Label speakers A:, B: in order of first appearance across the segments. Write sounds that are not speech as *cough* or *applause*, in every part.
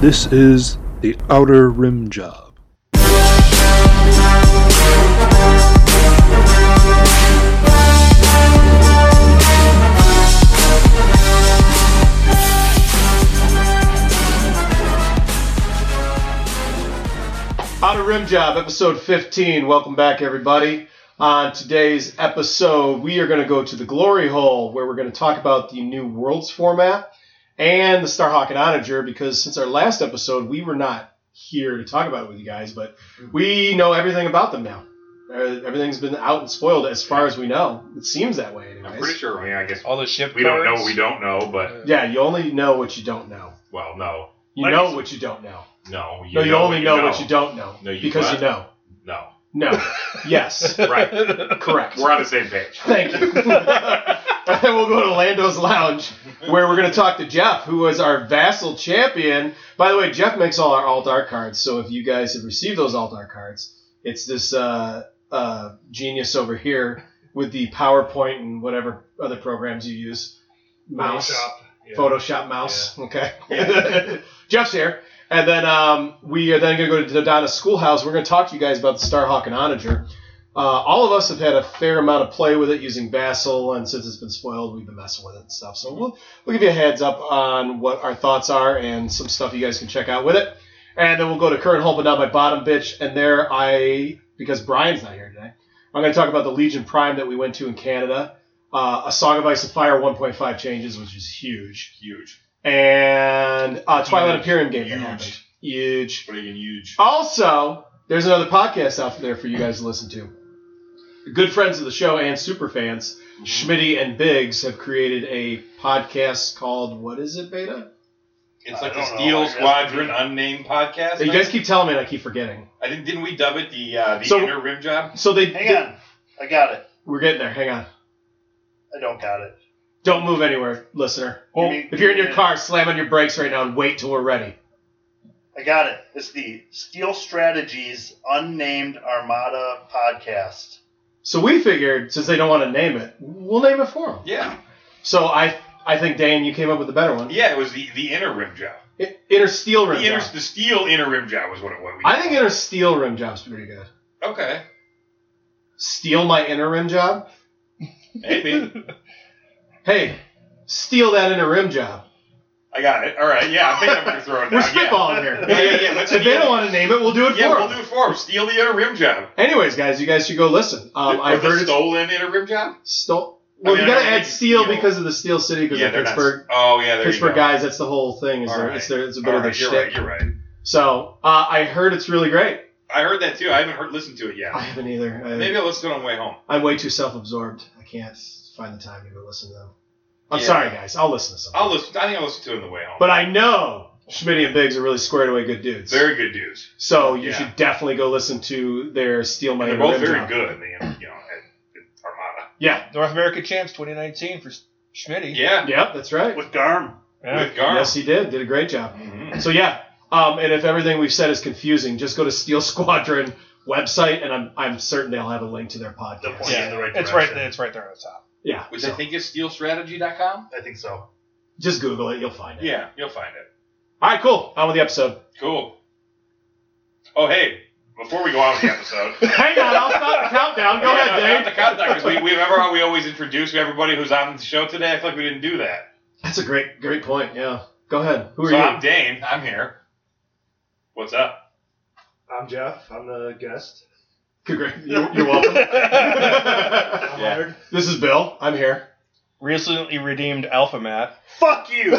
A: This is the Outer Rim Job.
B: Out of Rim Job, episode 15. Welcome back, everybody. On today's episode, we are going to go to the Glory Hole, where we're going to talk about the new Worlds format and the Starhawk and Onager, because since our last episode, we were not here to talk about it with you guys, but we know everything about them now. Uh, Everything's been out and spoiled as far as we know. It seems that way,
C: I'm pretty
B: anyways.
C: sure. I mean, I guess
D: All the ship
C: we don't know. We don't know, but
B: Yeah, you only know what you don't know.
C: well, no,
B: You
C: Like
B: know
C: it's-
B: what you don't know.
C: no.
B: no, you only know, what you don't know.
C: No, you
B: because
C: what?
B: you know.
C: No, *laughs*
B: No. yes.
C: Right.
D: *laughs*
B: Correct.
C: we're on the same page.
B: *laughs* Thank you. and then we'll go to Lando's Lounge, where we're going to talk to Jeff, who is our vassal champion. By the way, Jeff makes all our all dark cards, so if you guys have received those all dark cards, it's this uh, uh, genius over here with the PowerPoint and whatever other programs you use. Mouse. Photoshop mouse. Okay. *laughs* Jeff's here. And then um, we are then going to go to Dodonna's schoolhouse. We're going to talk to you guys about the Starhawk and Onager. Uh, all of us have had a fair amount of play with it using Vassal, and since it's been spoiled, we've been messing with it and stuff. So we'll, we'll give you a heads up on what our thoughts are and some stuff you guys can check out with it. And then we'll go to current hole, but not my bottom bitch. And there I, because Brian's not here today, I'm going to talk about the Legion Prime that we went to in Canada. Uh, a Song of Ice and Fire 1.5 changes, which is huge
C: Huge.
B: and uh, Twilight Imperium game. that
C: Huge.
B: happened. Huge.
C: Friggin' huge.
B: Also, there's another podcast out there for you guys to listen to. Good friends of the show and super fans, Schmitty and Biggs, have created a podcast called What Is It Beta?
C: I
D: It's like the
C: don't know,
D: Steel
C: I guess.
D: Squadron unnamed podcast.
B: You
D: I
B: guys
D: think.
B: keep telling me, and I keep forgetting.
D: I think didn't we dub it the uh, the
B: So-
D: inner rim job?
B: So they,
E: Hang on. I got it.
B: we're getting there. Hang on.
E: I don't got it.
B: Don't move anywhere, listener.
E: You mean-
B: if you're in your car, slam on your brakes right now and wait till we're ready.
E: I got it. It's the Steel Strategies Unnamed Armada podcast.
B: So we figured, since they don't want to name it, we'll name it for them.
D: Yeah,
B: So I, I think Dane, you came up with a better one.
D: yeah. It was the, the inner rim job.
B: I- Inner Steel Rim.
D: the inner
B: Job.
D: the steel inner rim job was what it was. We-
B: I think inner steel rim job's pretty good.
D: okay,
B: Steal my inner rim job? *laughs*
D: maybe
B: Hey, steal that inner rim job.
D: I got it. All right, yeah. I think I'm gonna throw it.
B: We're
D: down. Yeah.
B: spitballing here.
D: *laughs* Yeah, yeah, yeah. Let's
B: if they don't want to name it, we'll do it
D: Yeah,
B: for
D: we'll
B: them.
D: do it for him. Steal the inner rim job.
B: Anyways, guys, you guys should go listen. Um,
D: Or
B: I
D: the
B: heard it's
D: stolen inner rim job.
B: stole. Well,
D: I mean,
B: you
D: I
B: gotta
D: don't
B: add
D: think
B: steel
D: steel-
B: because of the steel city because
D: yeah,
B: of
D: they're not-
B: Pittsburgh.
D: Oh yeah, there
B: Pittsburgh
D: you go.
B: guys, that's the whole thing. Is
D: All
B: there,
D: right.
B: it's, there, it's a bit
D: All
B: of a
D: right, you're
B: shtick.
D: right. You're right.
B: So uh, I heard it's really great.
D: I heard that too. I haven't heard listened to
B: *laughs*
D: it yet.
B: I haven't either. I,
D: Maybe I'll listen to it on the way home.
B: I'm way too self-absorbed. I can't find the time to go listen to them. I'm
D: Yeah.
B: sorry, guys. I'll listen to something.
D: I'll listen. I think I'll listen to it on the way home.
B: But I know Schmidt and Biggs are really squared away good dudes.
D: very good dudes.
B: so you
D: yeah.
B: should definitely go listen to their Steel My
D: And they're
B: Inner
D: both
B: Rim
D: very
B: Job.
D: good. They, you know, at, at Armada.
B: Yeah.
F: North America Champs 2019 for Schmitty.
D: Yeah.
B: Yep, that's right.
E: With Garm.
D: With Garm.
B: Yes, he did. Did a great job.
D: Mhm.
B: So yeah. Um, and if everything we've said is confusing, just go to Steel Squadron website, and I'm I'm certain they'll have a link to their
E: They'll
B: podcast.
E: point you in the right
F: it's right.
E: direction.
F: there. It's right there on the top.
B: Yeah.
D: Which
B: so
D: I think is steelstrategy.com.
E: I think so.
B: just Google it, you'll find it.
D: Yeah, you'll find it.
B: All right, cool. On with the *laughs* episode.
D: Cool. Oh, hey, before we go on with the episode.
B: Hang on, I'll stop the countdown. Go
D: Yeah, no,
B: ahead, Dave.
D: not the contact, 'cause we, we remember how we always introduce everybody who's on the show today. I feel like we didn't do that.
B: That's a great great point. Yeah. Go ahead. Who are
D: so
B: you?
D: I'm Dane. I'm here. What's up?
E: I'm Jeff. I'm the guest.
B: Congra- you're, you're *laughs* welcome.
D: Yeah.
B: this is Bill. I'm here.
F: Recently redeemed Alpha Matt.
E: Fuck you!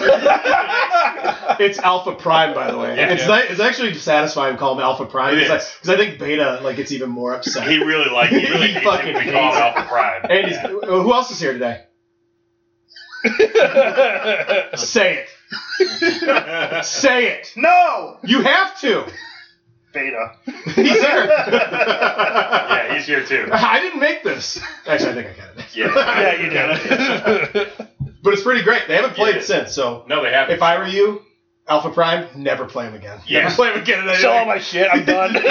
B: It's Alpha Prime, by the way.
D: Yeah.
B: it's Not, it's actually satisfying to call him Alpha Prime
D: It
B: because
D: is.
B: I, think Beta like it's even more upset.
D: He really liked it. He
B: *laughs*
D: really
B: He
D: hates
B: fucking
D: it when we
B: hates
D: call him
B: it.
D: Alpha *laughs* Prime.
B: and he's,
D: Yeah.
B: who else is here *laughs* today? Say it. Say it.
E: no!
B: You have to.
E: Beta.
B: He's here. *laughs*
D: yeah, he's here too.
B: I didn't make this. Actually, I think I got it. *laughs*
D: Yeah,
E: Yeah, you did.
B: But it's pretty great. They haven't played
D: Yeah.
B: it since. So
D: No, they haven't.
B: if I were you, Alpha Prime, never play him again.
D: Yeah.
B: *laughs* Never play him again. in
F: Sell all
B: anything.
F: my shit. I'm done.
B: Keep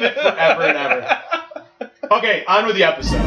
B: it forever and ever. Okay, on with the episode.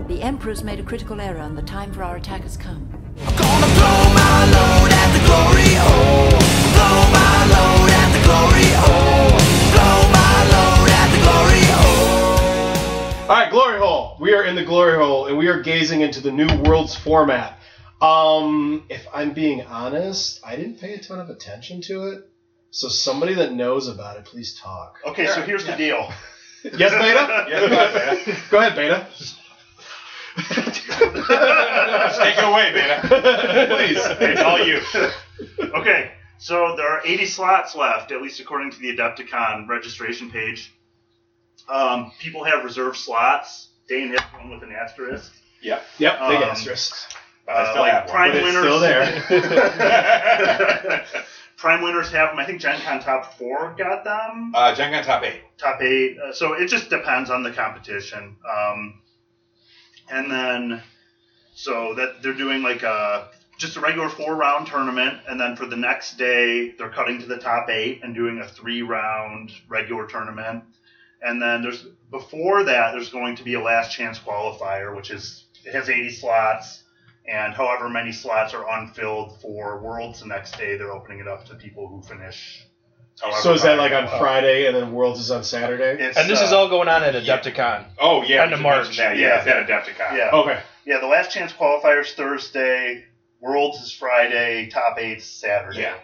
G: The Emperor Emperor's made a critical error and the time for our attack has come.
H: Gonna blow my load at the glory hole. Blow my load at the glory hole. Blow my load at the glory hole.
B: All right, glory hole. We are in the glory hole, and we are gazing into the new world's format. Um, if I'm being honest, I didn't pay a ton of attention to it. So somebody that knows about it, please talk.
E: Okay, so here's the *laughs* deal.
B: Yes, *laughs* Beta.
D: Yes, Beta.
B: Go ahead, Beta. *laughs*
D: Take it away, Beta.
B: Please.
D: It's all you.
E: *laughs* Okay, so there are 80 slots left, at least according to the Adepticon registration page. Um, people have reserved slots. Dane has one with an asterisk.
B: Yep. Big
E: Um,
B: asterisks.
E: Uh, like prime
B: But it's
E: winners
B: still *laughs* there.
E: *laughs* prime winners have them. I think Gen Con top four got them.
D: Uh, Jenga top eight.
E: top eight. Uh, so it just depends on the competition. Um, and then, so that they're doing like a just a regular four round tournament, and then for the next day they're cutting to the top eight and doing a three round regular tournament. And then there's before that there's going to be a last chance qualifier, which is it has 80 slots. And however many slots are unfilled for Worlds the next day, they're opening it up to people who finish. however
B: So is that
E: high
B: like on
E: up.
B: Friday, and then Worlds is on Saturday?
E: It's,
C: And this
E: uh,
C: is all going on at Adepticon.
D: Oh yeah.
C: End of
D: we should
C: March.
D: mention That. Yeah,
E: Yeah.
D: it's at Adepticon.
E: Yeah.
B: Okay.
E: Yeah, the last chance qualifiers Thursday, Worlds is Friday, top eight's Saturday.
D: Yeah.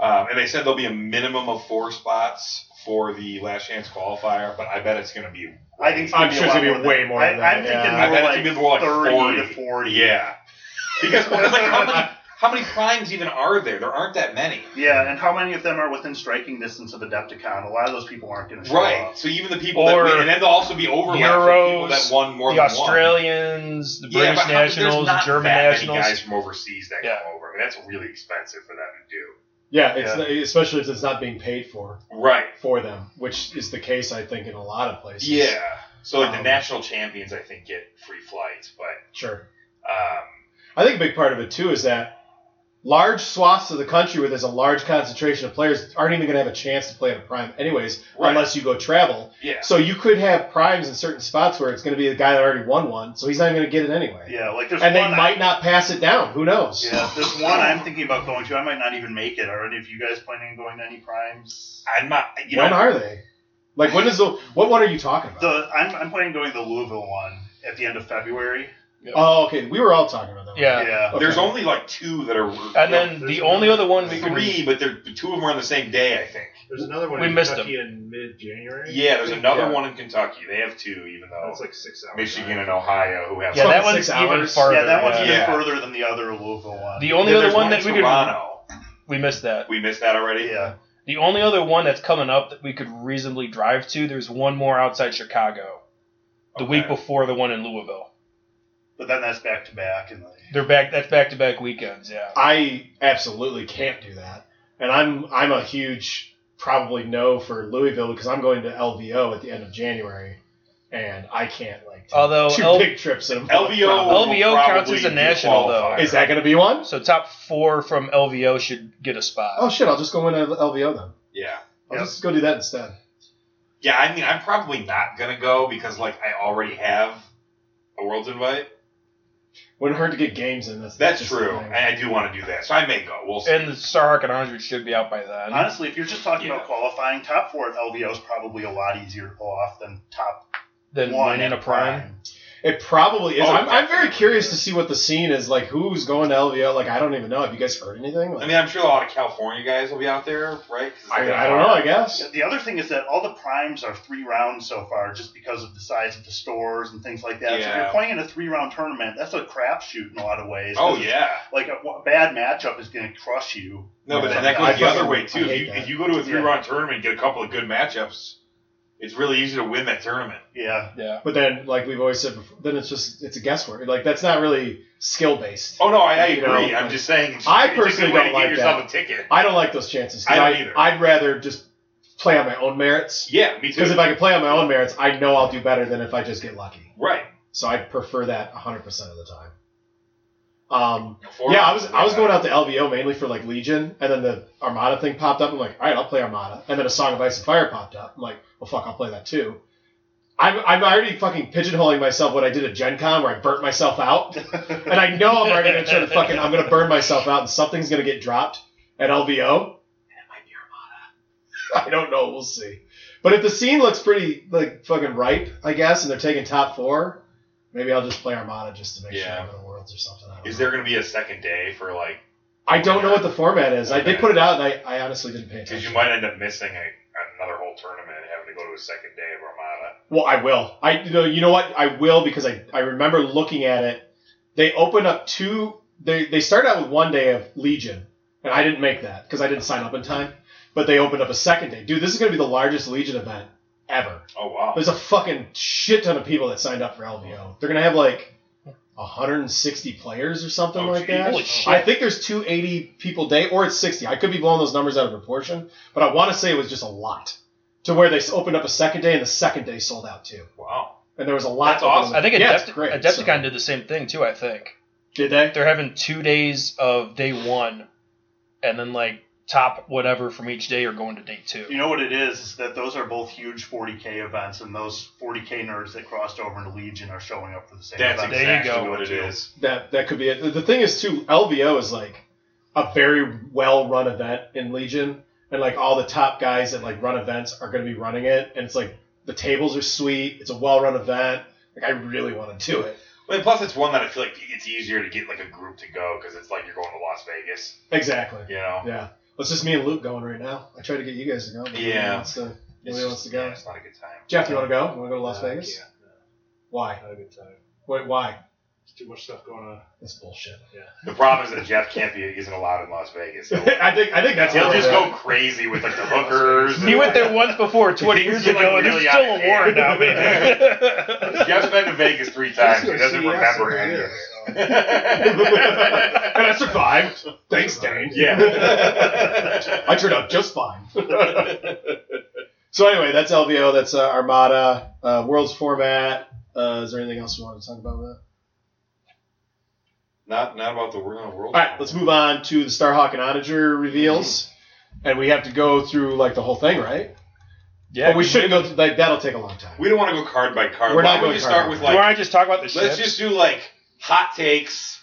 D: Um, and they said there'll be a minimum of four spots for the last chance qualifier, but I bet it's going to be.
E: I think it's
B: I'm
E: gonna
B: sure it's
E: be a
B: gonna
E: lot
B: be way more
E: I,
B: than that,
E: I'm
B: yeah.
E: thinking
D: I bet
E: more,
D: it's
E: like
D: gonna be more like 40.
E: 30 to 40.
D: Yeah. Because like how many how many primes even are there? There aren't that many.
E: Yeah, and how many of them are within striking distance of Adepticon? A lot of those people aren't going to show
D: Right.
E: up.
D: So even the people
C: Or
D: that win, and then there'll also be overlap for people
C: Euros,
D: that won more
C: the
D: than one.
C: Australians, the
D: yeah,
C: British
D: but how- there's
C: nationals, the
D: not
C: German
D: that many
C: nationals.
I: guys from overseas that
C: Yeah.
I: come over. I mean, that's really expensive for them to do.
B: Yeah. It's especially if it's not being paid for
D: Right.
B: for them, which is the case I think in a lot of places.
D: Yeah.
I: So like the
B: Um,
I: national champions, I think, get free flights, but
B: Sure.
I: um,
B: I think a big part of it too is that large swaths of the country where there's a large concentration of players aren't even going to have a chance to play in a prime, anyways,
D: Right.
B: unless you go travel.
D: Yeah.
B: So you could have primes in certain spots where it's going to be the guy that already won one, so he's not even going to get it anyway.
E: Yeah, like there's
B: And they
E: one I-
B: might not pass it down. Who knows?
E: yeah, there's one I'm thinking about going to. I might not even make it. Are any of you guys planning on going to any primes?
D: I'm not. You
B: when
D: know,
B: are they? Like when is the what one are you talking about?
E: The I'm, I'm planning on going to the Louisville one at the end of February.
B: oh, okay. We were all talking about that. one.
C: yeah.
E: yeah.
B: Okay.
D: there's only like two that are.
C: And then
J: There's
C: the only other one we could
D: three, but they're two of them are on the same day, I think.
J: There's another one
C: We
J: in
C: missed
J: Kentucky in mid-January.
D: Yeah. There's another
B: Yeah.
D: one in Kentucky. They have two, even though
J: That's like six hours.
D: Michigan and Ohio who have.
C: Yeah,
B: Fucking
C: that one's
B: six
C: even
B: hours.
C: farther.
E: yeah, that one's
D: yeah.
E: even further than the other Louisville one.
C: The only
D: Then
C: other
D: there's
C: one
D: in
C: that we could
D: Toronto.
C: we missed that.
D: We missed that already.
E: yeah.
C: The only other one that's coming up that we could reasonably drive to. There's one more outside Chicago, the
D: Okay.
C: week before the one in Louisville.
E: But then that's back to back and like
C: They're back. That's back to back weekends. Yeah.
B: I absolutely can't do that. And I'm I'm a huge probably no for Louisville because I'm going to LVO at the end of January, and I can't like take
C: Although
B: two
C: L-
B: big trips in a month.
D: LVO
B: probably.
C: LVO
D: will
C: counts as a
D: probably be
C: national, though.
D: qualifier.
B: is that going to be one?
C: So top four from LVO should get a spot.
B: Oh shit! I'll just go in at LVO then.
D: Yeah.
B: I'll
E: Yeah.
B: just go do that instead.
D: Yeah, I mean, I'm probably not gonna go because like I already have a world's invite.
B: Wouldn't hurt to get games in. That's
D: That's
B: just the
D: true,
B: thing.
D: and I do want to do that, so I may go. We'll see.
C: And the Star Hawk and 100 should be out by then.
E: Honestly, if you're just talking
D: Yeah.
E: about qualifying, top four at LVO is probably a lot easier to pull off than top
C: then
E: one
C: winning a
E: at
C: prime.
B: It probably is.
D: Oh,
B: I'm, I'm very
D: definitely.
B: curious to see what the scene is like. Who's going to LVO? Like I don't even know. Have you guys heard anything? Like,
D: I mean, I'm sure a lot of California guys will be out there, right? 'Cause it's
B: I,
D: like
B: I don't know. I guess.
E: The other thing is that all the primes are three rounds so far, just because of the size of the stores and things like that. So if
D: Yeah.
E: you're playing in a three round tournament, that's a crapshoot in a lot of ways.
D: Oh
E: 'cause,
D: yeah.
E: like a, a bad matchup is going to crush you.
D: No, but
B: Yeah.
D: then that
B: I
D: goes the other
B: fucking-
D: way
B: I
D: too. If
B: hate
D: you,
B: that.
D: if you go to a
E: Yeah.
D: three round tournament and get a couple of good matchups, it's really easy to win that tournament.
E: Yeah,
C: Yeah.
B: But then, like we've always said before, then it's just it's a guesswork. Like that's not really skill based.
D: Oh no, I, I
B: You
D: agree.
B: know,
D: I'm just saying. It's,
B: I
D: it's a good
B: personally
D: way
B: don't
D: to
B: like
D: get yourself
B: that.
D: a ticket.
B: I don't like those chances. 'cause
D: I don't either.
B: I'd rather just play on my own merits.
D: Yeah, me too.
B: Because if I can play on my own merits, I know I'll do better than if I just get lucky.
D: right.
B: So I prefer that 100 percent of the time. Um,
D: Four
B: yeah, I
D: rounds
B: was
D: is
B: I was
D: not
B: going
D: bad.
B: out to LVO mainly for like Legion, and then the Armada thing popped up. I'm like, all right, I'll play Armada, and then a Song of Ice and Fire popped up. I'm like, well, fuck, I'll play that too. I'm, I'm already fucking pigeonholing myself when I did a Gen Con where I burnt myself
D: *laughs*
B: out. and I know I'm already going to try to fucking, I'm going to burn myself out and something's going to get dropped at LVO. And it might be Armada. *laughs* I don't know. We'll see. But if the scene looks pretty, like, fucking ripe, I guess, and they're taking top four, maybe I'll just play Armada just to make
D: Yeah.
B: sure I'm in the Worlds or something. I don't
D: Is
B: know.
D: there going to be a second day for like?
B: I don't know what the format is. I, they
D: Okay.
B: put it out and I, I honestly didn't pay
D: Because
B: attention.
D: you might end up missing a, another whole tournament and having to go to a second day of Armada.
B: Well, I will. I you know, you know what? I will because I, I remember looking at it. They open up two. They they start out with one day of Legion, and I didn't make that because I didn't sign up in time. But they opened up a second day. Dude, this is gonna be the largest Legion event ever.
D: Oh wow!
B: There's a fucking shit ton of people that signed up for LVO. They're gonna have like 160 players or something
D: Oh,
B: like
D: geez.
B: that.
D: Holy
B: I think there's 280 people day, or it's 60. I could be blowing those numbers out of proportion, but I want to say it was just a lot. To where they s- opened up a second day, and the second day sold out too.
D: Wow!
B: And there was a lot.
D: That's
B: open.
D: awesome.
C: I think
B: Yeah, it's
C: Adept-
B: great,
C: Adepticon
B: so-
C: did the same thing too. I think
B: Did they?
C: they're having two days of day one, and then like top whatever from each day are going to day two.
E: You know what it is? Is that those are both huge 40k events, and those 40k nerds that crossed over into Legion are showing up for the same.
D: That's
E: event.
C: There you
D: exactly
C: go.
D: what it is.
B: That that could be it. The- The thing is too, LVO is like a very well run event in Legion, and like all the top guys that like run events are going to be running it, and it's like the tables are sweet. It's a well run event. Like I really want to do it.
D: Well, plus, it's one that I feel like it's easier to get like a group to go because it's like you're going to Las Vegas.
B: Exactly.
D: You know?
B: Yeah. It's just me and Luke going right now. I tried to get you guys to go. but nobody
D: Yeah.
B: Wants to,
D: It's
B: nobody wants
D: just-
B: to go.
D: yeah, it's not a good time.
B: Jeff, you want to go? You want to go to Las
K: Nah, I
B: Vegas?
K: can't.
B: Why?
K: Uh, Not a good time.
B: Wait, why?
K: There's too much stuff going on.
B: That's bullshit.
K: *laughs*
D: The problem is that Jeff can't be isn't allowed in Las *laughs* Vegas. He'll,
B: I think I think that's
D: he'll
B: where
D: just
B: we're
D: go
B: at.
D: crazy with
B: *laughs*
D: like the hookers.
C: He went there once before, 20
D: Things
C: years
D: get, like,
C: ago, and there's
D: really
C: still
D: out of
C: a warrant out,
D: hand. *laughs*
C: man.
D: *laughs* Jeff's been to Vegas three times. He
K: Let's go
D: doesn't
K: see
D: remember
K: us
D: any
K: over
D: of
K: here, so.
D: it.
B: and *laughs* I *laughs*
D: *laughs*
B: survived. Thanks, Dane.
D: yeah.
B: *laughs* I turned out just fine. *laughs* so anyway, that's LVO. That's uh, Armada. Uh, World's format. Uh, is there anything else we want to talk about with that?
D: Not not about the world. world.
B: All right, let's move on to the Starhawk and Onager reveals, and we have to go through like the whole thing, right?
C: yeah,
B: but we shouldn't go. Through, like that'll take a long time.
D: We don't want to go card by card.
B: We're
D: Why
B: not
D: don't
B: going
D: we just
B: card
D: start
B: by
D: with
C: Do you
D: like
C: want to just talk about the
D: let's
C: ships?
D: just do like hot takes.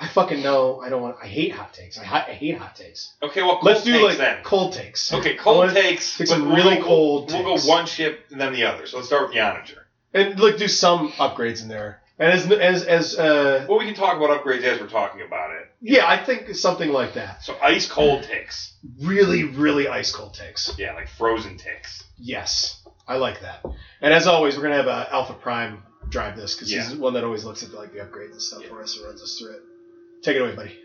B: I fucking know. I don't want. I hate hot takes. I, hi- I hate hot takes.
D: Okay, well, cold
B: let's do
D: takes
B: like
D: then.
B: cold takes.
D: Okay,
B: I
D: cold
B: wanna
D: takes.
B: Take
D: but
B: some
D: we'll
B: really
D: go-
B: cold.
D: We'll
B: takes.
D: go one ship and then the other. So let's start with the Onager.
B: and like do some upgrades in there. And as as as uh,
D: Well, we can talk about upgrades as we're talking about it.
B: yeah, I think something like that.
D: So ice cold
B: Mm.
D: takes.
B: Really, really ice cold takes.
D: Yeah, like frozen takes.
B: Yes, I like that. And as always, we're gonna have uh, Alpha Prime drive this because he's
D: Yeah.
B: the one that always looks at like the upgrades and stuff for us and runs us through it. Take it away, buddy.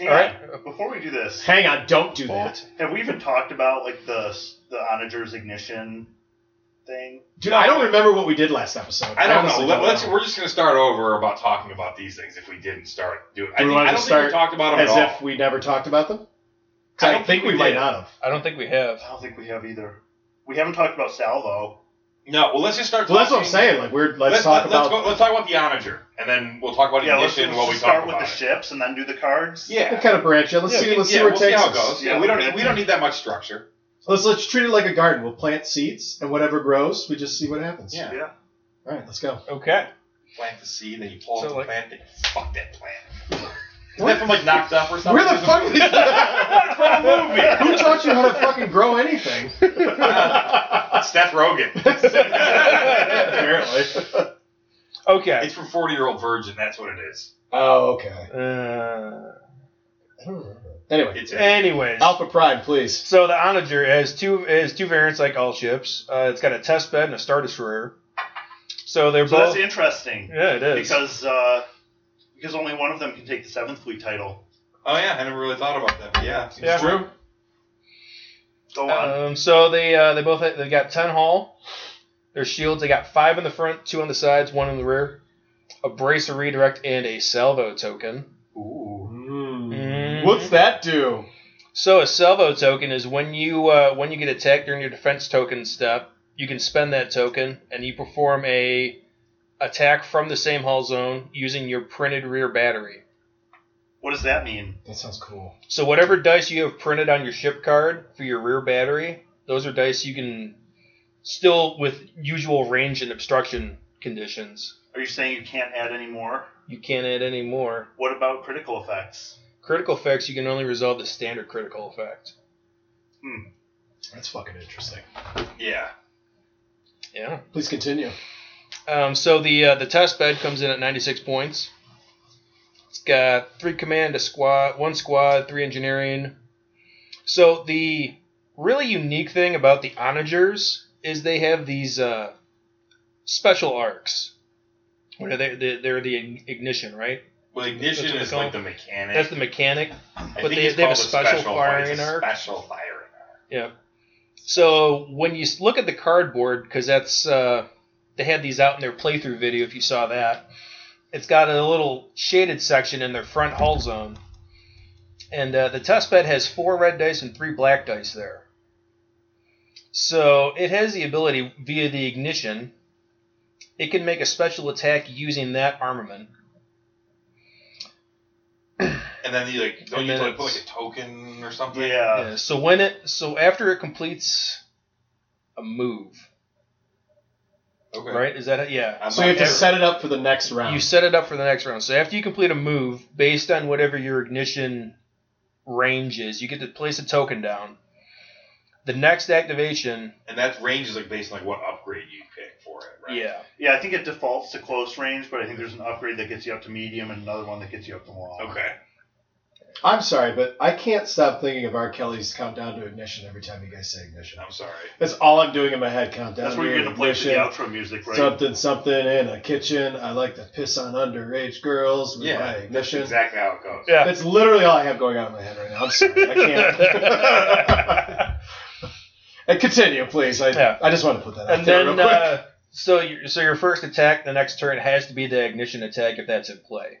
E: Hang
C: All
E: on.
C: right.
E: Before we do this,
B: Hang on, don't do that,
E: have we even talked about like the the Onager's ignition thing?
B: dude. I don't remember what we did last episode.
D: I don't know.
B: honestly
D: Let, us
B: know.
D: We're just gonna start over about talking about these things if we didn't start doing. I,
B: Do we
D: think,
B: wanna
D: I don't
B: just
D: think we
B: start
D: talked about them
B: as
D: at all.
B: if we never talked about them. 'Cause
D: I
B: I,
D: don't
B: think
D: think we
B: we might
D: did.
B: not have.
C: I don't think we have.
E: I don't think we have either. We haven't talked about Salvo.
D: no. Well, let's just start.
B: Well, that's what I'm
D: talking-
B: saying. Like we're let's,
D: Let's,
B: talk
D: let-
B: about
D: let's, go, let's talk about the onager, and then we'll talk about
E: yeah, let's,
D: ignition
E: let's
D: while
E: just
D: we talk
E: start with
D: about
E: the
D: it.
E: ships and then do the cards.
D: Yeah.
B: kind of branch it. Let's
C: Yeah,
B: see. Let's
D: yeah,
B: see where
D: we'll
B: it takes
D: see how it
B: us.
D: goes. Yeah, we don't need, we don't need that much structure.
B: Let's let's treat it like a garden. We'll plant seeds, and whatever grows, we just see what happens.
D: Yeah.
E: Yeah.
B: All right, let's go.
C: Okay.
D: Plant the seed, then you pull
C: So,
D: out the
C: like-
D: plant, then you fuck that plant.
B: *laughs*
D: Isn't that from like knocked up or something?
B: Where the fuck? Did
E: *laughs*
D: It's from a movie.
B: Who taught you how to fucking grow
E: *laughs*
B: anything?
D: Seth
B: *laughs*
D: Rogen.
B: Apparently.
C: Okay.
D: it's from Forty Year Old Virgin. That's what it is.
B: Oh, okay.
C: Uh,
B: I don't remember. Anyway,
D: It's a,
C: anyways.
B: Alpha Prime, please.
C: So the Onager has two has two variants like all ships. Uh, it's got a test bed and a star destroyer. So they're
E: So
C: both.
E: that's interesting
C: yeah, it is.
E: because uh, because only one of them can take the seventh fleet title.
D: oh yeah, I never really thought about that. But yeah, seems
C: Yeah.
D: true.
E: Go on.
C: um, so they uh, they both they got ten hull. Their shields they got five in the front, two on the sides, one in the rear. A brace, a redirect, and a salvo token.
D: Ooh.
E: Mm.
C: Mhm.
B: What's that do?
C: So a salvo token is when you uh, when you get attacked during your defense token step, you can spend that token and you perform a attack from the same hull zone using your printed rear battery.
E: What does that mean?
B: That sounds cool.
C: So whatever dice you have printed on your ship card for your rear battery, those are dice you can still with usual range and obstruction conditions.
E: Are you saying you can't add any more?
C: You can't add any more.
E: What about critical effects?
C: Critical effects, you can only resolve the standard critical effect.
B: That's fucking interesting.
D: Yeah.
C: Yeah.
B: Please continue.
C: Um, so the uh, the test bed comes in at 96 points. It's got three command, a squad, one squad, three engineering. So the really unique thing about the onagers is they have these uh, special arcs. Where they they- they're the ign- ignition, right?
D: Well, ignition
C: That's what
D: is
C: they call
D: like the mechanic.
C: That's the mechanic.
D: I
C: but
D: think
C: they-
D: it's
C: they have a
D: called
C: special
D: fire-
C: firing
D: it's a
C: arc.
D: Special firing arc.
C: Yeah. So when you s- look at the cardboard, because that's uh, they had these out in their playthrough video. If you saw that, it's got a little shaded section in their front hull zone, and uh, the test bed has four red dice and three black dice there. So it has the ability via the ignition. It can make a special attack using that armament.
D: And then you like don't
C: And
D: you have to,
C: then
D: like, put like a
C: it's-
D: token or something?
E: Yeah.
C: Yeah, Uh, so when it so after it completes a move,
D: Okay.
C: right? Is that it? Yeah.
D: I'm
B: So you have
D: not-
B: to set it up for the next round.
C: You set it up for the next round. So after you complete a move, based on whatever your ignition range is, you get to place a token down. The next activation,
D: and that range is like based on like what upgrade you pick for it, right?
C: yeah,
E: Yeah, I think it defaults to close range, but I think there's an upgrade that gets you up to medium and another one that gets you up to long.
D: Okay.
B: I'm sorry, but I can't stop thinking of R. Kelly's countdown to ignition every time you guys say ignition.
D: I'm sorry.
B: That's all I'm doing in my head. Countdown.
E: That's where you're
B: to
E: gonna play for the
B: ignition.
E: outro music, right?
B: Something, something in a kitchen. I like to piss on underage girls with
D: Yeah,
B: my
D: That's
B: ignition.
D: exactly how it goes.
C: yeah.
B: That's literally all I have going on in my head right now. I'm sorry, I can't. and continue, please. I,
C: Yeah.
B: I just wanted to put that out
C: And
B: there
C: then
B: real quick.
C: uh, so your, so your first attack, the next turn has to be the ignition attack if that's in play.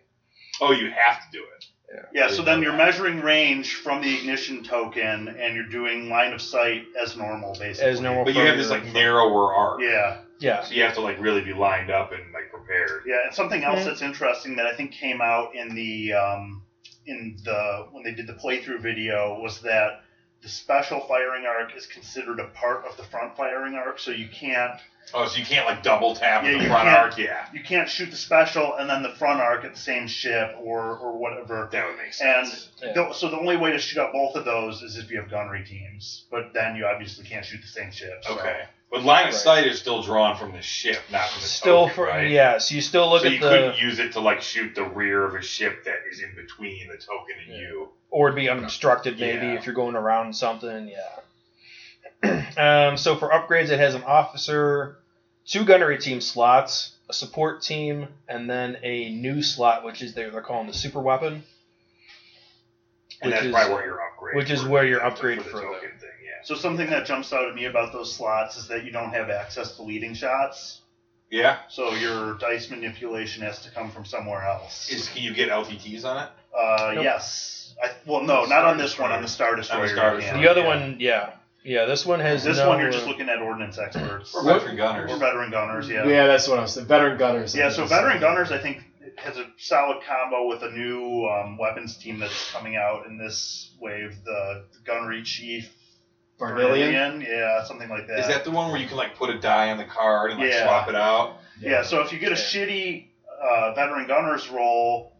D: Oh, you have to do it.
E: Yeah, so then you're measuring range from the ignition token and you're doing line of sight as normal, basically.
C: As normal.
D: But you have this like narrower arc.
E: Yeah.
C: Yeah,
D: So you have to like really be lined up and like prepared.
E: Yeah, and something else
C: Mhm.
E: that's interesting that I think came out in the um, in the when they did the playthrough video was that the special firing arc is considered a part of the front firing arc, so you can't
D: Oh, so you can't like double tap
E: Yeah,
D: in the
E: you
D: front
E: can't.
D: arc. Yeah.
E: you can't shoot the special and then the front arc at the same ship or or whatever.
D: That would make
E: And
D: sense.
C: Yeah.
E: the- so the only way to shoot up both of those is if you have gunnery teams, but then you obviously can't shoot the same ships. so-
D: okay. But line
C: Right.
D: of sight is still drawn from the ship, not from the
C: still
D: token,
C: for
D: Oh, right?
C: yeah. So you still look
D: so
C: at
D: you
C: the
D: couldn't use it to like shoot the rear of a ship that is in between the token and
C: Yeah.
D: you.
C: or it'd be unobstructed maybe
D: Yeah.
C: if you're going around something. Yeah. *clears throat* um, so for upgrades, it has an officer, two gunnery team slots, a support team, and then a new slot, which is they're, they're calling the super weapon.
D: And
C: Which
D: that's
C: is-
D: probably where your upgrade.
C: which is
D: for-
C: where your
D: for the
C: upgrade for
D: token
C: the-
D: thing.
E: So something that jumps out at me about those slots is that you don't have access to leading shots,
D: Yeah. Yeah.
E: so your dice manipulation has to come from somewhere else.
D: Is can you get LTTs on it?
E: uh,
C: Nope.
E: Yes. I, well, no, not on this one. On the Star Destroyer.
D: On the Star
E: you can,
D: Destroyer,
C: The other
E: yeah.
C: one, yeah, yeah. This one has
E: This
C: no,
E: one, you're just
C: uh,
E: looking at ordnance experts
D: Or
E: or
B: What-
D: veteran gunners?
E: veteran gunners. Yeah.
B: yeah, that's what I was. The veteran gunners.
E: Yeah, so veteran gunners, I think, has a solid combo with a new um, weapons team that's coming out in this wave. The gunnery chief
B: Bardillion.
E: Vermilion, yeah, something like that.
D: Is that the one where you can like put a die on the card and like
E: Yeah.
D: swap it out?
E: Yeah. so if you get a
C: Yeah.
E: shitty uh, veteran gunners roll,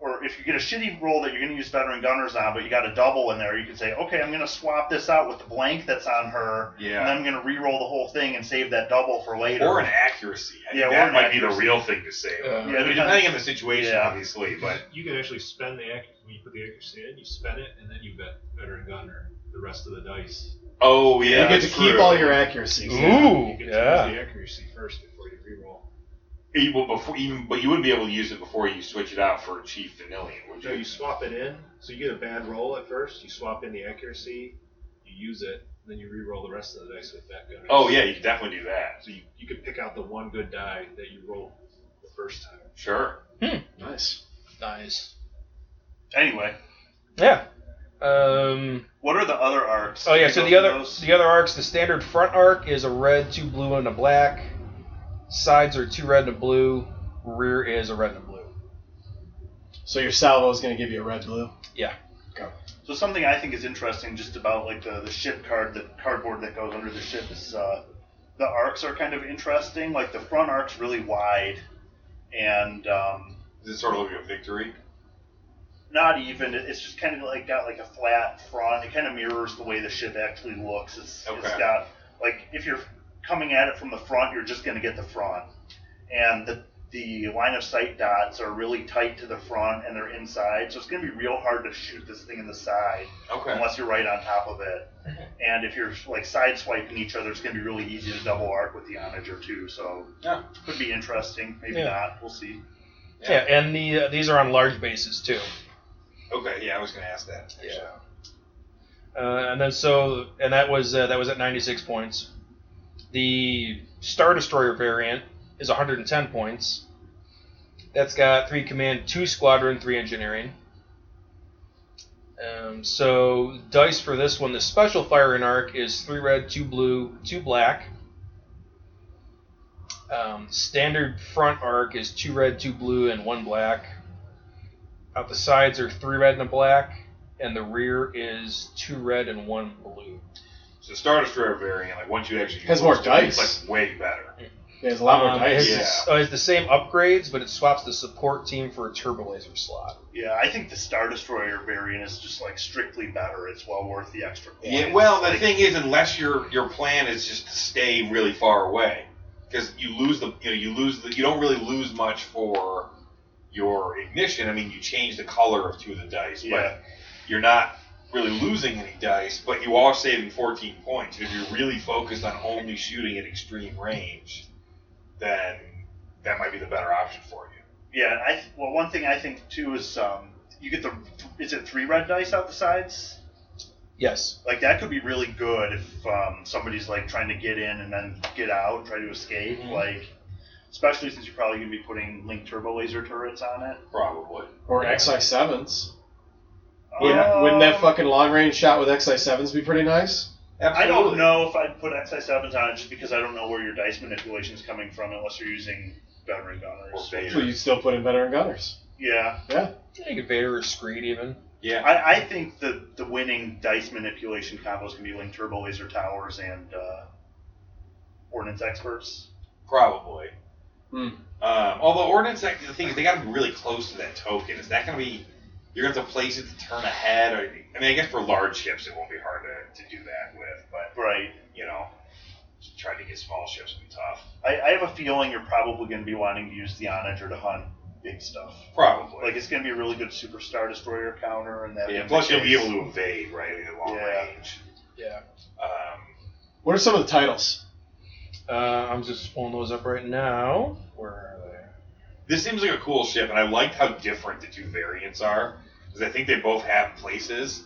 E: or if you get a shitty roll that you're going to use veteran gunners on, but you got a double in there, you can say, okay, I'm going to swap this out with the blank that's on her, and then
D: Yeah.
E: I'm going to re-roll the whole thing and save that double for later.
D: Or an accuracy. I think
E: Yeah, or
D: that
E: an
D: might be the
E: accuracy.
D: real thing to say.
C: Yeah.
D: I mean,
E: depends-
D: depending on the situation,
E: Yeah.
D: obviously,
E: *laughs*
D: but
L: you can actually spend the accuracy when you put the accuracy in. You spend it, and then you bet veteran gunner the rest of the dice.
D: oh yeah,
B: you get to
D: that's
B: keep
D: true.
B: all your accuracies.
C: Ooh,
L: you get to
C: yeah.
L: use the accuracy first before you reroll.
D: Even E, before, even but you wouldn't be able to use it before you switch it out for Chief Vanillion, would
L: So
D: you?
L: you swap it in. So you get a bad roll at first. You swap in the accuracy. You use it. And then you re-roll the rest of the dice with that gunner.
D: Oh yeah, you could definitely do that.
L: So you, you could pick out the one good die that you rolled the first time.
D: Sure.
B: Nice.
C: Nice.
E: Anyway,
C: Yeah. Um,
E: what are the other arcs?
C: Oh yeah,
E: Can
C: so
E: you
C: the
E: go through
C: other
E: those?
C: the other arcs, the standard front arc is a red, two blue, and a black. Sides are two red and a blue. Rear is a red and a blue.
B: So your salvo is going to give you a red blue.
E: So something I think is interesting just about like the, the ship card, the cardboard that goes under the ship is uh, the arcs are kind of interesting. Like the front arc's really wide, and um,
D: Is it sort of like a victory?
E: not even. it- It's just kind of like got like a flat front. It kind of mirrors the way the ship actually looks. It's, it's
D: Okay.
E: got like if you're coming at it from the front, you're just going to get the front, and the the line of sight dots are really tight to the front and they're inside, so it's going to be real hard to shoot this thing in the side
D: Okay.
E: unless you're right on top
D: *laughs*
E: of it. And if you're like sideswiping each other, it's going to be really easy to double arc with the onager too. So
D: Yeah.
E: could be interesting, maybe
M: Yeah.
E: not. We'll see.
M: Yeah, and the uh, these are on large bases too.
D: Okay. Yeah, I was gonna ask that. actually.
M: Yeah. Uh, and then so and that was uh, that was at 96 points. The Star Destroyer variant is 110 points. That's got three command, two squadron, three engineering. Um, so dice for this one, the special firing arc is three red, two blue, two black. Um, standard front arc is two red, two blue, and one black. Out the sides are three red and a black and the rear is two red and one blue.
D: So Star Destroyer variant, like once you actually
B: Has more
D: it's like
B: dice.
D: way better.
B: There's a lot
M: Um,
B: more dice.
M: It's, the- uh, it's the same upgrades, but it swaps the support team for a turbo laser slot.
E: Yeah, I think the Star Destroyer variant is just like strictly better. It's well worth the extra coin.
D: Yeah. Well, the
E: Like,
D: thing is, unless your your plan is just to stay really far away, because you lose the you know you lose the you don't really lose much for your ignition. I mean, you change the color of two of the dice,
E: Yeah.
D: but you're not really losing any dice. But you are saving 14 points if you're really focused on only shooting at extreme range. Then that might be the better option for you.
E: yeah. I well, one thing I think too is um, you get the is it three red dice out the sides?
M: Yes.
E: Like that could be really good if um, somebody's like trying to get in and then get out, try to escape.
D: Mhm.
E: Like especially since you're probably gonna be putting link turbo laser turrets on it.
D: Probably.
B: Or XI sevens. Wouldn't, wouldn't
E: Um,
B: that fucking long range shot with XI sevens be pretty nice?
E: I don't know if I'd put XI sevens on it just because I don't know where your dice manipulation is coming from unless you're using veteran gunners.
D: Or
B: Well, you still put in veteran gunners.
E: Yeah,
M: Yeah, you could Vader or Screed even.
D: Yeah.
E: I, I think the the winning dice manipulation combos can be like turbo laser towers and uh, ordnance experts.
D: Probably.
B: Hmm.
D: Um, although ordinance, like, the thing is, they got to be really close to that token. Is that going to be? You're going to have to place it to turn ahead. Or, I mean, I guess for large ships, it won't be hard to, to do that with. But
E: Right.
D: you know, trying to get small ships would be tough.
E: I, I have a feeling you're probably going to be wanting to use the onager to hunt big stuff.
D: Probably.
E: Like it's going to be a really good super star destroyer counter and that.
D: yeah. Plus, you'll be able to evade right at long
E: Yeah.
D: range.
M: Yeah.
D: Um,
B: What are some of the titles?
M: Uh, I'm just pulling those up right now. Where are they?
D: this seems like a cool ship, and I liked how different the two variants are because I think they both have places,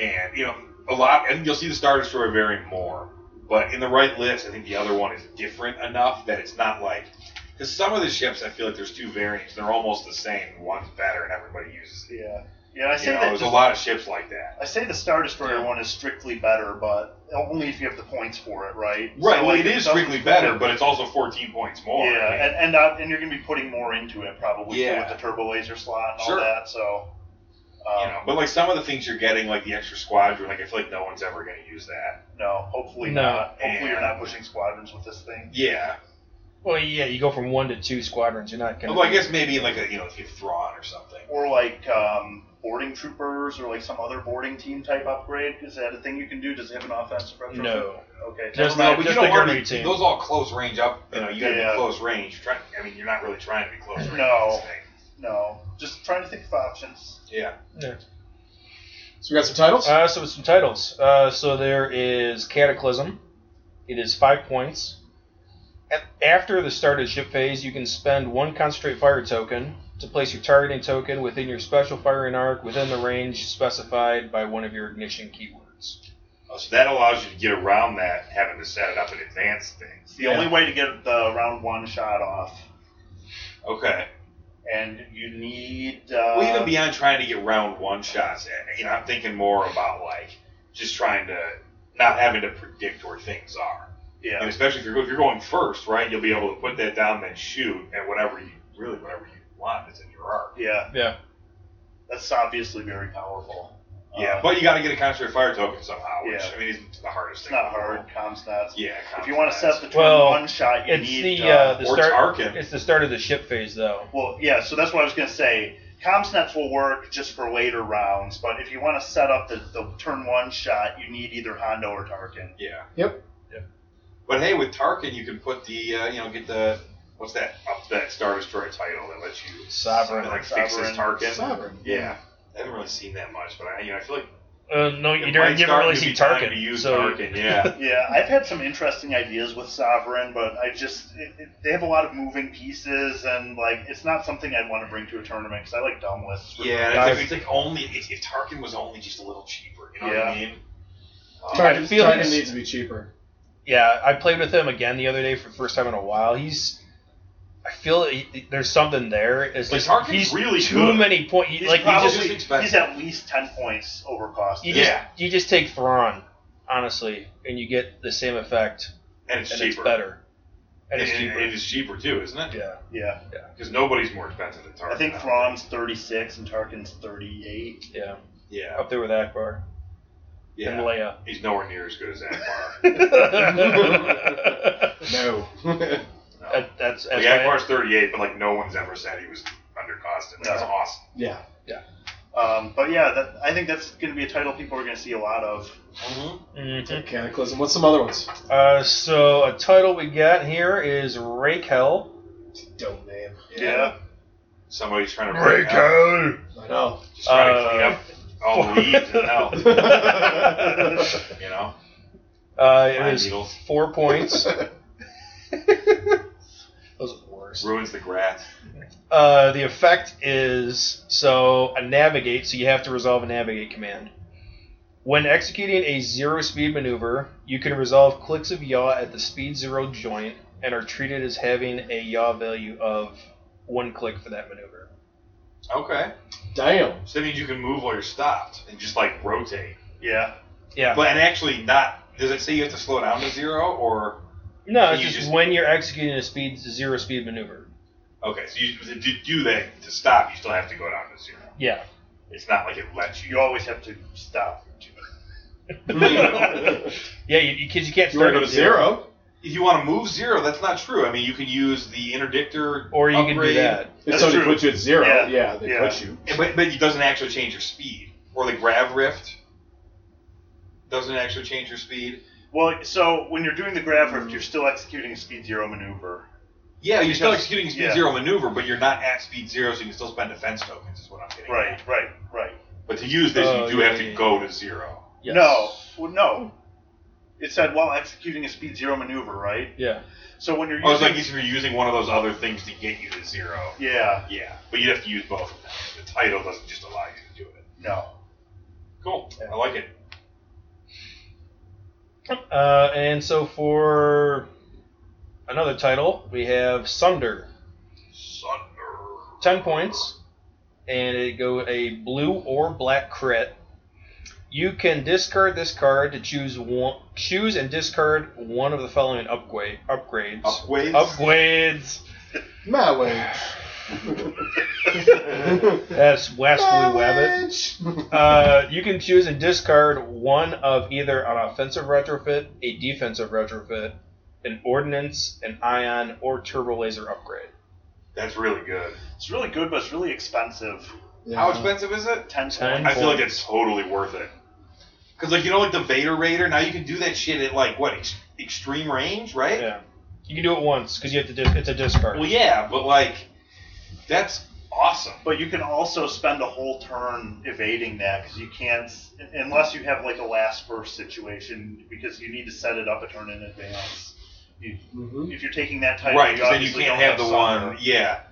D: and you know, a lot. And you'll see the Star Destroyer variant more, but in the right list, I think the other one is different enough that it's not like because some of the ships I feel like there's two variants, they're almost the same. One's better, and everybody uses it.
E: Yeah. Yeah. I
D: You
E: say
D: know,
E: that
D: there's a
E: just-
D: lot of ships like that.
E: I say the Star Destroyer one is strictly better, but only if you have the points for it, right?
D: Right,
E: So,
D: well,
E: like,
D: it is
E: doesn't-
D: strictly
E: *laughs*
D: better, but it's also 14 points more.
E: yeah,
D: I mean,
E: and and, uh, and you're gonna be putting more into it probably too,
D: Yeah.
E: with the turbo laser slot and
D: Sure.
E: all that. So, um,
D: you know, but like some of the things you're getting, like the extra squadron, like I feel like no one's ever going to use that.
E: no, hopefully
M: No.
E: not. Hopefully you're
D: And-
E: not pushing squadrons with this thing.
D: Yeah,
M: Well, yeah, you go from one to two squadrons. You're not gonna.
D: Although Oh, I guess maybe in like a you know if you have Thrawn or something.
E: Or like um, boarding troopers, or like some other boarding team type upgrade. Is that a thing you can do? Does it have an offensive retrofit?
M: no.
E: Okay.
M: Just
E: never mind.
M: not-
D: but you
M: just
D: don't
M: like
D: want
M: every
D: to be,
M: team.
D: those all close range up. You know you gotta
E: Yeah.
D: be close range. Try, I mean you're not really trying to be close range.
E: No.
D: with this thing.
E: No. Just trying to think of options.
D: Yeah.
B: So we got some titles.
M: Uh, so with some titles. Uh, so there is Cataclysm. It is five points. A- After the start of the ship phase, you can spend one concentrate fire token to place your targeting token within your special firing arc within the range specified by one of your ignition keywords.
D: Oh, so that allows you to get around that having to set it up in advance
E: It's
D: things.
E: the only way to get the round one shot off,
D: Okay.
E: and you need. Uh,
D: well, even beyond trying to get round one shots, eh, you know I'm thinking more about like just trying to not having to predict where things are.
E: yeah.
D: And especially if you're if you're going first, right? You'll be able to put that down, then shoot at whatever you really whatever you want is in your arc.
E: Yeah.
M: Yeah.
E: That's obviously very powerful.
D: Yeah,
E: Um,
D: but you got to get a concentrated fire token somehow, which
E: Yeah.
D: I mean isn't the hardest
E: it's
D: thing.
E: not
D: in the world.
E: hard. Comms stats.
D: Yeah.
E: If you want to set up the turn
M: Well,
E: one shot, you
M: It's
E: need.
M: the uh, the
D: or it's
M: start.
D: Arkin.
M: It's the start of the ship phase, though.
E: well, yeah. So that's what I was gonna say. Comsnets will work just for later rounds, but if you want to set up the, the turn one shot, you need either Hondo or Tarkin.
D: yeah.
B: Yep.
D: Yep. But hey, with Tarkin, you can put the uh, you know get the what's that up that Star Destroyer title that lets you
E: Sovereign.
D: like fixes
E: Sovereign.
D: Tarkin.
B: Sovereign.
D: Yeah. I haven't really seen that much, but I you know I feel like
M: Uh, no, you
D: it
M: don't.
D: might
M: You
D: start
M: haven't really
D: to
M: seen
D: be time
M: Tarkin.
D: To use
M: so
D: Tarkin,
M: *laughs*
D: yeah.
E: Yeah, I've had some interesting ideas with Sovereign, but I just it, it, they have a lot of moving pieces, and like it's not something I'd want to bring to a tournament because I like dumb lists. for-
D: Yeah, and it's like, it's like only if, if Tarkin was only just a little cheaper, you know what I mean? Um,
M: Tarkin-
B: Titan,
M: feel
B: Titan
M: it's-
B: needs to be cheaper.
M: yeah, I played with him again the other day for the first time in a while. He's, I feel he, there's something there. It's
D: Like,
M: just
D: Tarkin's
M: he's
D: really
M: too
D: good.
M: many points.
E: He's
M: Like you
E: probably-
M: just,
D: just expensive.
E: he's at least ten points over cost.
M: you
D: Yeah.
M: just you just take Thrawn, honestly, and you get the same effect,
D: and it's
M: and
D: cheaper.
M: it's better, and
D: And,
M: it's
D: and-
M: cheaper.
D: and it's cheaper too, isn't it?
M: yeah,
E: yeah.
D: Because nobody's more expensive than Tarkin.
E: I think
D: now.
E: Thrawn's 36 and Tarkin's 38.
M: yeah,
D: Yeah.
M: up there with Akbar and
D: Yeah. *laughs*
M: Leia. *laughs*
D: He's nowhere near as good as Akbar.
M: that,
B: No.
M: that's that's
D: Like
M: why-
D: Akbar's 38, but like no one's ever said he was undercosted. Like, That's
E: No.
D: awesome.
B: *laughs* yeah.
E: Um, but yeah, that, I think that's going to be a title people are going to see a lot of.
M: Mhm.
B: Cataclysm. What's some other ones?
M: Uh, so a title we got here is Raquel.
B: Dope name.
E: Yeah.
D: Somebody's trying to break out.
B: I know.
E: *laughs*
D: Just trying to clean
M: Uh,
D: up all the leaves
M: *laughs*
D: and hell. You know?
M: Uh, it
D: Pine
M: is
D: needles.
M: four points. Those are the worst.
D: Ruins the grass.
M: Uh, the effect is so a navigate, so you have to resolve a navigate command. When executing a zero speed maneuver, you can resolve clicks of yaw at the speed zero joint and are treated as having a yaw value of one click for that maneuver.
D: Okay.
B: Damn.
D: So that means you can move while you're stopped and just like rotate.
E: Yeah.
M: Yeah.
D: But and actually not does it say you have to slow down to zero or
M: no, it's
D: you
M: just,
D: just-
M: when you're executing a speed zero speed maneuver.
D: okay, so you to do that to stop you still have to go down to zero.
M: Yeah.
D: It's not like it lets you
E: You always have to stop.
M: Yeah, you, because you can't
B: You want
M: start
B: to go to
M: at
B: zero?
D: if you want to move zero, that's not true. I mean you can use the interdictor
M: or you can do
D: upgrade,
M: that.
B: If
E: That's
B: somebody
E: true.
B: puts you at zero,
E: Yeah.
B: yeah, they
E: Yeah.
B: put you.
D: And- But, but it doesn't actually change your speed. Or the grav rift doesn't actually change your speed.
E: Well, so when you're doing the grav rift, you're still executing a speed zero maneuver.
D: Yeah, you're still
E: Because-
D: executing speed
E: yeah.
D: zero maneuver, but you're not at speed zero, so you can still spend defense tokens. Is what I'm getting. at.
E: right, right.
D: But to use this,
M: Oh,
D: you do
M: yeah,
D: have to
M: yeah, yeah.
D: go to zero.
M: Yes.
E: No, well, no. It said while executing a speed zero maneuver, right?
M: Yeah.
E: So when you're
D: Oh, it's
E: using.
D: like if you're using one of those other things to get you to zero.
E: yeah,
D: Yeah, but you have to use both of them. The title doesn't just allow you to do it.
E: no.
D: Cool. I like it.
M: Uh, and so for another title, we have Sunder.
D: Sunder.
M: Ten points, and it go a blue or black crit. You can discard this card to choose one, choose and discard one of the following upgrade upgrades.
D: Upgrades.
M: Upgrades.
B: My way.
M: That's West Blue Wabbit.
B: Savage.
M: Uh, you can choose and discard one of either an offensive retrofit, a defensive retrofit, an ordnance, an ion, or turbo laser upgrade.
D: That's really good.
E: It's really good, but it's really expensive.
B: Yeah.
D: How expensive is it?
E: 10
M: Ten.
E: points.
D: I feel like it's totally worth it. Cause like you know like the Vader Raider now you can do that shit at like what ex- extreme range right?
M: Yeah. You can do it once because you have to. Dis- it's a discard.
D: Well yeah, but like that's awesome.
E: But you can also spend a whole turn evading that because you can't, unless you have like a last burst situation, because you need to set it up a turn in advance. You,
B: Mhm.
E: if you're taking that type,
D: Right?
E: you
D: Because then you
E: obviously
D: can't
E: don't
D: have the
E: Summoner.
D: one. Yeah.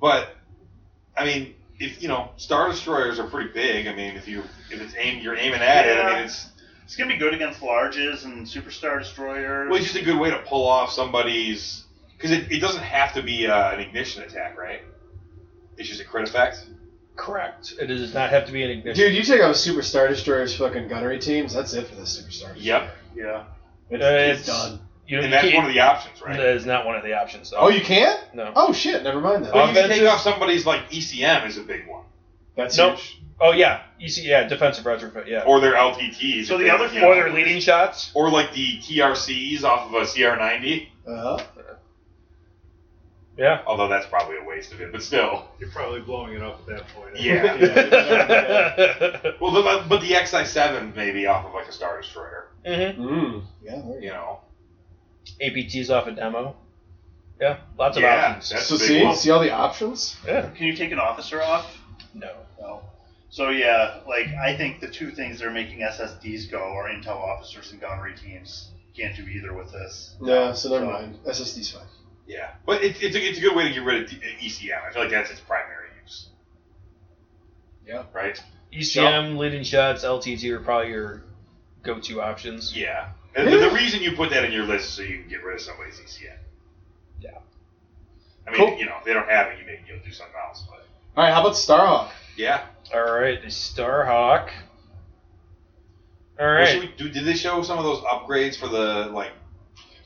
D: But I mean, if you know Star Destroyers are pretty big. I mean, if you if it's aim you're aiming at it. I
E: Yeah.
D: mean, it's
E: It's gonna be good against larges and superstar destroyers.
D: well, it's just a good way to pull off somebody's because it, it doesn't have to be uh, an ignition attack, right? It's just a crit effect.
M: Correct. It does not have to be an ignition.
B: Dude, you take out Super Star Destroyer's fucking gunnery teams, that's it for the Super Star Destroyer.
D: Yep.
E: yeah,
B: It's,
M: Uh,
B: it's
M: it's-
B: done.
M: You,
D: And that's
M: can't-
D: one of the options, right?
M: That is not one of the options. Though.
B: Oh, you can?
M: no.
B: Oh, shit, never mind that.
D: Well, you can
M: Offensive-
D: take off somebody's like ECM E is a big one.
B: That's
M: Nope.
B: huge.
M: Oh yeah, EC yeah, defensive retrofit. Yeah.
D: or their LTTs.
E: So
D: if
E: the
D: they're,
E: other
D: you
E: thing-
M: Or
D: know,
M: their leading
D: *laughs*
M: shots.
D: or like the TRCs off of a CR90.
B: Uh-huh.
M: Yeah.
D: Although that's probably a waste of it, but still.
L: You're probably blowing it up at that point.
D: Yeah. *laughs*
B: Yeah.
D: Well, the, but the XI7 maybe off of like a Star Destroyer.
M: mm-hmm.
B: Mm. Yeah. there you
D: You know.
M: APT's off a demo. Yeah, lots of
D: yeah,
M: options.
B: go.
D: that's
B: So
D: a big
B: see,
D: one.
B: see all the options.
M: Yeah.
E: Can you take an officer off?
M: No.
E: No. So yeah, like I think the two things that are making SSDs go are Intel officers and gunnery teams. Can't do either with this.
B: No, so never mind. SSD's fine.
D: Yeah, but it's it's a, it's a good way to get rid of D- ECM. I feel like that's its primary use.
B: Yeah.
D: Right.
M: ECM, E leading shots, LTT are probably your go-to options.
D: Yeah. And the, the reason you put that in your list is so you can get rid of somebody's ECM.
M: Yeah.
D: I mean,
B: Cool.
D: you know, if they don't have it, you maybe you'll do something else, but
B: All right. How about Starhawk?
D: yeah.
M: All right, the Starhawk. All
D: Well,
M: right.
D: should we do, did they show some of those upgrades for the like?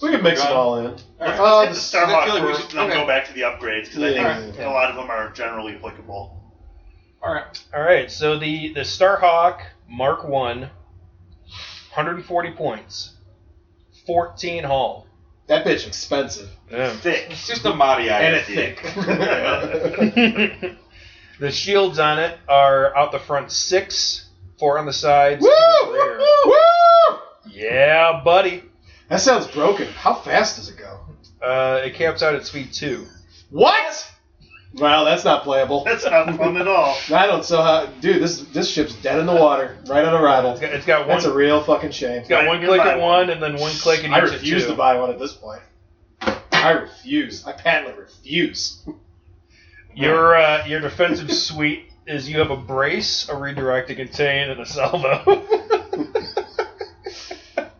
B: We can mix
D: Gun?
B: them all in.
D: All right.
B: Uh,
E: Hit the
B: the-
E: Starhawk
D: I feel like we should-
E: first, and then
D: okay.
E: go back to the upgrades because I
B: Yeah.
E: think
B: Yeah.
E: a lot of them are generally applicable.
D: All right.
M: All right, so the the Starhawk Mark One, 140 points, 14 hull.
B: That bitch *laughs* expensive.
E: Thick.
D: It's just a Madi
B: And it's
D: ISD.
B: thick.
M: *laughs* the shields on it are out the front six, four on the sides.
B: Woo!
M: two in the rear.
B: Woo!
M: Yeah, buddy.
B: That sounds broken. How fast does it go?
M: Uh, it caps out at speed two.
B: What? Well, that's not *laughs* playable.
E: That's not fun at all.
B: I don't so how, dude. This this ship's dead in the water right on arrival.
M: It's got, it's got one.
B: That's a real fucking shame.
M: it's got one click at one, and then one click and
B: I
M: use it
B: refuse
M: too.
B: to buy one at this point. I refuse. I patently refuse.
M: Your uh,
B: *laughs*
M: your defensive suite is you have a brace, a redirect, a contain, and
B: *laughs*
M: a salvo.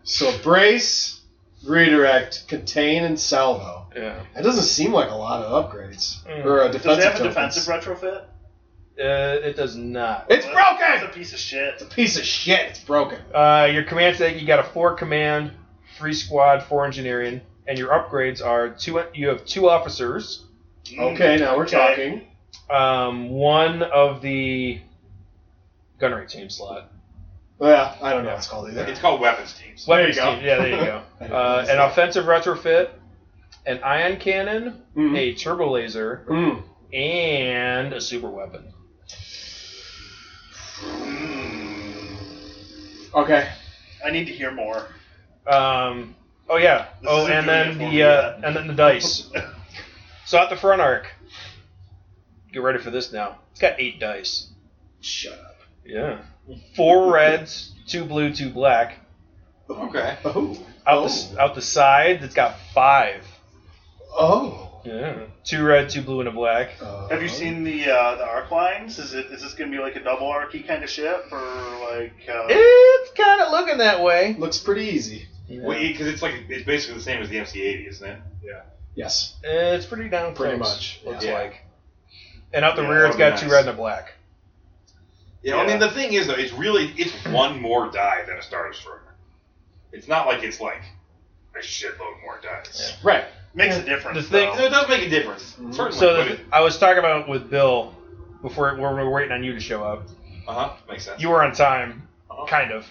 B: So brace, redirect, contain, and salvo.
M: *laughs* yeah.
B: That doesn't seem like a lot of upgrades
M: Mm.
B: or a
E: Does
B: defensive.
E: it have a
B: tokens.
E: defensive retrofit?
M: Uh, it does not.
B: It's
E: That's
B: broken.
E: a piece of shit.
B: It's a piece of shit. It's broken.
M: Uh, your command set, you got a four command, three squad, four engineering, and your upgrades are two. You have two officers.
E: Mm.
B: Okay, now we're
E: Okay.
B: talking.
M: Um, one of the gunnery team slot.
B: Well, I don't know what it's called either.
D: It's called weapons teams.
B: There you
M: Weapons
B: go.
M: team. Yeah, there you
B: *laughs*
M: go. Uh, an offensive retrofit, an ion cannon,
B: Mm.
M: a turbo laser,
B: Mm.
M: and a super weapon.
B: Okay.
E: I need to hear more.
M: Um, oh yeah.
E: This
M: oh,
E: isn't
M: and
E: doing
M: then
E: it for
M: the
E: me
M: uh,
E: yet.
M: and then the dice. so at the front arc, get ready for this now. It's got eight dice.
B: Shut up.
M: Yeah. Four reds, two blue, two black.
D: Okay.
B: Oh.
M: Out the s- out the side, it's got five.
B: Oh.
M: Yeah. Two red, two blue, and a black.
B: Uh,
E: Have you seen the uh, the arc lines? Is it is this gonna be like a double arcy kind of ship or like? Uh,
M: It's kind of looking that way.
B: Looks pretty easy.
D: Because it's like it's basically the same as the MC80, isn't it?
B: Yes.
M: It's pretty down
B: Pretty
M: close,
B: much,
M: Looks
D: yeah.
M: like. And out the
E: Yeah,
M: rear, it's got
D: that'd be
M: two
D: nice.
M: red and a black.
D: Yeah, I mean the thing is though, it's really it's one more die than a Star Destroyer. It's not like it's like a shitload more dice.
B: Right.
E: makes a difference.
M: The thing-
E: though.
D: So it does make a difference.
B: Mhm.
D: Certainly.
M: So
D: but
M: the-
D: it,
M: I was talking about with Bill before when we were waiting on you to show up.
D: uh-huh, makes sense.
M: You were on time,
D: Uh-huh.
M: kind of.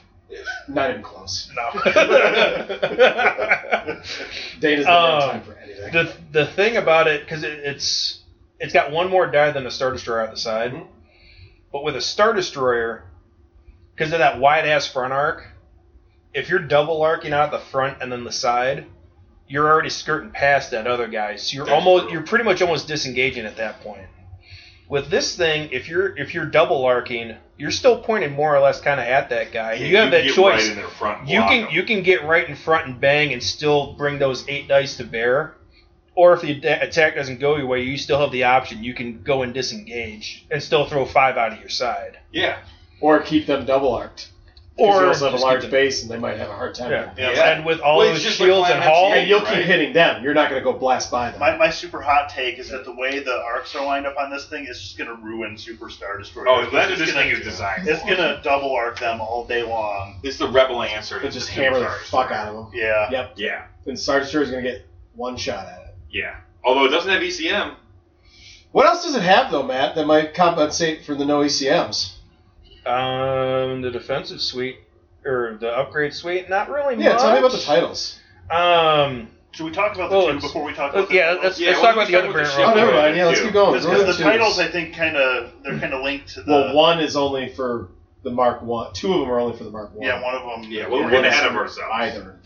B: Not even close.
D: *laughs*
M: No. *laughs*
B: Dana's never
M: Um,
B: had time for anything.
M: the the thing about it because it, it's it's got one more die than a star destroyer on the side,
D: Mhm.
M: but with a star destroyer, because of that wide ass front arc, if you're double arcing out the front and then the side, you're already skirting past that other guy. So you're
D: That's
M: almost
D: true.
M: you're pretty much almost disengaging at that point. With this thing, if you're if you're double arcing, you're still pointed more or less kind of at that guy. you have that
D: get
M: choice.
D: Right in their front and
M: You
D: block
M: can
D: 'em.
M: you can get right in front and bang and still bring those eight dice to bear, or if the atta- attack doesn't go your way, you still have the option. You can go and disengage and still throw five out of your side,
D: yeah.
B: or keep them double arced. Or
M: or
B: you also have a
M: just
B: large
M: keep them-
B: base, and they might have a hard time.
M: Yeah.
B: with it.
E: Yeah.
M: And with all
D: Well, it's
M: those
D: just like
M: shields and
D: Final
M: hull,
D: Fantasy
B: And you'll
D: Right.
B: keep hitting them. You're not going to go blast by them.
E: My, my super hot take is that the way the arcs are lined up on this thing is just going to ruin Super Star Destroyer.
D: Oh, that's what
E: It's
D: this
E: gonna-
D: thing is designed.
E: It's
D: for.
E: going to double arc them all day long.
D: It's the rebel answer.
B: They'll
D: to
B: just
D: the
B: hammer the
D: Star
B: fuck
D: Destroyer.
B: out of them.
E: Yeah.
B: Yep.
D: Yeah.
B: Then Sarge is going to get one shot at it.
D: E Yeah. Although it doesn't have ECM.
B: What else does it have though, Matt, that might compensate for the no E ECMs?
M: Um, the defensive suite or the upgrade suite, not really
B: Yeah,
M: much.
B: tell me about the titles.
M: Um,
E: Should we talk about the
M: Well,
E: two
M: it's-
E: before we talk
M: uh,
E: about the
M: yeah,
E: titles?
M: let's,
D: Yeah,
M: let's
D: why
M: talk
D: don't
M: about the
D: you
M: other
B: Oh,
D: start with the ship?
M: brand real quick.
B: never mind. Yeah, let's keep going.
E: Because
B: We're on
E: the
B: twos.
E: titles, I think, kind of they're kind of linked to the.
B: Well, one is only for the Mark One. Two of them are only for the Mark One.
E: yeah, one of them.
D: Yeah,
B: Yeah,
D: well, we're
B: one
D: getting
B: is
D: ahead of
B: for
D: ourselves.
B: Either.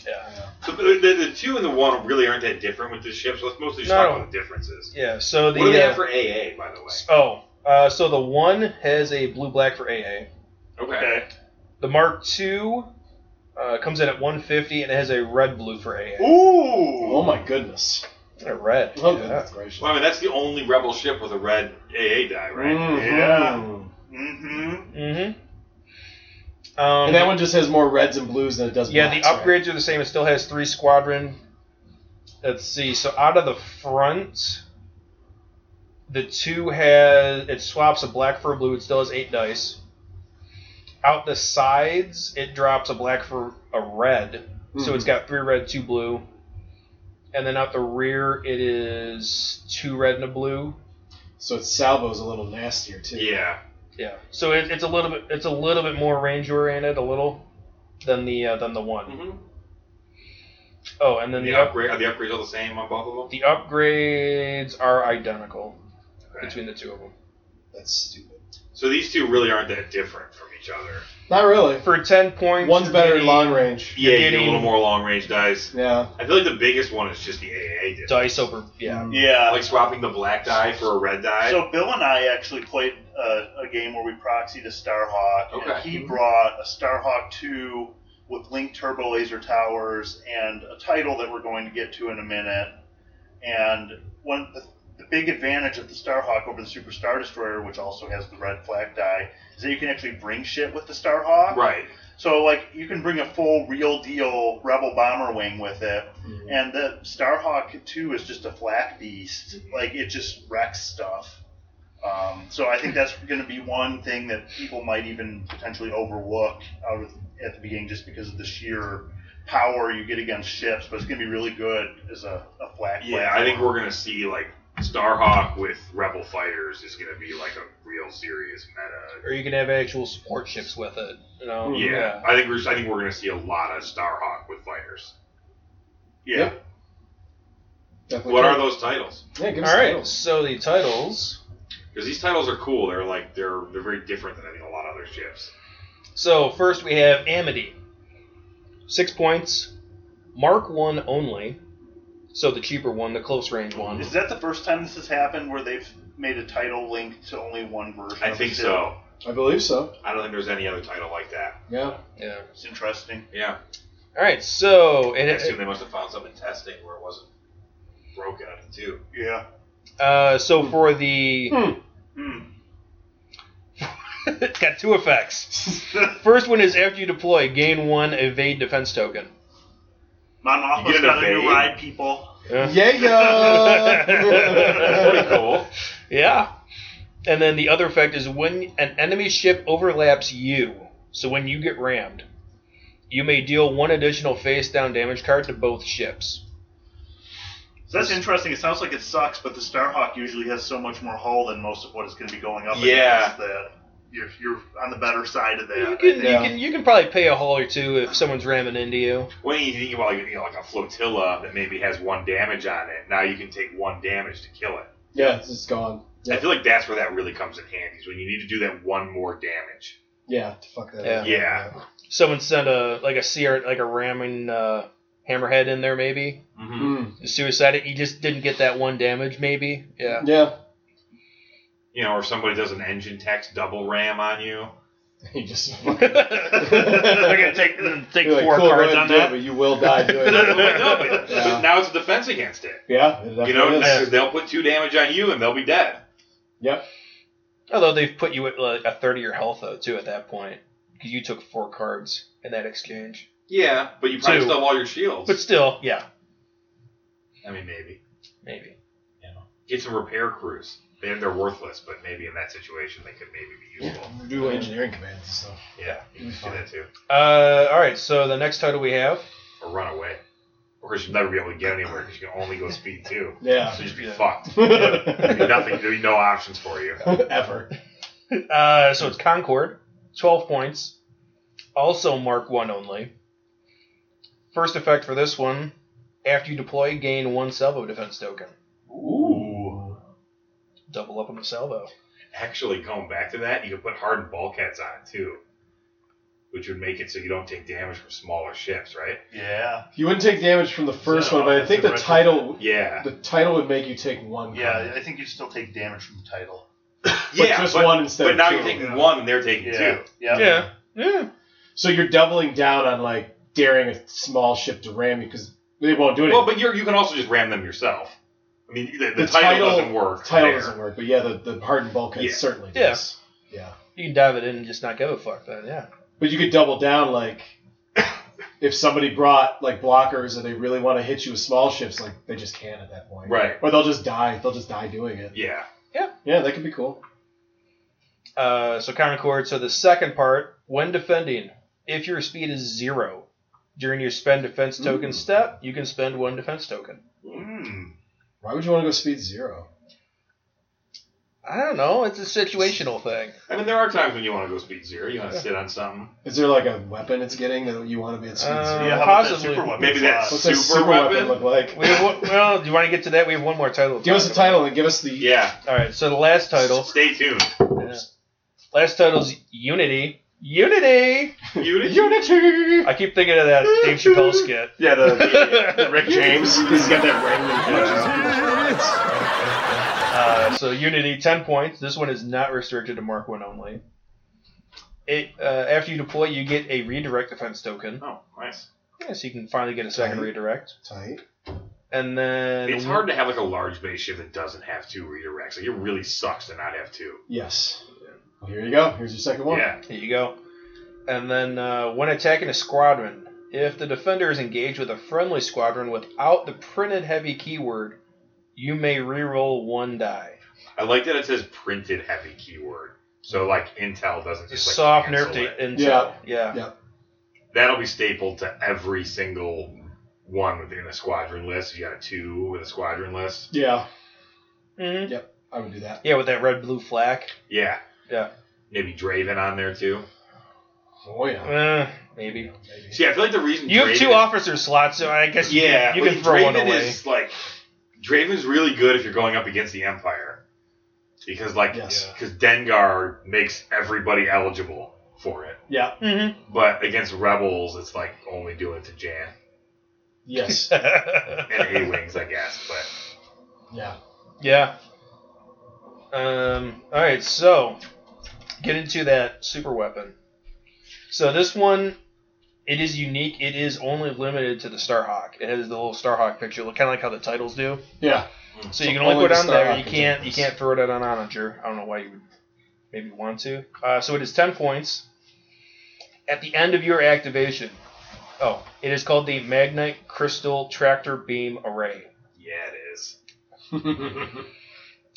D: So the, the, the two and the one really aren't that different with this ship, so let's mostly just
M: No.
D: talk about the differences.
M: Yeah, so the
D: what do they
M: uh,
D: have for AA, by the way?
M: oh, uh, so the one has a blue black for AA.
D: Okay.
E: Okay.
M: The Mark II uh, comes in at 150 and it has a red blue for AA.
B: Oh
E: Ooh.
B: my goodness.
M: A red.
B: Oh
M: yeah.
B: goodness gracious.
D: Well, I mean, that's the only Rebel ship with a red AA die, right?
B: Mhm.
E: Yeah. Mm-hmm.
M: Mm-hmm. Um,
B: And that one just has more reds and blues than it does.
M: Yeah, the
B: blacks, right?
M: upgrades are the same. It still has three squadron. Let's see. So out of the front, the two has it swaps a black for a blue. It still has eight dice. Out the sides, it drops a black for a red. So it's got three red, two blue. And then out the rear, it is two red and a blue.
B: So its salvo's a little nastier too.
D: Yeah.
M: Yeah. So it, it's a little bit it's a little bit more range oriented, a little than the uh, than the one.
D: Mm-hmm.
M: Oh, and then
D: And
M: the,
D: the
M: upgrade.
D: upgrade are the upgrades all the same on both of them?
M: The upgrades are identical
D: Okay.
M: between the two of them.
B: That's stupid.
D: So these two really aren't that different from each other.
B: Not really.
M: For ten points,
B: One's
M: you're
B: better in
M: getting
B: long range.
D: Yeah, you get a
M: getting-
D: little more long range dice.
B: Yeah.
D: I feel like the biggest one is just the AA difference.
M: dice over. Yeah,
B: Mm-hmm.
E: Yeah.
D: Like swapping the black die for a red die.
E: So Bill and I actually played a, a game where we proxied a Starhawk, and
D: Okay.
B: Mm-hmm.
E: he brought a Starhawk two with linked turbo laser towers and a title that we're going to get to in a minute. And one the, the big advantage of the Starhawk over the Super Star Destroyer, which also has the red flag die, is that you can actually bring shit with the Starhawk.
D: right.
E: So like you can bring a full real deal rebel bomber wing with it,
D: Mm-hmm.
E: and the Starhawk two is just a flak beast.
D: Mm-hmm.
E: Like it just wrecks stuff. Um, so I think that's going to be one thing that people might even potentially overlook out of, at the beginning, just because of the sheer power you get against ships. But it's going to be really good as a, a flak.
D: Yeah, I think we're gonna see like Starhawk with Rebel fighters is gonna be like a real serious meta.
M: or you can have actual support ships with it. You know.
D: Yeah, I think we're I think we're gonna see a lot of Starhawk with fighters.
E: yeah.
B: Yep. Definitely
D: What
B: cool.
D: are those titles?
B: Yeah, give us
M: All
B: the
M: right.
B: titles.
M: So the titles.
D: Because these titles are cool. They're like they're they're very different than I think a lot of other ships.
M: So first we have Amity. Six points, Mark One only. So the cheaper one, the close range one.
E: Is that the first time this has happened where they've made a title link to only one version?
D: I
E: of
D: think
E: the ship?
D: so.
B: I believe so.
D: I don't think there's any other title like that.
B: Yeah.
M: Yeah.
E: It's interesting.
D: Yeah,
M: All right. So
D: I assume
M: it,
D: they must have found something testing where it wasn't broken up in two.
E: Yeah.
M: uh, so for the
E: Hmm. *laughs*
M: it's *laughs* got two effects. First one is after you deploy, gain one evade defense token.
E: My
D: You
E: Mothma's
D: get
E: got
D: a
E: a new
D: babe.
E: ride, people.
M: *laughs* Yeah.
B: Yeah,
M: *laughs*
B: yeah.
D: Pretty cool.
M: Yeah. And then the other effect is when an enemy ship overlaps you, so when you get rammed, you may deal one additional face down damage card to both ships.
E: So that's interesting. It sounds like it sucks, but the Starhawk usually has so much more hull than most of what is going to be going up
D: Yeah.
E: against that you're, you're on the better side of that.
M: you
E: I
M: can
E: think.
M: you can you can probably pay a haul or two if someone's ramming into you.
D: When you think about like, you know, like a flotilla that maybe has one damage on it, now you can take one damage to kill it.
B: yeah, it's gone.
D: I
B: Yeah.
D: feel like that's where that really comes in handy is when you need to do that one more damage.
B: Yeah, to fuck that
M: Yeah.
B: up.
D: Yeah.
M: Someone sent a like a CR like a ramming uh, hammerhead in there maybe.
D: Mm-hmm.
B: Mm.
M: Suicide it. You just didn't get that one damage maybe. Yeah.
B: Yeah. *laughs*
D: You know, or somebody does an engine text double ram on *laughs* you.
B: You
M: *laughs*
B: just *laughs*
M: They're gonna take take
B: You're like,
M: four
B: cool, go
M: cards
B: ahead
M: on
B: and do it,
M: that.
B: but you will die doing
D: no,
B: it.
D: Oh,
M: *laughs*
D: but,
B: Yeah.
D: but *laughs* now it's a defense against it.
B: Yeah, it
D: You know,
B: definitely is.
D: because
M: *laughs*
D: they'll put two damage on you and they'll be dead.
B: Yep.
M: Although they've put you at like a third of your health though too at that point because you took four cards in that exchange.
D: Yeah, but you probably
M: Two.
D: still have all your shields.
M: But still, yeah,
D: I mean, maybe
M: maybe.
D: get some repair crews. They they're worthless, but maybe in that situation they could maybe be useful.
B: Do engineering commands and stuff.
C: Mm-hmm.
D: Yeah, you can do that too,
M: Uh, all right. So the next title we have
D: or run away, or Or she'll never be able to get anywhere because she can only go speed two.
B: Yeah. *laughs*
D: So you just be fucked. There'll be
B: Ever.
D: nothing. There'll be no options for you.
M: Uh, so it's Concord, 12 points. Also mark 1 only. First effect for this one after you deploy, gain 1 salvo defense token.
D: Ooh.
M: Double up on the salvo.
D: Actually, going back to that, you can put hardened bulkheads on it too, which would make it so you don't take damage from smaller ships, right?
E: Yeah.
B: You wouldn't take damage from the first
E: So,
B: one, but I think the
E: offensive
B: title
D: Yeah.
B: the title would make you take one.
E: Yeah, I think you still take damage from the title.
B: But
D: yeah,
B: just
D: but,
B: one instead
D: but
B: of
D: now
B: two.
D: you're taking one and they're taking
E: Yeah.
D: two.
E: Yeah.
M: Yeah. Yeah.
B: So you're doubling down on like daring a small ship to ram you because they won't do anything.
D: Well, but you're, you can also just ram them yourself. I mean, the, the,
B: The
D: title,
B: title-
D: doesn't work.
B: title
D: there.
B: doesn't work, but yeah, the, the hardened bulkhead
D: Yeah.
B: certainly
M: Yeah.
B: does. Yeah.
M: You can dive it in and just not give a fuck then, yeah.
B: But you could double down
D: *laughs*
B: like if somebody brought like blockers and they really want to hit you with small ships, like they just can at that point.
D: Right.
B: Or they'll just die. They'll just die doing it.
D: Yeah.
B: Yeah, that could be cool.
M: Uh, so Concord. So the second part, when defending, if your speed is zero during your spend
B: Hmm.
M: defense token step, you can spend one defense token.
D: Hmm.
E: Mm.
B: Why would you want to go speed zero?
M: I don't know. It's a situational thing.
D: I mean, there are times when you want to go speed zero. You want to sit on something.
B: Is there like a weapon it's getting that you want to be at speed
M: Uh,
B: zero?
E: Yeah, how about that
M: possibly.
E: super weapon
D: Maybe
E: slot?
D: that's-
B: What's that
D: super
B: super weapon
D: weapon?
B: look like?
M: We have one, well, do you want to get to that? We have one more title.
B: *laughs*
M: to
B: Give
M: talk
B: us a
M: about.
B: title and give us the
D: Yeah.
M: All right. So the last title.
D: Stay tuned.
M: Last title's Unity. Unity.
D: Unity.
B: Unity.
M: I keep thinking of that Dave Chappelle skit.
E: Yeah,
D: *laughs*
M: the-
E: Rick James. He's got that
M: Uh, so Unity, ten points. This one is not restricted to Mark One only. It uh, after you deploy, you get a redirect defense token.
D: Oh, nice.
M: Yeah, so you can finally get a second
B: Right.
M: redirect,
B: Tight.
M: and then
D: It's hard to have like a large base ship that doesn't have two redirects. Like it really sucks to not have two.
B: Yes. Here you go. Here's your second one.
D: Yeah.
M: There you go. And then uh, when attacking a squadron, if the defender is engaged with a friendly squadron without the printed heavy keyword, you may reroll one die.
D: I like that it says printed heavy keyword. So like Intel doesn't just like
M: Soft nerf
D: cancel
M: to
D: it.
M: intel. Yeah.
D: That'll be stapled to every single one within a squadron list. If you got a two with a squadron list,
B: Yeah.
M: Yeah. hmm
B: I would do that.
M: yeah, with that red blue flag.
D: yeah,
M: Yeah.
D: maybe Draven on there too.
B: Oh yeah.
M: Uh, maybe.
B: Maybe.
D: See, I feel like the reason
M: You have
D: Draven-
M: two officer slots, so I guess you,
D: Yeah,
M: you
D: like,
M: can throw
D: Draven
M: one away.
D: Is, like Draven's really good if you're going up against the Empire, because like because
B: Yes.
D: Dengar makes everybody eligible for it.
B: Yeah.
M: Mm-hmm.
D: But against Rebels, it's like only doing it to Jan
B: Yes.
D: and A Wings, I guess. But
B: yeah.
M: *laughs* Yeah. Um, all right, so get into that super weapon. So this one, it is unique. It is only limited to the Starhawk. It has the little Starhawk picture, kind of like how the titles do.
B: Yeah. *laughs*
M: So
B: So
M: you can only
B: only
M: put
B: the
M: on there.
B: Starhawk
M: You
B: is
M: can't
B: in
M: you
B: this.
M: can't throw it on an onager. I don't know why you would maybe want to. Uh, so it is ten points. At the end of your activation, oh, it is called the Magnite Crystal Tractor Beam Array.
D: yeah, it is.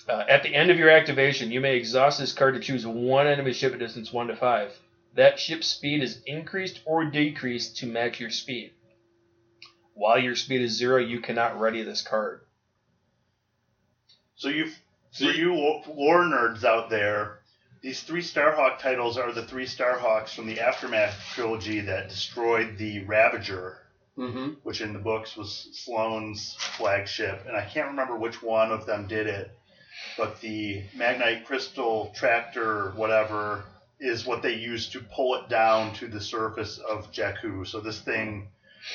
M: Uh, at the end of your activation, you may exhaust this card to choose one enemy ship at distance 1 to 5. That ship's speed is increased or decreased to match your speed. While your speed is zero, you cannot ready this card.
E: So you, for you lo- lore nerds out there, these three Starhawk titles are the three Starhawks from the Aftermath trilogy that destroyed the Ravager,
B: Mm-hmm.
E: which in the books was Sloane's flagship, and I can't remember which one of them did it, but the Magnite Crystal Tractor, whatever, is what they used to pull it down to the surface of Jakku. So this thing,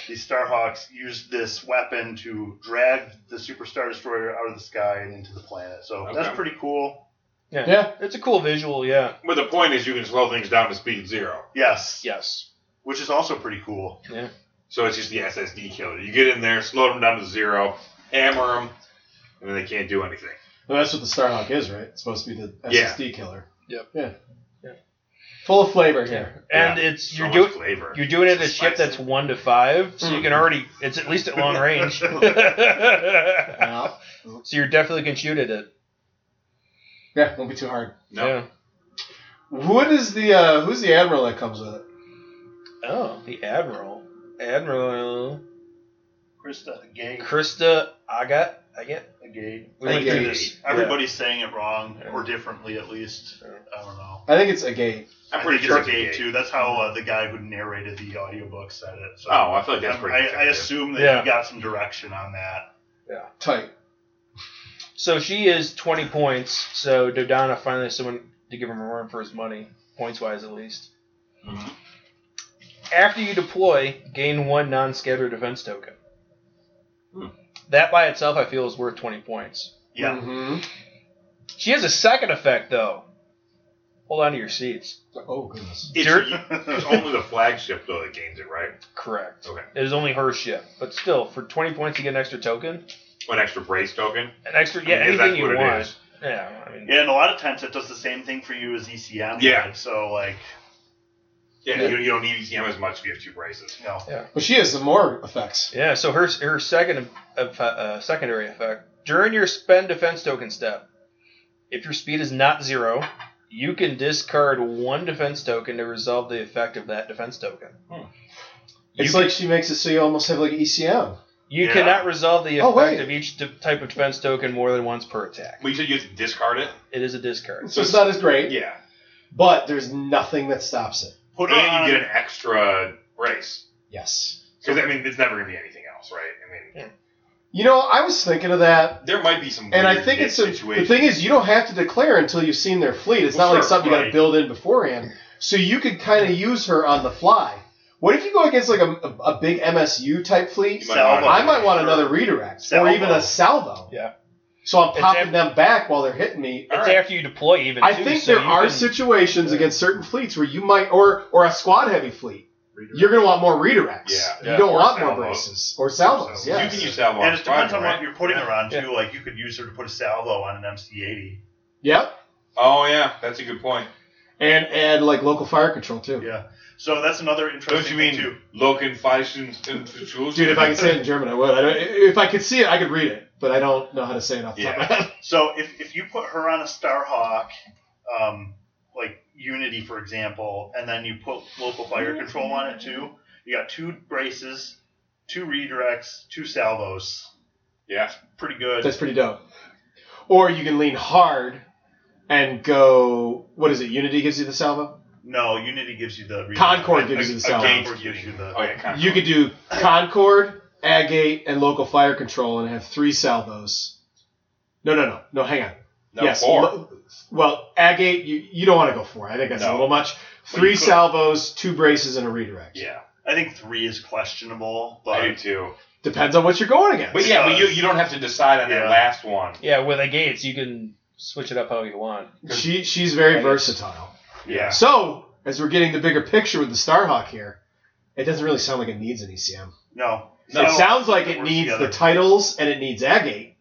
E: the Starhawks used this weapon to drag the Super Star Destroyer out of the sky and into the planet. So that's
D: Okay.
E: pretty cool.
B: Yeah.
M: It's a cool visual, yeah.
D: But the point is, you can slow things down to speed zero.
E: Yes.
M: Yes.
E: Which is also pretty cool.
D: So it's just the SSD killer. You get in there, slow them down to zero, hammer them, and then they can't do anything.
B: Well, that's what the Starhawk is, right? It's supposed to be the
D: Yeah.
B: SSD killer.
M: Yep.
B: Yeah.
M: Yeah.
B: Full of flavor here.
M: And it's
D: So
M: you're
D: much
M: doing
D: flavor.
M: you're doing it
D: So
M: at a ship that's
D: spicy.
M: one to five, so you can already it's at least at long range. *laughs* so
B: Yeah.
M: you're definitely can shoot at it.
B: yeah. Won't be too hard.
D: no.
M: Yeah.
B: What is the uh, who's the admiral that comes with it?
M: Oh, the Admiral. Admiral
E: Krista Gay.
M: Krista Agat. I get.
E: Agade.
B: We went through
E: Agade.
B: this.
E: Everybody's saying it wrong or differently, at least. I don't know.
B: I think it's a gate.
E: I'm
D: pretty sure it's
E: Agade
D: Agade.
E: too. That's how uh, the guy who narrated the audiobook said it. So
D: Mm-hmm. Oh, I feel like that's
E: I'm-
D: pretty.
E: I, I
D: definitive.
E: assume that
M: Yeah.
E: you got some direction on that.
B: Tight.
M: So she is 20 points. So Dodonna finally has someone to give him a run for his money, points wise at least. After you deploy, gain one non scattered defense token.
D: Hmm.
M: That by itself, I feel, is worth 20 points.
E: Yeah.
B: hmm
M: She has a second effect, though. Hold on to your seats.
B: Oh goodness.
D: It's,
M: Dirt-
D: it's only the flagship though that gains it, right?
M: Correct.
D: Okay.
M: It is only her ship, but still, for 20 points, you get an extra token.
D: An extra brace token.
M: An extra, yeah,
D: I mean,
M: anything you
D: what it
M: want.
D: is.
M: Yeah, I mean,
E: Yeah, and a lot of times it does the same thing for you as E ECM.
D: Yeah.
E: would, So like,
D: Yeah,
B: Yeah.
D: You, you don't need ECM as much if you have two braces.
E: you know,
B: But she has some more effects.
M: Yeah, so her her second uh, uh, secondary effect during your spend defense token step, if your speed is not zero, you can discard one defense token to resolve the effect of that defense token.
B: It's
M: You
B: like she makes it so you almost have like E ECM.
M: You
D: Yeah.
M: cannot resolve the
B: Oh,
M: effect
B: wait.
M: of each d- type of defense token more than once per attack.
D: Well, you said you have to discard it.
M: It is a discard.
B: So it's not as great,
D: Yeah.
B: but there's nothing that stops it.
E: put it
D: And
M: Uh,
E: on.
D: you get an extra brace.
B: Yes.
D: Because I mean, it's never gonna be anything else, right? I mean,
B: You know, I was thinking of that,
D: there might be some.
B: and I
D: weird
B: think
D: niche
B: it's a, the
D: situations.
B: thing is you don't have to declare until you've seen their fleet. It's
D: Well,
B: not like
D: sure,
B: something you got to
D: right.
B: build in beforehand. So you could kind of use her on the fly. What if you go against like a, a, a big MSU type fleet?
D: You might
E: Salvo.
D: wanna-
B: I might want another redirect
E: Salvo.
B: or even a salvo.
M: Yeah.
B: So I'm
M: It's
B: popping
M: ev-
B: them back while they're hitting me.
M: It's
D: All right.
M: after you deploy, even.
B: I
M: too,
B: think
M: so
B: there
M: you
B: are
M: can-
B: situations
M: Yeah.
B: against certain fleets where you might, or or a squad heavy fleet, you're going to want more redirects.
D: Yeah.
B: You
M: Yeah.
B: don't
D: Or
B: want more
D: salvos.
B: braces or salvos.
D: You
B: Yes.
D: can use salvo.
E: and it depends on what
D: right?
E: you're putting her on too.
M: Yeah.
E: Like you could use her to put a salvo on an MC80.
B: Yep.
D: Oh yeah, that's a good point.
B: And and like local fire control too.
E: Yeah. So that's another interesting.
D: Don't you mean
E: thing too.
D: Lokenfeischen
B: Dude, if I could say it in German, I would. I don't, if I could see it, I could read it, but I don't know how to say it off the top of my head.
E: So if, if you put her on a Starhawk, um, like Unity, for example, and then you put local fire
B: Mm-hmm.
E: control on it too, you got two braces, two redirects, two salvos.
D: Yeah.
E: Pretty
B: *laughs*
E: good.
B: That's pretty dope. Or you can lean hard and go. What is it? Unity gives you the salvo.
E: no, Unity gives you the redirect.
B: Concord gives you the
E: A-
B: salvo.
E: Concord gives you the.
D: Oh yeah, kind of.
B: You could do Concord, Agate, and local fire control, and have three salvos. No, no, no, no. Hang on.
D: no,
B: yes.
D: four.
B: lo- Well, Agate, you, you don't want to go four. I think that's a
D: No.
B: little much.
D: you
B: Three
D: could.
B: salvos, two braces, and a redirect.
D: yeah,
E: I think three is questionable,
D: I do
E: but
D: too.
B: Depends on what you're going against.
D: But yeah, but you you don't have to decide on
E: Yeah.
D: that last one.
M: Yeah, with a gates, you can switch it up how you want.
B: She she's very
M: Right.
B: versatile.
D: Yeah.
B: So as we're getting the bigger picture with the Starhawk here, it doesn't really sound like it needs an ECM.
E: no.
D: No.
B: it sounds like it
E: Works
B: needs
E: together.
B: the titles and it needs Agate.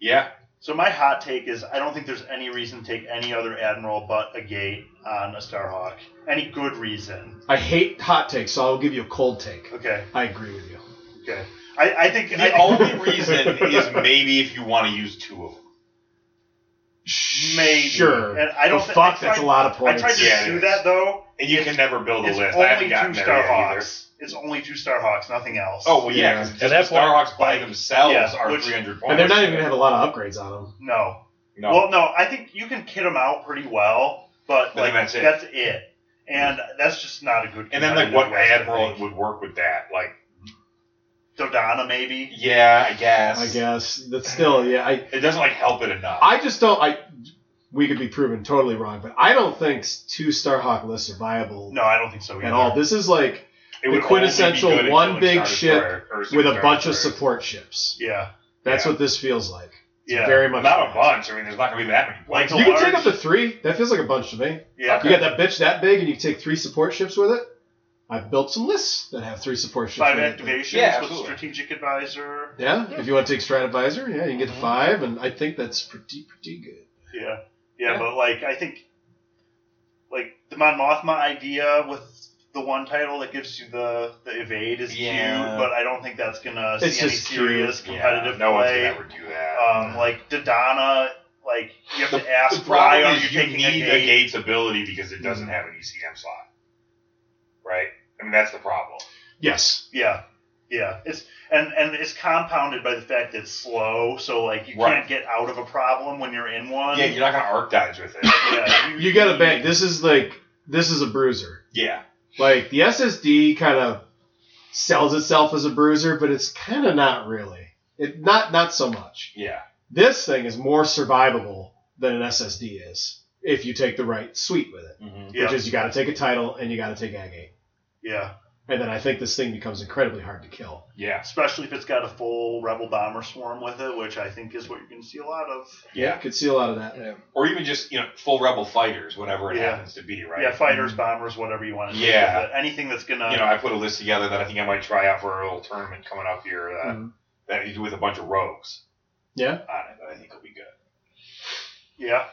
D: Yeah.
E: So my hot take is I don't think there's any reason to take any other admiral but a gate on a Starhawk. Any good reason.
B: I hate hot takes, so I'll give you a cold take.
E: Okay.
B: I agree with you.
E: Okay. I, I think I
D: The
E: think-
D: only
E: *laughs*
D: reason is maybe if you want to use two of them.
E: Maybe.
B: Sure.
E: And I don't
B: But
E: thi-
B: fuck,
E: I
B: that's a
E: tried-
B: lot of
E: I
B: points.
E: tried to
D: Yeah, it
E: do
D: is.
E: that though.
D: And you can never build a
E: It's
D: list. I haven't
E: only two
D: gotten there yet either.
E: Starhawks. It's only two Starhawks, nothing else.
D: Oh well, yeah,
B: Yeah.
D: because
M: At that
D: the Starhawks by
E: like,
D: themselves
E: yeah,
D: are
E: which-
D: three hundred points.
B: And they're not even gonna have a lot of upgrades on them.
E: no.
D: No.
E: Well, no. I think you can kit them out pretty well, but
D: But
E: like
D: then that's it.
E: And that's just not a good.
D: and then like what
E: competitive rest, I
D: admiral
E: think.
D: would work with that? Like,
E: Dodonna maybe.
D: yeah, I guess.
B: I guess. That's still yeah, I
D: It doesn't like help it enough.
B: I just don't I we could be proven totally wrong, but I don't think two Starhawk lists are viable
E: No, I don't think so either.
B: at all. This is like
D: it would
B: the quintessential
D: only be good at
B: one
D: killing
B: big
D: Star
B: ship
D: Destroyer or
B: with a
D: Star
B: bunch of
D: Destroyer.
B: support ships.
E: Yeah.
B: That's
D: Yeah.
B: what this feels like. It's
E: Yeah.
B: Very much
D: Not
B: like
D: a
B: it.
D: bunch. I mean, there's not gonna be that many. Like,
E: Like a
B: You can
E: large-
B: take up to three. That feels like a bunch to me.
E: Yeah.
B: You got that bitch that big, and you can take three support ships with it. I've built some lists that have three support ships.
E: Five
B: with it.
E: activations
D: Yeah,
E: with
D: absolutely.
E: strategic advisor.
B: Yeah, if you want to take Strativisor, yeah, you can get the five, and I think that's pretty pretty good.
E: Yeah. Yeah,
D: Yeah.
E: but like I think like the Mon Mothma idea with the one title that gives you the, the evade is
D: Yeah.
E: cute, but I don't think that's gonna
B: It's
E: see any
B: just
E: serious
D: yeah,
E: competitive
D: no one's gonna
E: play.
D: ever do that.
E: Um, like Dodonna, like you have to
D: the
E: ask why
D: problem
E: are
D: is
E: you
D: you
E: taking
D: need
E: a
D: the
E: gate?
D: Gates ability because it
B: Hmm.
D: doesn't E have an ECM slot, right? I mean, that's the problem.
B: Yes,
E: Yeah, Yeah, it's and and it's compounded by the fact that it's slow, so like you
D: Right.
E: can't get out of a problem when you're in
B: Um,
E: one.
D: Yeah, you're not gonna arc dodge with it.
B: *coughs*
E: Yeah,
B: You gotta bang. This is like this is a bruiser.
D: Yeah,
B: Like the SSD kind of sells itself as a bruiser, but it's kind of not really. It not not so much.
D: yeah.
B: This thing is more survivable than an SSD is if you take the right suite with it,
D: Mm-hmm.
E: yeah,
B: which is you got to take a title and you got to take Agate,
E: yeah.
B: and then I think this thing becomes incredibly hard to kill.
D: Yeah,
E: Especially if it's got a full rebel bomber swarm with it, which I think is what you're going to see a lot of.
D: yeah.
B: could see a lot of that.
D: Or even just you know full rebel fighters, whatever it
E: Yeah.
D: happens to be, right? Mm-hmm.
E: Yeah, fighters, bombers, whatever you want to.
D: Yeah.
E: anything that's going to.
D: you know, I put a list together that I think I might try out for a little tournament coming up here. Uh,
B: Mhm.
D: That you do with a bunch of rogues
B: Yeah,
D: on it. That I think will be good.
E: yeah.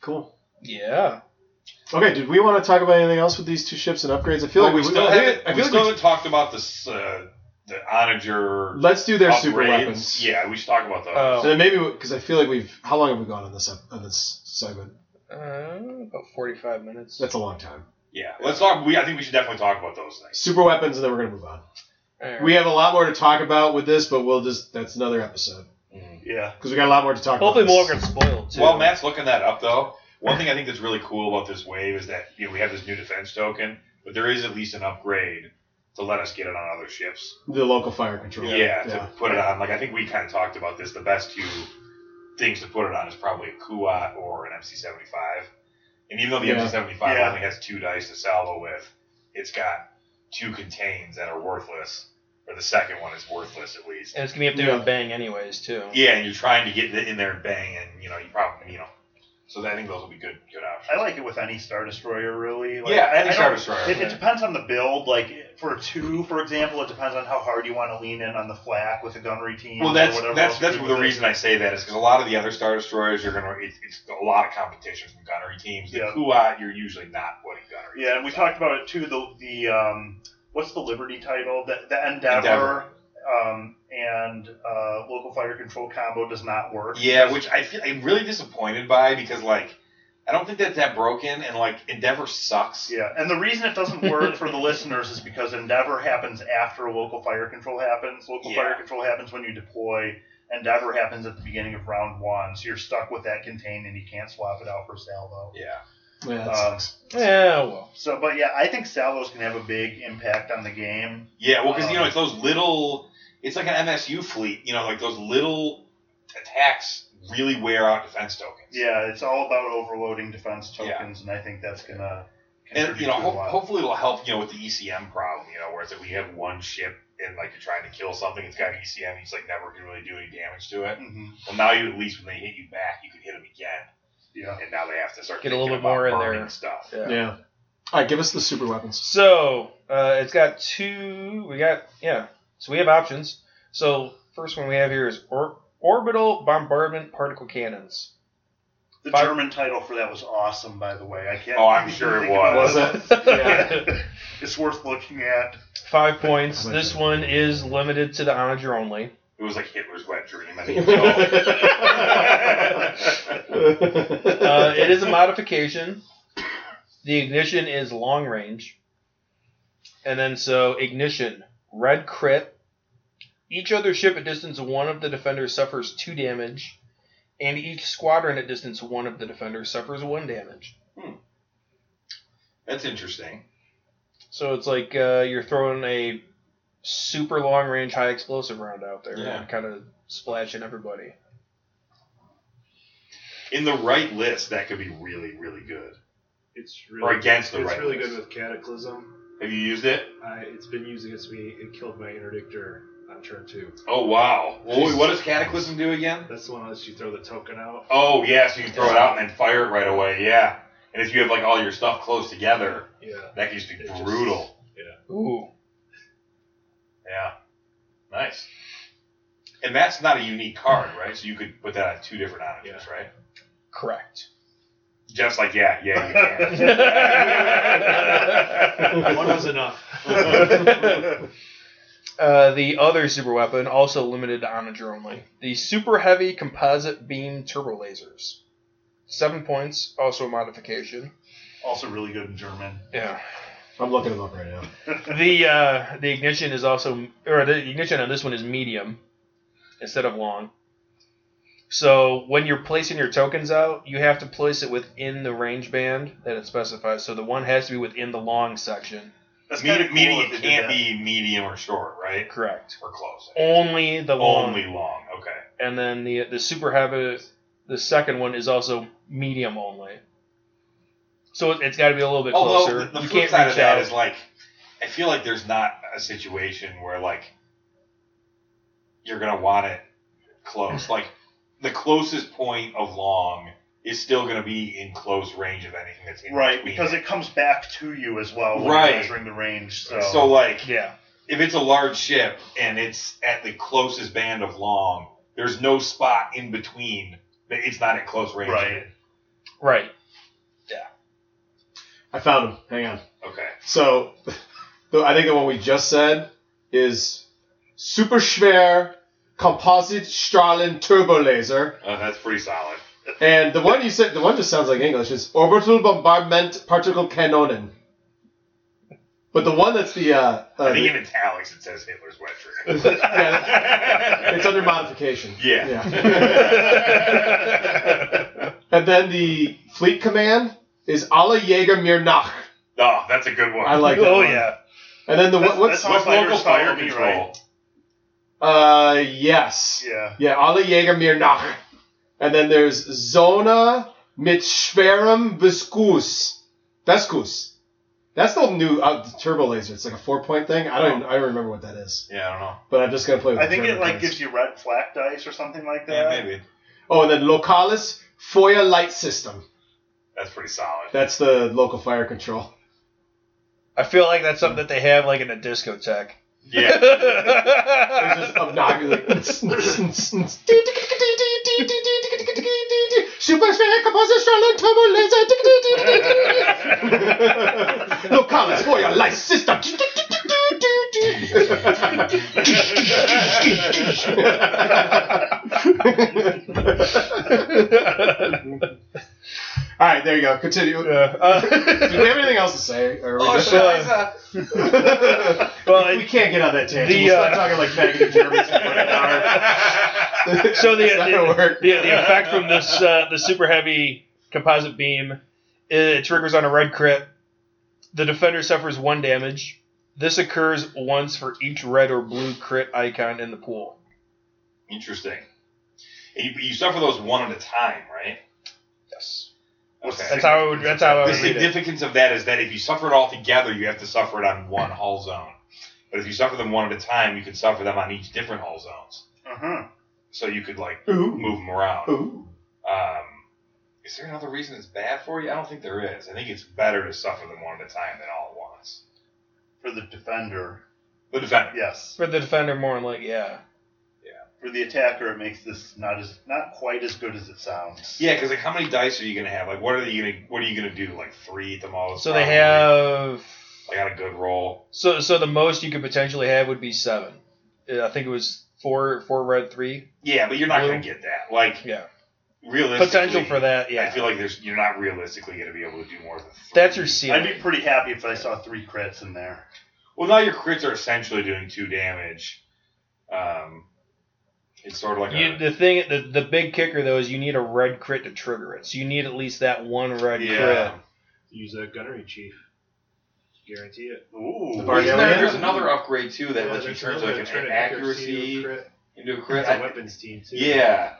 B: cool.
M: Yeah.
B: Okay, did we want to talk about anything else with these two ships and upgrades? I feel
D: Well,
B: like
D: we still
B: I
D: haven't.
B: feel- I
D: we
B: feel
D: still
B: like
D: haven't talked about this. Uh, the onager.
B: we- let's do their
D: upgrades.
B: super weapons. Uh,
D: Yeah, we should talk about those.
B: So
M: Oh.
B: then maybe because I feel like we've how long have we gone on this ep- on this segment?
M: Uh, about 45 minutes.
B: That's a long time.
D: yeah, let's talk. We I think we should definitely talk about those things.
B: Super weapons, and then we're gonna move on.
M: Alright.
B: We have a lot more to talk about with this, but we'll just that's another episode
D: Mm,
E: Yeah.
B: because we got a lot more to talk
M: Hopefully,
B: about.
M: more gets spoiled too.
D: While Matt's looking that up, though, one thing I think that's really cool about this wave is that you know, we have this new defense token, but there is at least an upgrade to let us get it on other ships.
B: more the local fire control.
D: Yeah, to put it on. Like I think we kind of talked about this. The best two things to put it on is probably a Kuat or an MC75. And even though the
B: Yeah.
D: MC75
E: Yeah.
D: only has two dice to salvo with, it's got two contains that are worthless, or the second one is worthless at least.
M: and it's gonna be up there and bang anyways too.
D: Yeah, and you're trying to get in there and bang, and you know you probably you know. So I think those will be good good options.
E: I like it with any Star Destroyer, really. Like,
D: yeah,
E: I
D: any Star
E: don't-
D: Destroyer.
E: It, it depends on the build. Like for a two, for example, it depends on how hard you want to lean in on the flak with the gunnery team.
D: well,
E: or
D: that's
E: whatever
D: that's
E: else
D: that's
E: you do
D: the
E: with it.
D: reason I say that is because a lot of the other Star Destroyers, you're gonna it's, it's a lot of competition from gunnery teams. The
E: Yeah.
D: Kuat, you're usually not putting gunnery.
E: Yeah, and we
D: teams
E: talked about it too. The the um, what's the Liberty title? The the Endeavor,
D: Endeavor.
E: Um, and uh, local fire control combo does not work.
D: on. Yeah, which I feel I'm really disappointed by because like I don't think that's that broken, and like Endeavor sucks.
E: Yeah, and the reason it doesn't work
D: *laughs*
E: for the listeners is because Endeavor happens after local fire control happens. Local
D: Yeah.
E: fire control happens when you deploy. Endeavor happens at the beginning of round one, so you're stuck with that contain and you can't swap it out for salvo.
D: Yeah.
B: Yeah,
D: Uh,
B: that's-
E: Um,
M: Yeah. Well.
E: so, but yeah, I think salvos can have a big impact on the game.
D: Yeah, well, because you know
E: Um,
D: it's those little. It's like an MSU fleet, you know, like those little attacks really wear out defense tokens.
E: Yeah, it's all about overloading defense
D: Yeah.
E: tokens, and I think that's gonna.
D: and
E: contribute
D: you know,
E: to a
D: ho-
E: lot.
D: hopefully it'll help. You know, with the ECM problem, you know, where it's like we have one ship and like you're trying to kill something, it's E got ECM, it's like never can really do any damage to it.
E: Mhm,
D: Well, now you at least when they hit you back, you can hit them again,
E: Yeah.
D: and now they have to start
M: Get a little
D: thinking
M: bit more
D: about
M: in
D: burning
M: there.
D: stuff.
M: Yeah.
B: yeah. All right, give us the super weapons.
M: So uh, it's got two. We got yeah. So we have options. So first one we have here is or- orbital bombardment particle cannons.
E: The
M: Five-
E: German title for that was awesome, by the way. I can't.
D: Oh, I'm sure it
E: think of
D: was.
B: *laughs*
D: *laughs*
E: it's worth looking at.
M: Five points.
B: How much
M: This
B: is
M: one is limited to the onager only.
D: It was like Hitler's wet dream. I
E: *laughs*
D: think. so.
M: Uh, it is a modification. The ignition is long range. And then so ignition, red crit. Each other ship at distance one of the defender suffers two damage, and each squadron at distance one of the defender suffers one damage.
D: That's interesting.
M: So it's like uh, you're throwing a super long range high explosive round out there
D: Yeah.
M: and kind of splashing everybody.
D: In the right list, that could be really, really good.
L: It's
D: Or
L: really
D: against the
L: it's
D: right
L: really
D: list.
L: good with Cataclysm.
D: Have you used it?
L: Uh, it's been used against me. It killed my interdictor on turn two.
D: Oh wow! Well, wait,
L: Jesus
D: what does Cataclysm do again?
L: That's the one that lets you throw the token out.
D: Oh yeah, so you can throw it out and then fire it right away. Yeah, and if you have like all your stuff close together,
L: Yeah.
D: that can just be
L: It just-
D: brutal.
M: Ooh.
D: Yeah, nice. And that's not a unique card, right? So you could put that on two different onagers, right?
M: Correct.
D: Just like yeah, yeah, you can.
E: *laughs*
L: one was enough.
M: Uh, the other super weapon, also limited to onager only, the super heavy composite beam turbo lasers. Seven points, also a modification.
E: Also, really good in German.
M: Yeah.
B: I'm looking them up right now.
M: The uh, the ignition is also, or the ignition on this one is medium instead of long. So when you're placing your tokens out, you have to place it within the range band that it specifies. So the one has to be within the long section.
E: That's
D: Medi-
E: kinda cool
D: medium
E: if they
D: it
E: did
D: can't
E: that.
D: be medium or short, right?
M: Correct.
D: Or close.
M: Only the long.
D: Only long. Okay.
M: And then the the super habit, the second one is also medium only. So it- it's got to be a little bit
D: Although
M: closer.
D: the, the
M: you
D: flip
M: can't
D: side
M: reach
D: of that
M: out.
D: is like, I feel like there's not a situation where like you're gonna want it close. like the closest point of long is still gonna be in close range of anything that's in
E: Right,
D: between
E: because it comes back to you as well when
D: Right.
E: you're measuring the range. So,
D: So like,
M: yeah.
D: if it's a large ship and it's at the closest band of long, there's no spot in between. that It's not at close range.
E: Right.
M: Right.
B: I found them. Hang on.
D: Okay.
B: So, *laughs* the, I think the one we just said is super schwer composite strahlen turbo laser,
D: Uh, that's pretty solid.
B: and the one you said, the one just sounds like English is orbital bombardment particle canonen. But the one that's the uh, uh
D: I think in italics it says Hitler's wet dream.
B: yeah,
D: *laughs*
B: it's under modification.
D: Yeah. *laughs*
B: and then the fleet command is alle Jäger mir nach.
D: oh, that's a good one.
B: I like that.
E: oh
B: one.
E: yeah,
B: And then the
E: That's-
B: what, what's
E: that's
D: What's local
E: Firefighters
D: fire
E: follow me,
D: control?
E: right?
B: uh yes.
E: yeah.
B: Yeah, alle Jäger mir nach. And then there's Zona mit schwerem Viskus. Veskus. That's the new uh, the turbo laser. It's like a four point thing. I don't. Even, I don't remember what that is.
D: Yeah, I don't know.
B: But I'm just gonna play with.
E: I think
B: turbo
E: it like
B: things.
E: gives you red flak dice or something like
D: Yeah,
E: that.
D: maybe.
B: Oh, and then Localis Foya light system.
D: That's pretty solid.
B: That's the local fire control.
M: I feel like that's something that they have like in a discotheque. *laughs*
D: yeah.
B: It's just obnoxious. *laughs* Super schwer Composition turbo laser. Localis Foya light system. All right, there you go. Continue.
M: Uh, *laughs*
B: Did we have anything else to say? Or are we good? *laughs*
M: well,
B: we can't get on that tangent.
M: The,
B: we'll start
M: uh,
B: talking like faggot Germans for an hour.
M: it- *laughs* so the
B: It's not gonna work.
M: the, the effect from this uh, the super heavy composite beam it triggers on a red crit. The defender suffers one damage. This occurs once for each red or blue crit icon in the pool.
D: Interesting. And you, you suffer those one at a time, right?
M: Yes,
D: Okay.
M: that's how I would, that's how I
D: the
M: would read it.
D: significance of that is that if you suffer it all together, you have to suffer it on one hull zone. But if you suffer them one at a time, you can suffer them on each different hull zones.
E: Uh-huh.
D: So you could like
B: Ooh.
D: move them around.
B: Ooh.
D: Um, is there another reason it's bad for you? I don't think there is. I think it's better to suffer them one at a time than all at once.
E: For the defender,
D: The defender.
E: yes.
M: For the defender, more like yeah,
E: For the attacker, it makes this not as not quite as good as it sounds.
D: Yeah, because like, how many dice are you gonna have? Like, what are you gonna What are you gonna do? Like three at the most.
M: so they
D: probably.
M: have
D: I got a good roll.
M: so so the most you could potentially have would be seven. Uh, I think it was four four red three.
D: Yeah, but you're not
M: Blue.
D: gonna get that. Like,
M: Yeah,
D: realistically,
M: potential for that. Yeah,
D: I feel like there's you're not realistically gonna be able to do more than. Three.
M: that's your ceiling.
E: I'd be pretty happy if I saw three crits in there.
D: Well, now your crits are essentially doing two damage. Um, it's sort of like
M: You,
D: a
M: the thing, the, the big kicker though is you need a red crit to trigger it. So you need at least that one red
D: yeah.
M: crit.
L: Use that gunnery chief. Guarantee it.
E: Ooh.
B: The
D: Or
B: Yeah,
D: isn't there-
B: yeah.
D: there's another upgrade too that lets you
L: there's
D: turn to
L: another
D: like an
L: turn
D: accuracy
L: to a crit.
D: into a crit.
L: It's
D: I-
L: a weapons team too.
D: yeah,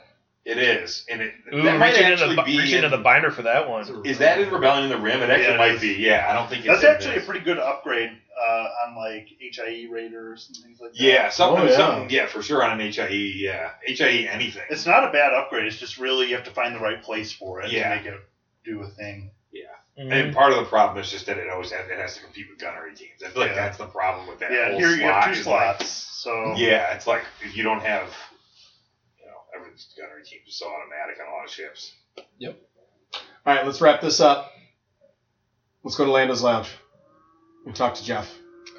D: it is, and it
M: Ooh,
D: that might
M: reaching, into
D: actually
M: the, bi-
D: be.
M: reaching into
D: in-
M: the binder for that one.
L: It's a
D: is that in Rebellion in the Rim? It actually
E: it
D: might
E: is.
D: be. Yeah, I don't think it's.
E: That's
D: in
E: actually a
D: this.
E: pretty good upgrade uh, on like HIE raiders and things like that.
D: Yeah, something,
B: Oh, yeah.
D: something, yeah, for sure on an HIE, yeah, HIE anything.
E: It's not a bad upgrade. It's just really you have to find the right place for it
D: Yeah.
E: to make it do a thing.
M: Mhm.
D: and part of the problem is just that it always has, it has to compete with gunnery teams. I feel like
E: Yeah.
D: that's the problem with that.
E: yeah,
D: whole
E: here you have
D: slot
E: two
D: is like-
E: slots. so
D: yeah, it's like if you don't have, you know, everyone's gunnery team is so automatic on a lot of ships.
B: All right, let's wrap this up. Let's go to Lando's Lounge and talk to Jeff,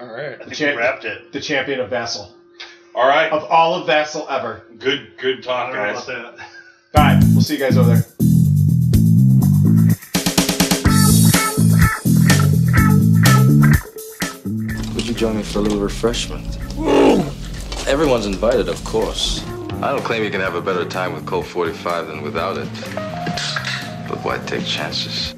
M: All right.
E: I think
B: Champ-
E: we wrapped it.
B: the champion of Vassal,
D: All right,
B: of all of Vassal ever.
D: good, good
L: I
D: talk,
L: don't know
D: guys.
L: about that.
B: All right, we'll see you guys over there.
N: join me for a little refreshment? Everyone's invited, of course. I don't claim you can have a better time with Colt 45 than without it. But why take chances?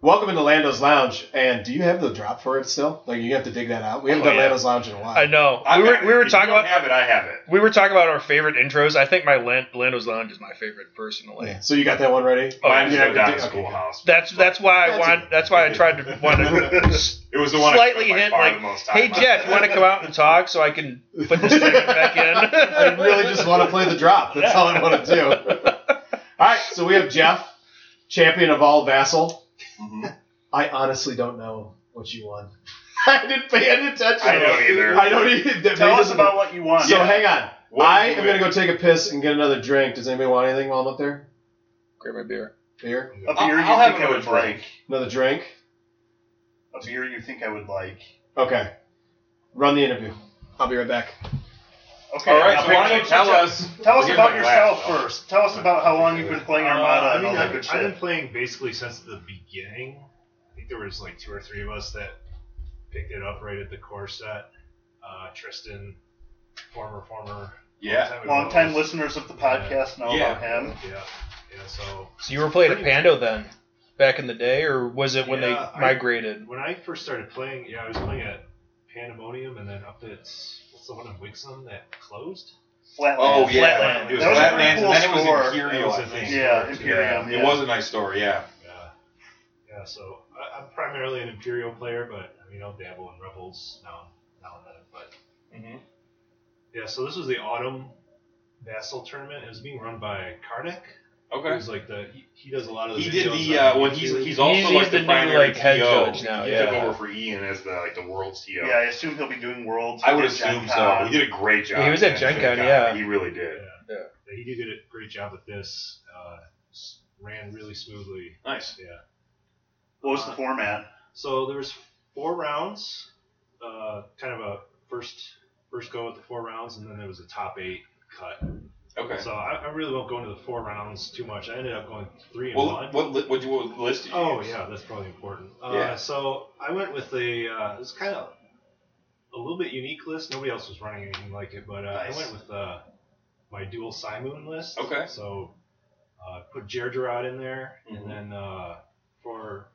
B: Welcome into Lando's Lounge. And do you have the drop for it still? Like you have to dig that out. We haven't
D: Oh,
B: done
D: yeah.
B: Lando's Lounge in a while.
M: I know.
D: I've
M: We were,
D: got it.
M: we were
D: If
M: talking
D: you don't
M: about
D: have it. I have it.
M: *laughs* we were talking about our favorite intros. I think my Lan- Lando's Lounge is my favorite personally.
B: Yeah. So you got that one ready?
M: Oh,
D: Mine
B: you have
D: was
B: it
D: down
B: dig-
D: in
B: okay, good.
D: schoolhouse.
M: That's that's why I
B: That's
M: want.
B: it.
M: That's why I tried to want to
D: It was the one
M: slightly
D: I spent
M: hint
D: by far
M: like,
D: the most time
M: hey
D: on.
M: Jeff, you want to come out and talk so I can put this thing back
B: *laughs* I
M: in?
B: really just want to play the drop. That's all I want to do. *laughs* All right, so we have Jeff, champion of all vassal.
D: Mhm.
B: *laughs* I honestly don't know what you won. *laughs* I didn't pay any attention.
D: I don't either.
B: I don't even.
E: Tell us about what you want.
B: So hang on.
D: *laughs* What
B: I
D: did you
B: am gonna go
D: win?
B: take a piss and get another drink. Does anybody want anything while I'm up there?
M: *laughs* Grab my beer.
B: Beer,
E: a
D: I'll,
E: beer you
D: I'll have
E: think I
D: another
E: would
D: drink.
B: another drink.
E: like. A beer you think I would like.
B: Okay. Run the interview. I'll be right back.
E: Okay.
D: All right,
E: I'll
D: so
E: pick
D: why don't
E: you-
D: you tell us?
E: Tell us
D: Here's
E: about
D: my
E: yourself
D: glass, though.
E: first. Tell us about how long you've been playing Armada
L: Uh, I
E: and
L: mean,
E: all that
L: I've,
E: good
L: I've been
E: shit.
L: playing basically since the beginning. I think there was like two or three of us that picked it up right at the core set. Uh, Tristan, former former,
D: Yeah.
E: Long time listeners of the podcast know
D: Yeah.
E: about him.
L: Yeah, yeah. So
M: So you were playing at Pando then, back in the day, or was it when
L: Yeah,
M: they
L: I-
M: migrated?
L: when I first started playing, yeah, I was playing at Pandemonium and then up at what's the one in Wixom that closed?
E: Flatland.
D: Oh yeah.
E: Flatland.
D: It was
E: That was a
D: Flatlands,
E: pretty cool
D: and then it
E: score.
D: was Imperial. I
L: That was a
D: think.
L: nice
E: Yeah,
L: score,
E: Imperium.
D: It
E: yeah.
D: was a nice story. Yeah.
L: Yeah, yeah. So I, I'm primarily an Imperial player, but I mean I'll dabble in Rebels now now and then. But
D: Mhm.
L: yeah, so this was the autumn vassal tournament. It was being run by Karnak.
D: Okay.
L: Who's like the he, he does a lot of the
D: He did
L: videos
D: the
L: on
D: uh, when he's
L: YouTube.
D: he's also
M: He's-
D: like
M: he's
D: the,
M: the new,
D: primary
M: like, head
D: TO.
M: judge now,
D: He
M: yeah.
D: took over for Ian as the like the world's TO.
E: Yeah, I assume he'll be doing worlds.
D: I would
E: He did Gen
D: assume so.
E: Con.
D: He did a great job.
M: He was at
D: man.
M: Gen Con, yeah.
D: He really did.
L: Yeah, he did get a great job with this. Uh, s- ran really smoothly.
D: Nice.
L: Yeah.
E: What was the format?
L: So there was four rounds, uh, kind of a first first go at the four rounds, and then there was a top eight cut.
D: Okay.
L: So I, I really won't go into the four rounds too much. I ended up going three and
D: Well,
L: one.
D: what li- what, you- what list did you
L: Oh
D: use?
L: yeah, that's probably important. Uh,
D: Yeah.
L: So I went with a uh, it's kind of a little bit unique list. Nobody else was running anything like it, but uh,
D: Nice.
L: I went with uh, my dual Simoon list.
D: Okay.
L: So uh, put Gergerod in there,
D: Mhm.
L: and then uh, for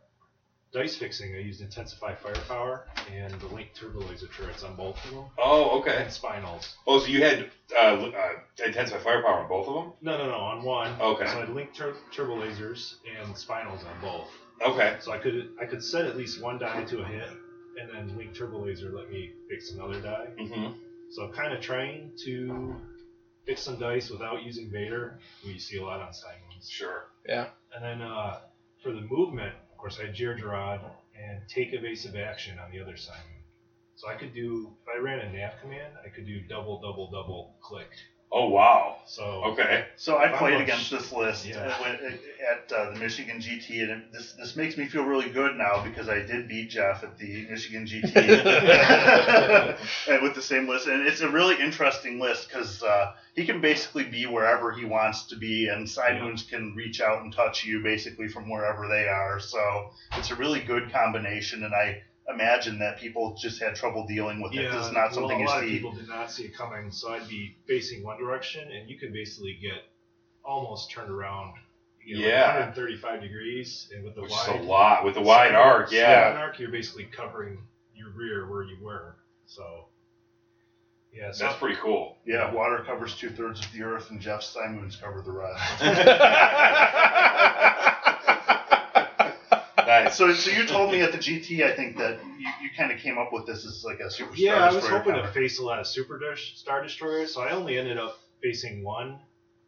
L: dice fixing, I used Intensify Firepower and the Link Turbo Laser turrets on both of them,
D: Oh okay.
L: and Spinals.
D: Oh, so you had uh, li- uh, intensify firepower on both of them?
L: No, no, no, on one.
D: Okay.
L: So I had Link tur- Turbo Lasers and Spinals on both.
D: Okay.
L: So I could I could set at least one die to a hit, and then Link Turbo Laser let me fix another die.
D: Mm-hmm.
L: So I'm kind of trying to fix some dice without using Vader, who you see a lot on Simons.
D: Sure.
L: And then uh, for the movement, of course, I had Gergerod and take evasive action on the other Simon. So I could do if I ran a nav command, I could do double double double click.
D: Oh wow.
L: So
D: Okay.
E: So I
L: How
E: played
L: much-
E: against this list
L: Yeah.
E: at, at, uh, the Michigan GT, and it, this this makes me feel really good now because I did beat Jeff at the Michigan
L: *laughs*
E: *laughs* GT and with the same list, and it's a really interesting list because uh, he can basically be wherever he wants to be, and Sidemoons can reach out and touch you basically from wherever they are. So it's a really good combination, and I imagine that people just had trouble dealing with it. 'cause it's not
L: well,
E: something
L: a
E: you
L: lot
E: see.
L: of people did not see it coming. So I'd be facing one direction, and you could basically get almost turned around. You know, like
D: Yeah.
L: 135 degrees, and with the
D: Which is
L: wide
D: a lot with the wide arc.
L: Wide
D: Yeah.
L: arc, you're basically covering your rear where you were. So yeah, so
D: That's pretty
E: *laughs*
D: cool.
E: Yeah, water covers two thirds of the earth, and Jeff Sidemoons cover the
D: Oh.
E: rest.
D: nice.
E: So, so you told me at the GT, I think that you, you kind of came up with this as like a super.
L: yeah,
E: Star
L: I was
E: Destroyer
L: hoping to
E: cover.
L: face a lot of super Dish- star destroyers, so I only ended up facing one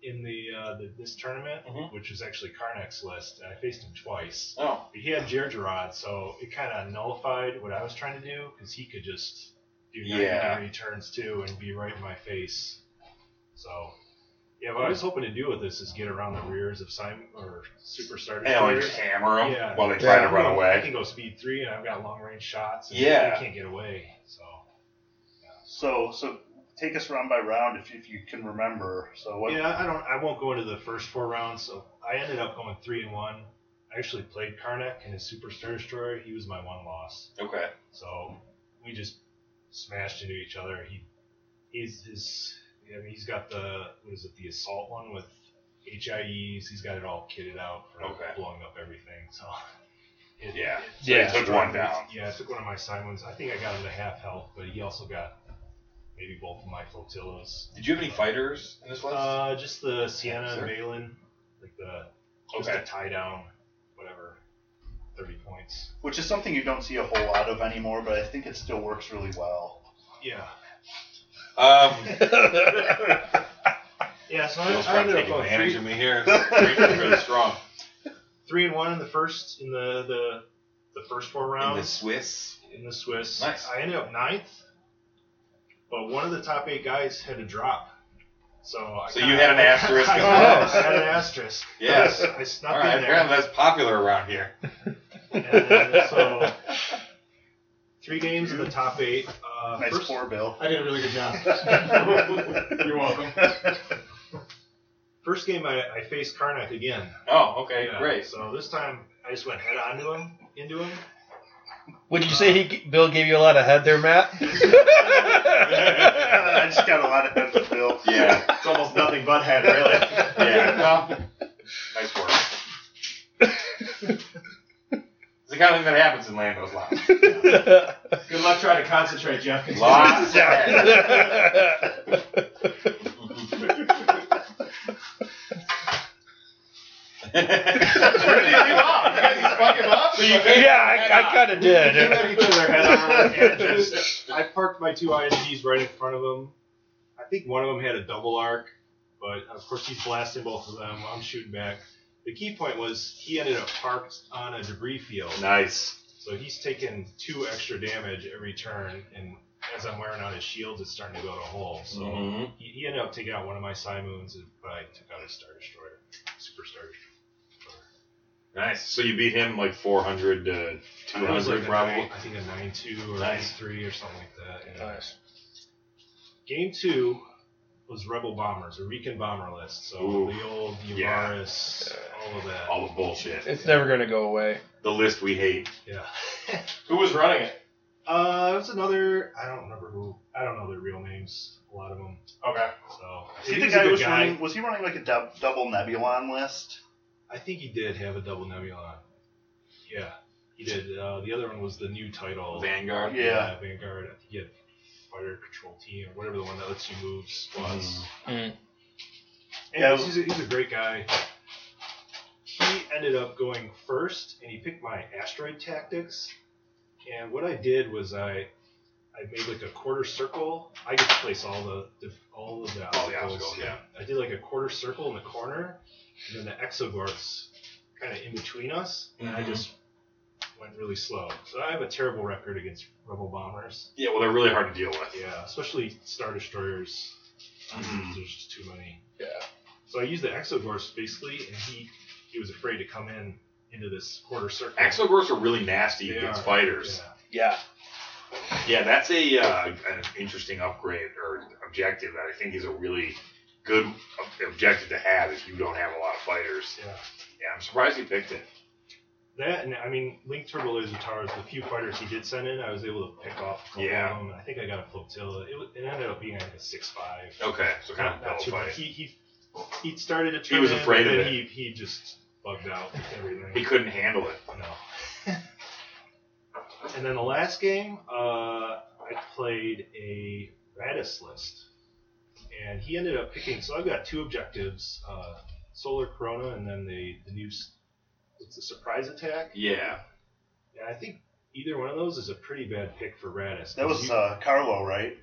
L: in the, uh, the this tournament,
D: Mhm.
L: which was actually Karnak's list, and I faced him twice.
D: Oh.
L: But he had Gergerod, so it kind of nullified what I was trying to do because he could just do 90
D: Yeah.
L: degree turns too and be right in my face. So, yeah, what I was hoping to do with this is get around the rears of Simon or Superstar
D: And like
L: Destroyers.
D: just hammer them
L: Yeah.
D: while they try
L: I
D: to
L: can
D: run
L: go- I
D: away.
L: can go speed three, and I've got long range shots. And
D: Yeah.
L: they can't get away. So
E: So, so take us round by round if, if you can remember. So what?
L: Yeah, I don't. I won't go into the first four rounds. So I ended up going three and one. I actually played Karnak in his Superstar Destroyer. He was my one loss.
D: Okay.
L: So we just smashed into each other. He, he's his. I mean, he's got the what is it? The assault one with HIEs. He's got it all kitted out for
D: Okay.
L: blowing up everything. So. it-
D: Yeah.
L: it-
D: So
M: Yeah.
D: you took one down.
L: Yeah, I took one of my Simons. I think I got him to half health, but he also got maybe both of my flotillas.
D: Did you have any fighters in this list?
L: Uh, just the Sienna
D: Sure.
L: and Malin, like the just
D: Okay.
L: a tie down, whatever, thirty points.
E: Which is something you don't see a whole lot of anymore, but I think it still works really well.
L: Yeah,
D: Um,
L: yeah. So I,
D: Bill's
L: I
D: trying to
L: ended up
D: take
L: going
D: advantage of
L: three,
D: me here. Rachel's really strong.
L: three and one in the first in the the, the first four
D: In the
L: rounds
D: Swiss.
L: in the, Swiss.
D: Nice.
L: I ended up ninth, but one of the top eight guys had to drop. So
D: *laughs*
L: *laughs* I
D: So
L: kinda-
D: you had an asterisk
L: I,
D: as
L: I,
D: well.
L: had an asterisk.
D: Yes.
L: I snuck
D: Oh, All right.
L: in there.
D: Apparently that's popular around here.
L: And then, so
D: *laughs*
L: three games in the top eight. Uh,
E: Nice
L: first-
E: pour,
L: *laughs*
E: Bill.
L: I did a really good job. *laughs*
E: You're welcome.
L: First game, I, I faced Karnak again.
D: Oh, okay.
L: Yeah,
D: Great.
L: So this time, I just went head on to him, into him.
M: Would you say he Bill gave you a lot of head there,
B: *laughs*
M: Matt?
E: *laughs*
M: *laughs*
E: I just got a lot of heads with Bill.
D: Yeah.
E: It's almost nothing but head, really.
D: *laughs* Yeah. Well, nice work. It's the kind of thing that happens in Lando's Lounge.
M: *laughs*
C: Good luck trying to concentrate, Jeff.
D: Lots of head.
C: Where did you leave off? You guys fuck him up?
D: So you can't-
M: yeah, I, I kind of did.
L: At each other head on.
D: *laughs*
L: and just-
D: Just-
L: I parked my two INGs right in front of him. I think one of them had a double arc, but of course he's blasting both of them. I'm shooting back. The key point was he ended up parked on a debris field.
D: nice.
L: So he's taking two extra damage every turn, and as I'm wearing out his shields, it's starting to go to hole. So
D: Mhm.
L: he, he ended up taking out one of my Simoons, but I took out his Star Destroyer, Super Star Destroyer.
D: Nice. So you beat him like 400 to
L: It was
D: 200
L: like a
D: probably.
L: nine- I think a 9 2 or
D: Nice.
L: 3 or something like that. yeah. Game 2 was Rebel Bombers, a Rican bomber list. So
D: Ooh.
L: the old
D: Yeah.
L: Umaris, all of that.
D: All the bullshit.
M: It's never gonna go away.
D: The list we hate.
L: Yeah. *laughs*
C: Who was running it?
L: Uh, it was another, I don't remember who, I don't know their real names, a lot of them.
C: Okay.
L: So,
E: See,
L: he
E: the
L: was a
E: guy
L: good
E: was running. Was he running like a dub, double Nebulon list?
L: I think he did have a double nebula. Yeah, he did. Uh, the other one was the new title.
D: Vanguard.
E: Yeah.
L: Vanguard. I think he had Fighter Control Team or whatever the one that lets you move was.
M: Mm.
L: Anyways,
E: Yeah.
L: he's, a, he's a great guy. He ended up going first, and he picked my asteroid tactics. And what I did was I, I made like a quarter circle. I get to place all the, the all of the
D: All
L: obstacles.
D: the obstacles, yeah.
L: I did like a quarter circle in the corner, and then the exogorths kind of in between us, and I
D: Mhm.
L: just went really slow. So I have a terrible record against rebel bombers.
D: Yeah, well, they're really hard to deal with.
L: Yeah, especially Star Destroyers.
D: Mhm.
L: There's just too many.
M: Yeah.
L: So I used the Exogorse basically, and he he was afraid to come in into this quarter circle.
D: Axogors are really nasty
L: They
D: against
L: are,
D: fighters.
M: Yeah.
D: Yeah, that's a uh, an interesting upgrade or objective that I think is a really good ob- objective to have if you don't have a lot of fighters.
L: Yeah.
D: Yeah, I'm surprised he picked it.
L: That and I mean Link Turbo Laser Towers. The few fighters he did send in, I was able to pick off a couple
D: Yeah.
L: of them. and I think I got a flotilla. It, wa- it ended up being like a six five.
D: Okay, so kind of
L: Not
D: pillow
L: too much.
D: fight.
L: He he he started to turn
D: was
L: in,
D: afraid
L: but
D: of
L: then
D: it.
L: He he just bugged out with everything.
D: He couldn't handle it.
L: No. *laughs* and then the last game, uh, I played a Radis list, and he ended up picking. So I've got two objectives: uh, Solar Corona, and then the the new. s- It's a surprise attack,
D: Yeah.
L: and I think either one of those is a pretty bad pick for Radis.
E: That was uh, Carlo, right?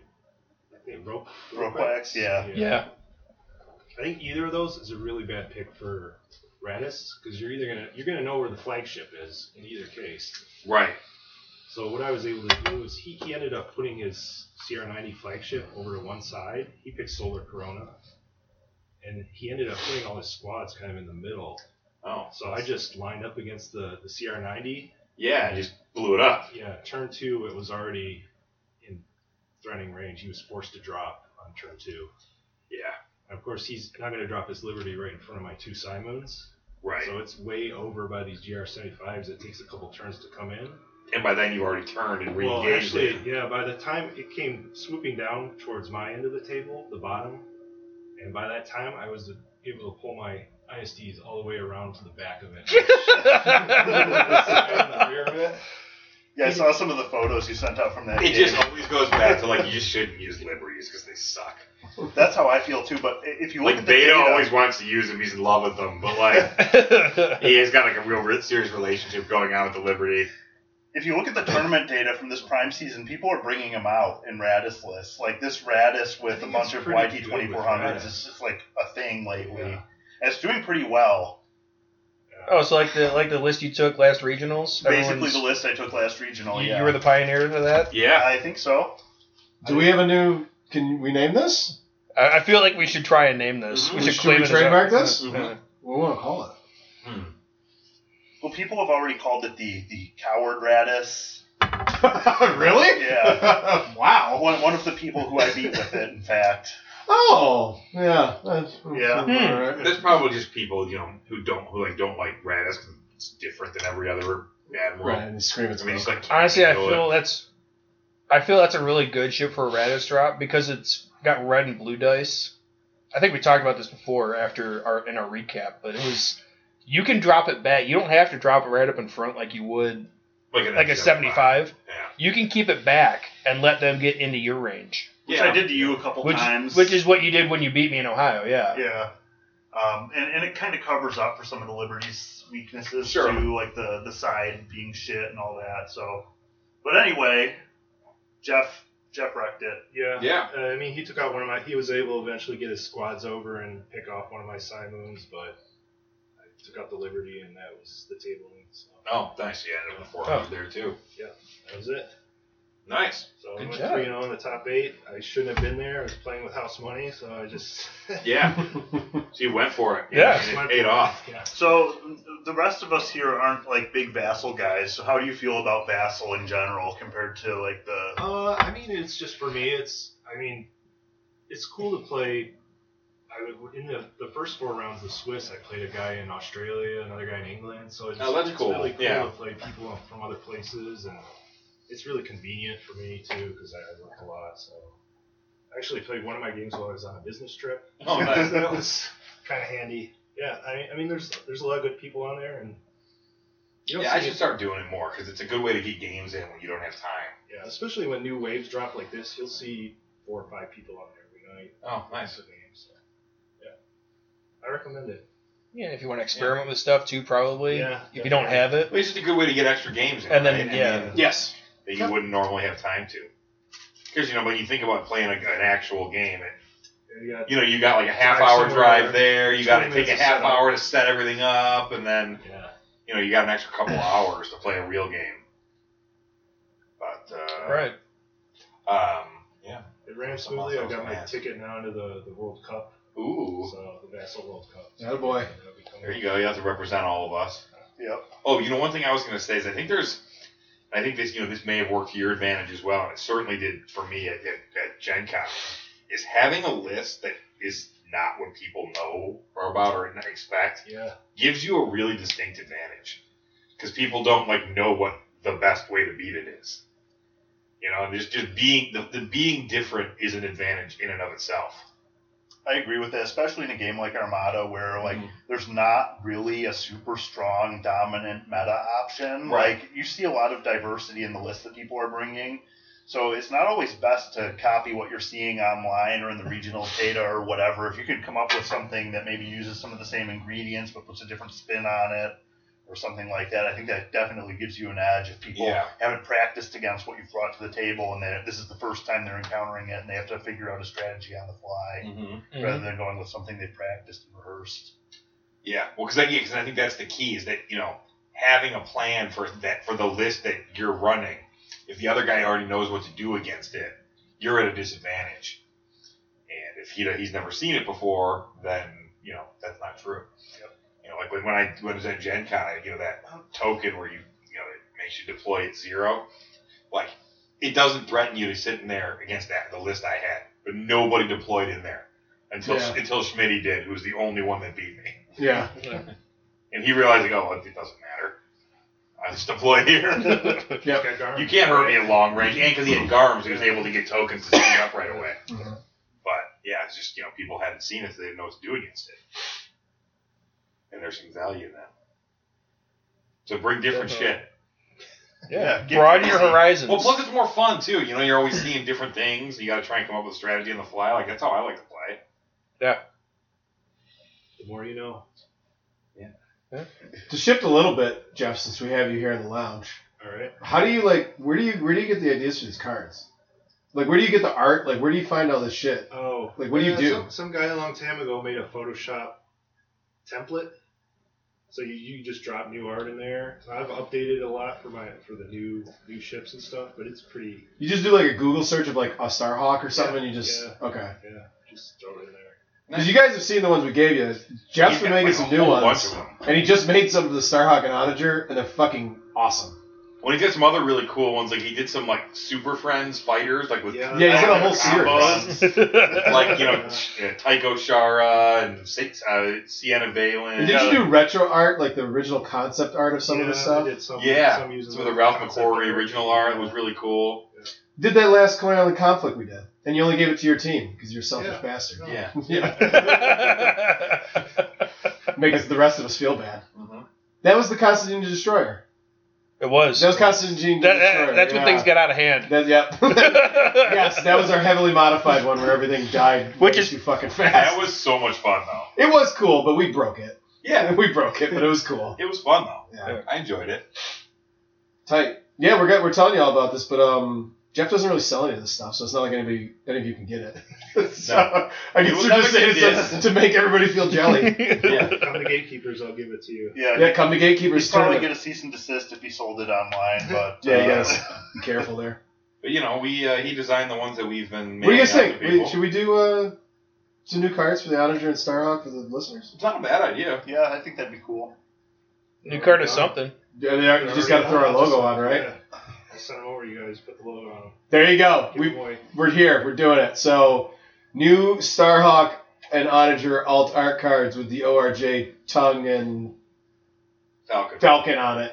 L: rope,
E: Ropex, yeah.
M: Yeah.
L: I think either of those is a really bad pick for Radis because you're either gonna you're gonna know where the flagship is in either case.
D: Right.
L: So what I was able to do is he, he ended up putting his CR90 flagship over to one side. He picked Solar Corona, and he ended up putting all his squads kind of in the middle.
D: Oh.
L: So I just lined up against the, the CR90.
D: Yeah, just blew it up.
L: Yeah, turn two, it was already in threatening range. He was forced to drop on on turn two. Yeah. And of course, he's not going to drop his Liberty right in front of my two Simons.
D: Right.
L: So it's way over by these GR75s. It takes a couple turns to come in.
D: and by then you already turned and
L: Well,
D: re-engaged
L: actually,
D: it.
L: yeah. By the time it came swooping down towards my end of the table, the bottom, and by that time I was able to pull my ISDs all the way around to the back of it. And the rear of it.
E: Yeah, I saw some of the photos you sent out from that.
D: It
E: game.
D: just always goes back to like you just shouldn't use liberties because they suck.
E: That's how I feel too. But i- if you look
D: Like
E: at the
D: Beta
E: data,
D: always wants to use them; he's in love with them, but like he has got like a real re- serious relationship going on with the Liberty.
E: if you look at the tournament data from this prime season, people are bringing them out in Radis lists. Like this Radis
L: I
E: with a
L: think
E: bunch
L: it's
E: of
L: pretty
E: YT
L: good with
E: twenty four hundreds.
L: Radis.
E: It's just like a thing lately.
L: Yeah.
E: And it's doing pretty well.
M: oh, so like the like the list you took last regionals.
E: Basically,
M: everyone's-
E: the list I took last regional.
M: you,
E: yeah,
M: you were the pioneer for that.
D: Yeah,
E: I think so.
B: Do we have a new? Can we name this?
M: I, I feel like we should try and name this. We
B: Should
M: should, claim
B: we
M: it as
B: trademark
M: our-
B: this?
M: Yeah.
D: Mm-hmm.
B: What want to call it?
E: Well, people have already called it the the coward Radis.
B: *laughs* really?
E: Yeah.
B: *laughs* wow.
E: One one of the people who I beat with it, in fact.
B: Oh, yeah. That's,
E: Yeah.
B: all right.
D: that's probably just people you know who don't who like don't like Radis 'cause it's different than every other admiral.
B: Right, and you scream at
D: I mean, he's
B: them.
D: like
M: Honestly, I
D: you know,
M: feel that's. I feel that's a really good ship for a Radis drop because it's got red and blue dice. I think we talked about this before after our in our recap, but it was you can drop it back. You don't have to drop it right up in front like you would
D: like, an
M: like a seventy-five.
D: Yeah.
M: You can keep it back and let them get into your range,
E: Which
D: Yeah.
E: I did to you a couple
M: which
E: times.
M: which is what you did when you beat me in Ohio. Yeah.
E: Yeah. Um, and, and it kind of covers up for some of the Liberty's weaknesses
D: Sure.
E: too, like the the side being shit and all that. So, but anyway, Jeff Jeff wrecked it.
L: Yeah.
D: Yeah.
L: Uh, I mean, he took out one of my. He was able to eventually get his squads over and pick off one of my Simons, but I took out the Liberty, and that was the tabling. So
D: Oh, nice. Yeah, and the four hundred there too.
L: that was it.
D: Nice.
L: So
M: Good
L: I went
M: job.
L: three zero in the top eight. I shouldn't have been there. I was playing with house money, so I just *laughs*
D: Yeah. so you went for it.
M: Yeah.
D: And it paid off.
L: Yeah.
E: So the rest of us here aren't like big Vassal guys. So how do you feel about Vassal in general compared to like the?
L: Uh, I mean, it's just for me. It's I mean, it's cool to play. I would in the, the first four rounds of Swiss, I played a guy in Australia, another guy in England. So it's,
D: Oh, that's
L: it's
D: cool.
L: really cool
D: Yeah.
L: to play people from other places, and it's really convenient for me too because I I work a lot. So I actually played one of my games while I was on a business trip. *laughs*
D: Oh, *laughs* nice.
L: that was kind of handy. Yeah, I, I mean, there's there's a lot of good people on there, and you don't
D: Yeah, I
L: see-
D: should start doing it more because it's a good way to get games in when you don't have time.
L: yeah, especially when new waves drop like this, you'll see four or five people on there every night.
D: Oh, nice.
L: That's a game, so yeah, I recommend it.
M: Yeah, if you want to experiment with stuff too, probably.
L: Yeah,
M: if you don't have it,
D: At least it's a good way to get extra games in.
M: And then,
D: right? I
M: yeah.
D: mean,
B: Yes.
D: that you wouldn't normally have time to. Because, you know, when you think about playing a, an actual game, it,
L: You got-
D: you know, you got like a half
L: Drive
D: hour
L: somewhere,
D: drive there, you got to
L: 20
D: take a
L: minutes to
D: half
L: set up.
D: hour to set everything up, and then,
L: yeah,
D: you know, you got an extra couple hours to play a real game. But, uh,
M: right?
D: um, yeah.
L: it ran
D: That's
L: smoothly.
D: awesome.
L: I got my
D: Yeah.
L: ticket now to the, the World Cup,
D: Ooh.
L: so the Vassal World Cup. So
B: Attaboy.
L: that'll be coming
D: There you go. You have to represent all of us.
E: Yep.
D: Oh, you know, one thing I was going to say is I think there's, I think this, you know, this may have worked to your advantage as well, and it certainly did for me at, at, at Gen Con, is having a list that is not what people know or about or not expect
L: Yeah,
D: gives you a really distinct advantage because people don't like know what the best way to beat it is. You know, and just just being the, the being different is an advantage in and of itself.
E: I agree with that, especially in a game like Armada where like
D: Mhm.
E: there's not really a super strong dominant meta option.
D: Right.
E: Like you see a lot of diversity in the list that people are bringing. So it's not always best to copy what you're seeing online
D: *laughs*
E: or in the regional data or whatever. If you could come up with something that maybe uses some of the same ingredients but puts a different spin on it or something like that, I think that definitely gives you an edge if people
D: Yeah.
E: haven't practiced against what you've brought to the table and then this is the first time they're encountering it and they have to figure out a strategy on the fly
D: Mm-hmm.
E: rather than going with something they practiced and rehearsed.
D: Yeah, well, because I, yeah, 'cause I think that's the key is that you know having a plan for that for the list that you're running. If the other guy already knows what to do against it, you're at a disadvantage. And if he he's never seen it before, then you know that's not true. You know, like when, when I when I was at Gen Con, I, you know that token where you you know it makes you deploy at zero, like it doesn't threaten you to sitting there against that the list I had. but nobody deployed in there until
B: Yeah.
D: until Schmitty did, who was the only one that beat me.
B: Yeah.
D: And he realized, like, oh, well, it doesn't matter. I just deploy here.
B: *laughs* Yep.
D: you can't hurt me at long range, and because he had Garms, he was able to get tokens to speed up right away.
B: Mhm.
D: But yeah, it's just you know people hadn't seen it, so they didn't know what to do against it. And there's some value in that. So bring different
M: Definitely.
D: shit.
M: Yeah.
E: get
M: Broaden your
E: busy.
M: horizons.
D: Well, plus it's more fun too. You know, you're always seeing different things. You got to try and come up with a strategy on the fly. Like that's how I like to play.
C: The more you know.
B: To shift a little bit, Jeff, since we have you here in the lounge,
C: All right.
B: how do you like? Where do you where do you get the ideas for these cards? Like, where do you get the art? Like, where do you find all this shit?
C: Oh.
B: Like, what do you
C: yeah,
B: do?
C: Some, some guy a long time ago made a Photoshop template. So you, you just drop new art in there. I've updated a lot for my for the new new ships and stuff, but it's pretty
B: You just do like a Google search of like a Starhawk or something.
C: Yeah,
B: and you just
C: yeah.
B: okay.
C: yeah. Just throw it in there.
B: Because you guys have seen the ones we gave you. Jeff's
D: He's
B: been
D: got,
B: making
D: like,
B: some
D: a
B: new
D: whole
B: ones,
D: bunch of them.
B: and he just made some of the Starhawk and Onager, and they're fucking awesome.
D: When he did some other really cool ones, like he did some like Super Friends fighters, like with
C: Yeah.
B: Yeah, he's got a whole
D: combos.
B: series.
M: *laughs*
D: like you know yeah, Tycho Shara and Sa- uh, Sienna Valen.
B: Did you do retro art, like the original concept art of some
C: yeah,
B: of this
C: I
B: stuff?
C: did some,
D: Yeah,
C: some using
D: some of the Ralph
C: concept
D: McQuarrie original art
L: *laughs*
D: was really cool.
B: Did that last Coin Island conflict we did, and you only gave it to your team because you're a selfish
C: Yeah.
B: bastard.
D: Yeah,
B: *laughs*
C: *laughs*
B: Yeah, makes the rest of us feel bad.
D: Mhm.
B: That was the Constantine the Destroyer.
M: it was.
B: That was Constantine the
M: That- that-
B: Destroyer.
M: that's when
B: yeah.
M: things got out
B: *laughs*
M: of hand.
B: That, yep. yes, that was our heavily modified one where everything died
M: Which
B: way
M: is-
B: too fucking fast.
D: that was so much fun though.
B: It was cool, but we broke it.
D: Yeah,
B: *laughs* We broke it, but it was cool.
D: it was fun though.
B: Yeah.
D: I enjoyed it.
B: Tight. Yeah, we're good. we're telling you all about this, but um, Jeff doesn't really sell any of this stuff, so it's not like anybody any of you can get it. so *laughs* I
D: It
B: guess
D: was
B: we're just
D: nothing
B: saying it's
D: it
B: to make everybody feel jelly.
D: Yeah,
C: Come to gatekeepers, I'll give it to you.
B: *laughs*
E: Yeah,
B: yeah, come to Gatekeepers
E: he's *laughs* probably
B: tournament.
E: gonna cease and desist if he sold it online. But
B: Yeah,
E: uh,
B: yes. *laughs* Be careful there.
D: but you know, we uh, he designed the ones that we've been.
B: What do you guys
D: mailing out
B: think?
D: to
B: We-
D: people.
B: should we do uh, some new cards for the Onager and Starhawk for the listeners?
D: It's not a bad idea.
E: yeah, I think that'd be cool.
M: New card is something.
B: Yeah, they are, you just got to throw our logo on, right?
C: Yeah. I sent them over to you guys. Put the logo on. 'em.
B: There you go.
C: Give
B: We,
C: 'em away.
B: we're here. We're doing it. So, new Starhawk and Onager alt art cards with the ORJ tongue and
D: Falcon.
B: falcon on it.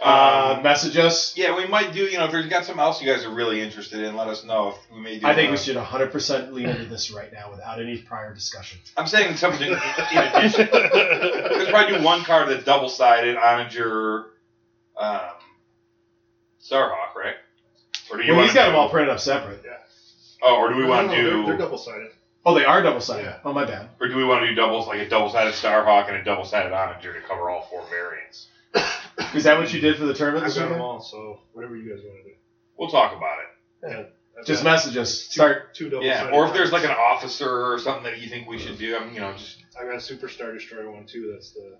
B: Uh,
D: Um,
B: message us.
D: yeah, we might do. You know, if there's got something else you guys are really interested in, let us know. If we may do.
B: I think
D: uh,
B: we should 100% lean into this right now without any prior discussion.
D: I'm saying something in addition. *laughs* Because probably do one card that's double sided on your um, Starhawk, right? Or do
B: well,
D: wanna
B: he's got
D: do-
B: them all printed up separate.
D: Oh, or do *laughs* we
C: No,
D: want
C: no,
D: to
C: no, They're, they're
D: do?
C: double sided.
B: Oh, they are double sided.
C: Yeah.
B: Oh, my bad.
D: Or do we want to do doubles like a double sided Starhawk and a double sided Onager to cover all four variants?
B: Is that what you did for the tournament
C: I've
B: this
C: got them
B: weekend?
C: all. So whatever you guys want to do.
D: We'll talk about it.
C: I've
B: Just
C: got
B: message us.
C: two-
B: Start.
C: two double
D: Yeah, or if there's like an officer or something that you think we should do, I'm you know just
C: I got a Superstar Destroyer one too. That's the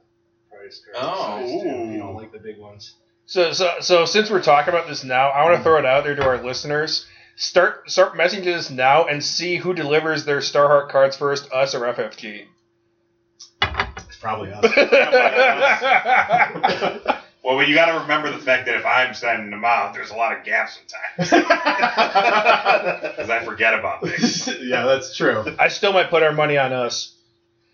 C: price card.
D: Oh.
C: Size, too, if you don't
D: Ooh.
C: like the big ones.
M: So, so, so since we're talking about this now, I
B: Mm.
M: want to throw it out there to our listeners. Start start messaging us now and see who delivers their Starheart cards first, us or FFG.
B: It's probably us. *laughs*
M: *laughs*
D: well, but you got to remember the fact that if I'm sending them out, there's a lot of gaps sometimes because I forget about things.
B: yeah, that's true.
M: I still might put our money on us.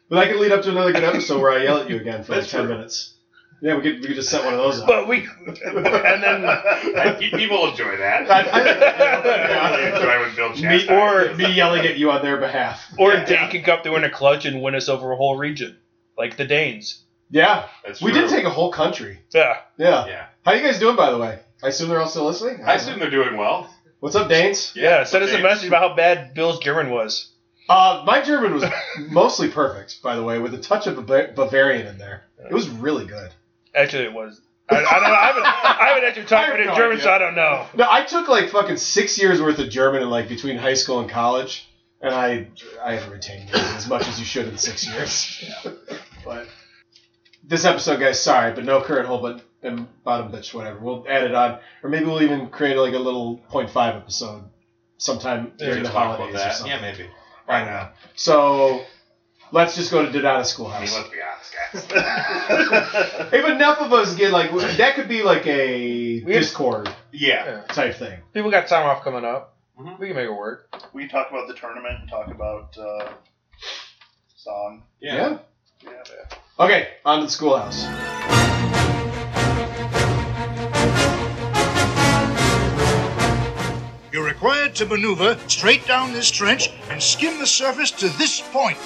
B: But that could lead up to another good episode where I yell at you again for like
D: That's
B: 10
D: true.
B: minutes. Yeah, we could, we could just set one of those up.
M: But we and then
D: I, people enjoy
B: *laughs*
D: that.
B: I- I-
D: Really *laughs* enjoy when Bill
B: me,
D: Chastain-
B: or me yelling at you on their behalf.
M: or Dane can come through in a clutch and win us over a whole region, like the Danes.
B: Yeah,
D: That's
B: we
D: true.
B: did take a whole country.
M: Yeah.
B: Yeah.
D: Yeah.
B: How you guys doing, by the way? I assume they're all still listening.
D: I assume they're doing well.
B: What's up, Danes?
M: Yeah, send us a
D: okay.
M: message about how bad Bill's German was.
B: Uh, my German
D: *laughs*
B: was mostly perfect, by the way, with a touch of Bava- Bavarian in there. It was really good.
M: Actually, it was. I, I don't know. I haven't, I haven't actually talked to
B: I have no
M: in German,
B: idea.
M: so I don't know.
B: No, I took like fucking six years worth of German in like between high school and college, and I I haven't retained it as much as you should in six years. *laughs* but this episode, guys, sorry, but no current hole, but and bottom bitch, whatever. We'll add it on, or maybe we'll even create like a little point five episode sometime *laughs*
D: We
B: during
D: should
B: the
D: talk about
B: holidays
D: that.
B: or something.
D: Yeah, maybe. Right now.
B: So let's just go to Dodata
D: I mean,
B: Schoolhouse.
D: let's be honest,
B: *laughs*
D: guys.
E: yeah,
B: If enough of us get like that, could be like a
M: We have-
B: Discord
D: yeah.
B: type thing.
M: People got time off coming up. We can make it work.
E: We talk about the tournament and talk about uh, song.
D: Yeah.
E: Yeah.
B: Okay, on to the schoolhouse.
O: You're required to maneuver straight down this trench and skim the surface to this point.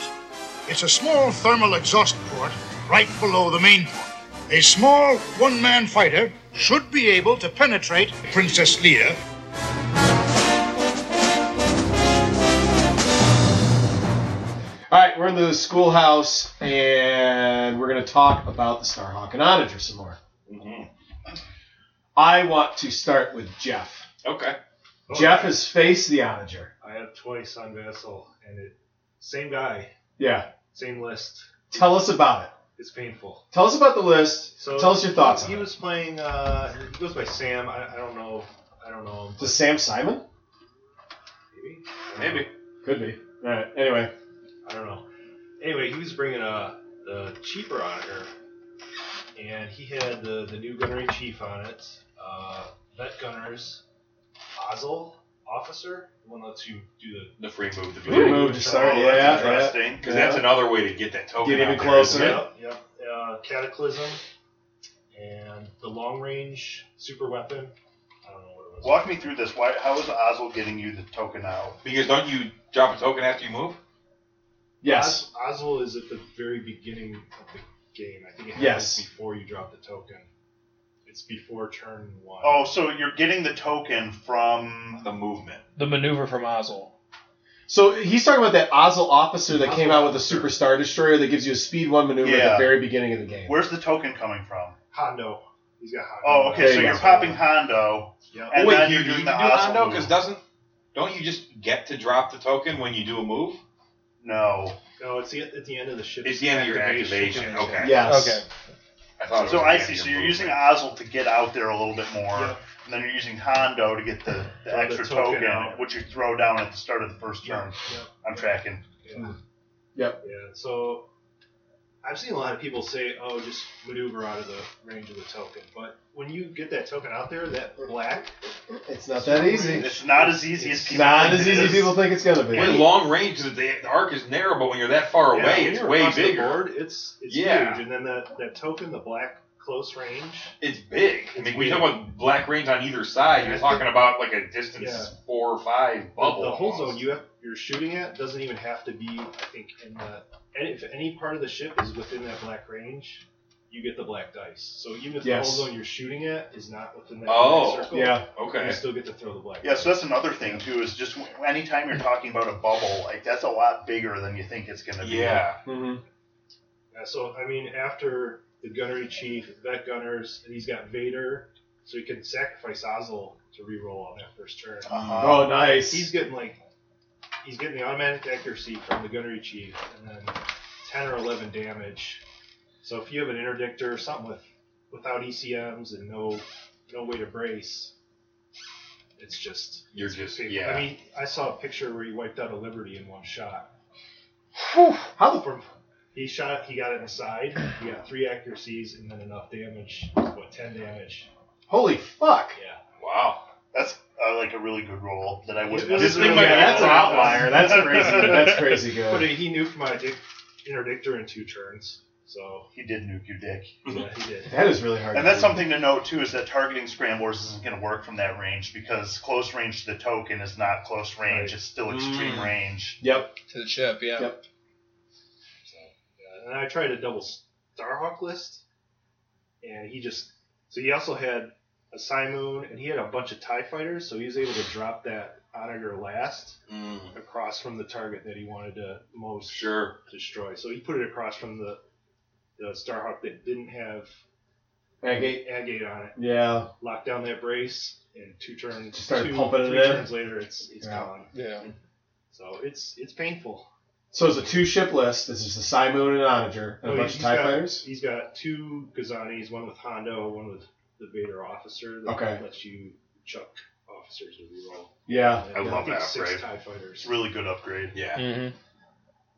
O: It's a small thermal exhaust port right below the main port. A small one man fighter should be able to penetrate Princess Leia.
B: All right, we're in the schoolhouse, and we're going to talk about the Starhawk and Onager some more.
D: Mhm.
B: I want to start with Jeff.
D: Okay.
B: Jeff has faced the Onager.
L: I have twice on Vassal, and it same guy,
B: Yeah.
L: same list.
B: Tell us about it.
L: It's painful.
B: Tell us about the list.
L: So
B: Tell us your thoughts on
L: He
B: it.
L: was playing. Uh, he goes by Sam. I, I don't know. I don't know him.
B: Does Sam Simon?
L: Maybe.
D: Maybe.
B: Could be. All right. Anyway,
L: I don't know. Anyway, he was bringing a the cheaper onager, and he had the the new gunnery chief on it, uh, vet gunners, Ozel officer, the one that lets you do the
D: The free move. The
B: we
D: free move.
B: moved to start.
E: Oh,
B: Yeah,
E: that's
B: yeah.
E: interesting.
D: Because that's another way to get that token.
B: Get
D: out
B: even
D: there,
B: closer.
D: isn't it?
L: Yep, yep. Uh, Cataclysm and the long range super weapon. I don't know what it was.
E: Walk me through this. Why? How is Oswald getting you the token out?
D: Because don't you drop a token after you move?
B: Yes.
L: Os- Oswald is at the very beginning of the game. I think it happens
B: Yes.
L: before you drop the token. It's before turn one.
E: Oh, so you're getting the token from.
D: The movement.
M: The maneuver from Ozzel.
B: So he's talking about that Ozzel officer that came out with a Super Star Destroyer that gives you a speed one maneuver at the
E: Yeah.
B: very beginning of the game.
E: Where's the token coming from?
L: Hondo. He's got Hondo.
E: Oh,
B: There
E: okay. So
B: you
E: you're
B: go.
E: popping Hondo.
L: Yep.
E: And
D: Wait,
E: then
D: you,
E: you're
D: you
E: doing
D: can
E: the
D: do
E: Oswald
D: Hondo because
E: move.
D: doesn't don't you just get to drop the token when you do a move?
E: No.
L: No, it's the, at the end of the ship.
D: It's the end of your activation. Okay.
B: Yes.
M: Okay.
D: I thought it was
E: So
D: the
E: I
D: end
E: see.
D: of
E: So
D: your
E: you're using
D: movement.
E: Oswald to get out there a little bit more,
L: Yeah.
E: and then you're using Hondo to get the, the
L: Throw the
E: extra
L: token
E: token,
L: out.
E: which you throw down at the start of the first
L: Yeah,
E: turn.
L: yeah.
E: I'm tracking.
L: Yeah.
B: Yep.
L: Hmm. Yeah. So I've seen a lot of people say, "Oh, just maneuver out of the range of the token," but when you get that token out there, that black,
B: It's not that easy.
E: It's not as easy as people.
B: Not
E: think
B: as
E: it
B: easy as
E: is.
B: people think it's gonna be.
D: With long range, the, the arc is narrow, but when you're that far
L: Yeah,
D: away,
L: when
D: it's
L: you're
D: way
L: across the
D: bigger.
L: board, it's it's
D: Yeah.
L: huge, and then that that token, the black close range.
D: It's big. I
L: It's
D: mean, when you
L: big.
D: talk about black range on either side, you're talking about like a distance
L: Yeah.
D: four or five
L: the-
D: bubble.
L: the whole
D: almost.
L: zone you have, you're shooting at doesn't even have to be, I think, in the. And if any part of the ship is within that black range, you get the black dice. So even if
B: Yes.
L: the whole zone you're shooting at is not within that
D: Oh,
L: black circle,
B: Yeah.
L: you
D: Okay.
L: still get to throw the black.
E: Yeah,
L: dice.
E: so that's another thing too. Is just w- anytime you're talking about a bubble, like that's a lot bigger than you think it's gonna be.
D: Yeah.
B: hmm
L: Yeah, so I mean, after the gunnery chief, vet gunners, and he's got Vader, so he can sacrifice Ozel to reroll on that first turn.
E: Uh-huh.
B: Oh, nice.
L: He's getting like, he's getting the automatic accuracy from the gunnery chief, and then ten or eleven damage. So if you have an interdictor or something with without ECMs and no no way to brace, it's just.
D: You're just
L: I
D: yeah.
L: mean, I saw a picture where he wiped out a Liberty in one shot.
B: How the
L: From he shot, he got it in the side. He got three accuracies and then enough damage. What ten damage?
B: holy fuck?
L: Yeah.
D: Wow.
E: That's uh, like a really good roll that I would.
L: This
E: this
L: is really good.
B: that's an
L: Yeah.
B: outlier. That's crazy. That's crazy
L: But
B: good.
L: he nuked my dic- interdictor in two turns, so
E: He did nuke your dick.
L: yeah, he did.
B: That is really hard.
E: And
B: to
E: that's
B: do.
E: something to note too is that targeting scramblers isn't going to work from that range because close range to the token is not close range;
L: Right.
E: it's still extreme
D: Mm.
E: range.
B: Yep.
M: To the ship, yeah.
B: Yep.
L: So, yeah. And I tried a double Starhawk list, and he just so he also had a Simoon and he had a bunch of Tie Fighters, so he was able to drop that Onager last
D: Mm,
L: across from the target that he wanted to most
D: sure.
L: destroy. So he put it across from the the Starhawk that didn't have
B: Agate.
L: agate on it.
B: Yeah.
L: Lock down that brace, and two turns,
B: Just start
L: two,
B: pumping it
L: three
B: in.
L: turns later, it's it's
B: Yeah.
L: gone.
M: Yeah.
L: So it's it's painful.
B: So it's a two ship list. This is the Simoon and Onager and
L: Oh,
B: a bunch of
L: he's
B: TIE
L: got-
B: fighters.
L: He's got two Gazanis, one with Hondo, one with the Vader officer that
B: Okay.
L: lets you chuck officers to reroll.
B: Yeah.
L: And
D: I
L: then
D: love
L: think
D: that
L: Six
D: upgrade.
L: Tie
E: It's
L: fighters.
E: a really good upgrade.
D: Yeah.
M: Mm-hmm.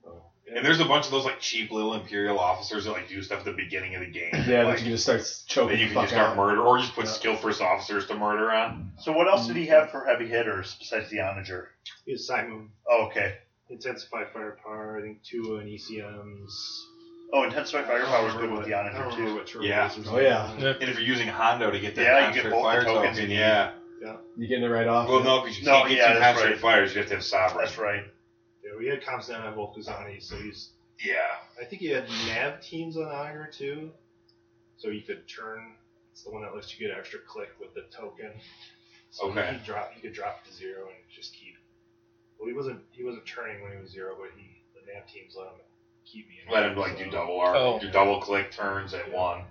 L: So,
D: And there's a bunch of those like cheap little Imperial officers that like do stuff at the beginning of the game.
B: Yeah,
D: like,
B: but you can just start choking.
D: that you
B: the
D: can just
B: fuck
D: start
B: out.
D: murder, or just put
B: Yeah.
D: skill first officers to murder on.
L: Mm.
E: So what else did he have for heavy hitters besides the onager?
L: Is side move,
E: Oh, okay.
L: intensify firepower. I think two E and ECMs.
E: Oh, intensify firepower is good with the
L: I don't
E: onager
L: remember
E: too.
L: what turbo
D: Yeah.
L: is or
B: Oh yeah,
M: Yeah.
D: And if you're using Hondo to get that
E: Yeah, you
D: concentrate
E: get both the
D: fire
E: tokens
D: token,
E: you
D: yeah.
B: you getting it right off.
D: Well, no, because you
E: No,
D: can't get
E: yeah,
D: two
E: that's
D: concentrate
E: right.
D: fires. You have to have sovereign.
E: That's right.
L: Yeah, we had comps down on both Kazani, so he's.
D: Yeah.
L: I think he had nav teams on Augur too, so you could turn. It's the one that lets you get extra click with the token. So
D: Okay.
L: He could drop. He could drop to zero and just keep. Well, he wasn't. He wasn't turning when he was zero, but he the nav teams let him keep me. in
D: Let
L: there,
D: him like
L: so-
D: do double R,
M: Oh.
D: do double click turns at one.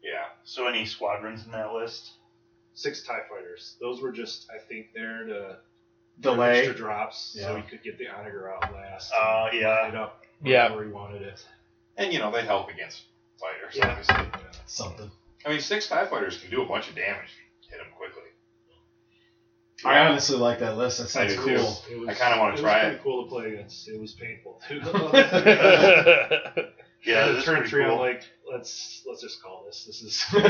L: Yeah.
D: Yeah.
E: So any squadrons in that list?
L: Six Tie Fighters. Those were just I think there to
B: Delay.
L: extra drops, so
B: Yeah.
L: he could get the Onager out last.
E: Uh, yeah.
L: and it up
M: Yeah.
L: where he wanted it.
D: And you know they help against fighters.
L: Yeah.
D: Obviously.
B: Something.
D: I mean, six Tie fighters can do a bunch of damage. if you Hit them quickly.
B: I honestly like that list. That
D: I
B: sounds
D: do
B: cool.
D: too.
L: It was,
D: I kinda wanna
L: it was
D: try
L: pretty
D: it.
L: Cool to play against. It was painful too. *laughs*
E: Yeah, that's
L: turn
E: pretty
L: three.
E: cool.
L: I'm like, let's let's just call this. This is *laughs* killed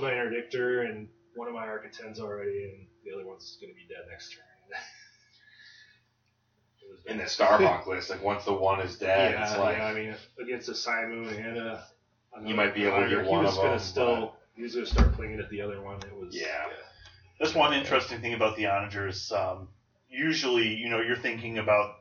L: my interdictor and one of my architens already, and the other one's gonna be dead next turn. *laughs* It was
D: In the
L: bad.
D: Starhawk list, like once the one is dead,
L: yeah,
D: it's like
L: yeah, I mean, if- against a Simon and a, another
D: You might be able to get
L: Onager,
D: one
L: he was
D: of
L: gonna
D: them,
L: Still, he was gonna start clinging at the other one. It was
D: Yeah.
E: That's one interesting thing about the onager is um, usually, you know, you're thinking about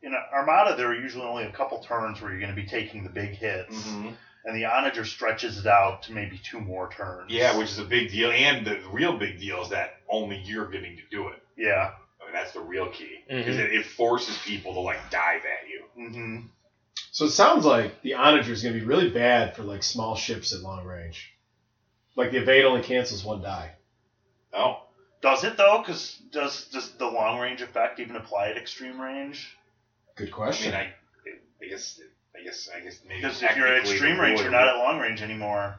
E: in Armada. There are usually only a couple turns where you're going to be taking the big hits,
L: Mm-hmm.
D: Mhm.
E: and the onager stretches it out to maybe two more turns.
D: yeah, which is a big deal. And the real big deal is that only you're getting to do it.
E: yeah.
D: I mean, that's the real key
M: Mhm.
D: because it, it forces people to like dive at you.
E: hmm
B: *laughs* So it sounds like the Onager is going to be really bad for like small ships at long range. Like the evade only cancels one die.
D: Oh,
E: Does it though? Because does does the long range effect even apply at extreme range?
B: Good
D: I
B: question.
D: mean, I, I guess, I guess, I guess maybe
E: Because if you're at
D: technically
E: extreme
D: the
E: range,
D: rule
E: you're
D: would-
E: not at long range anymore.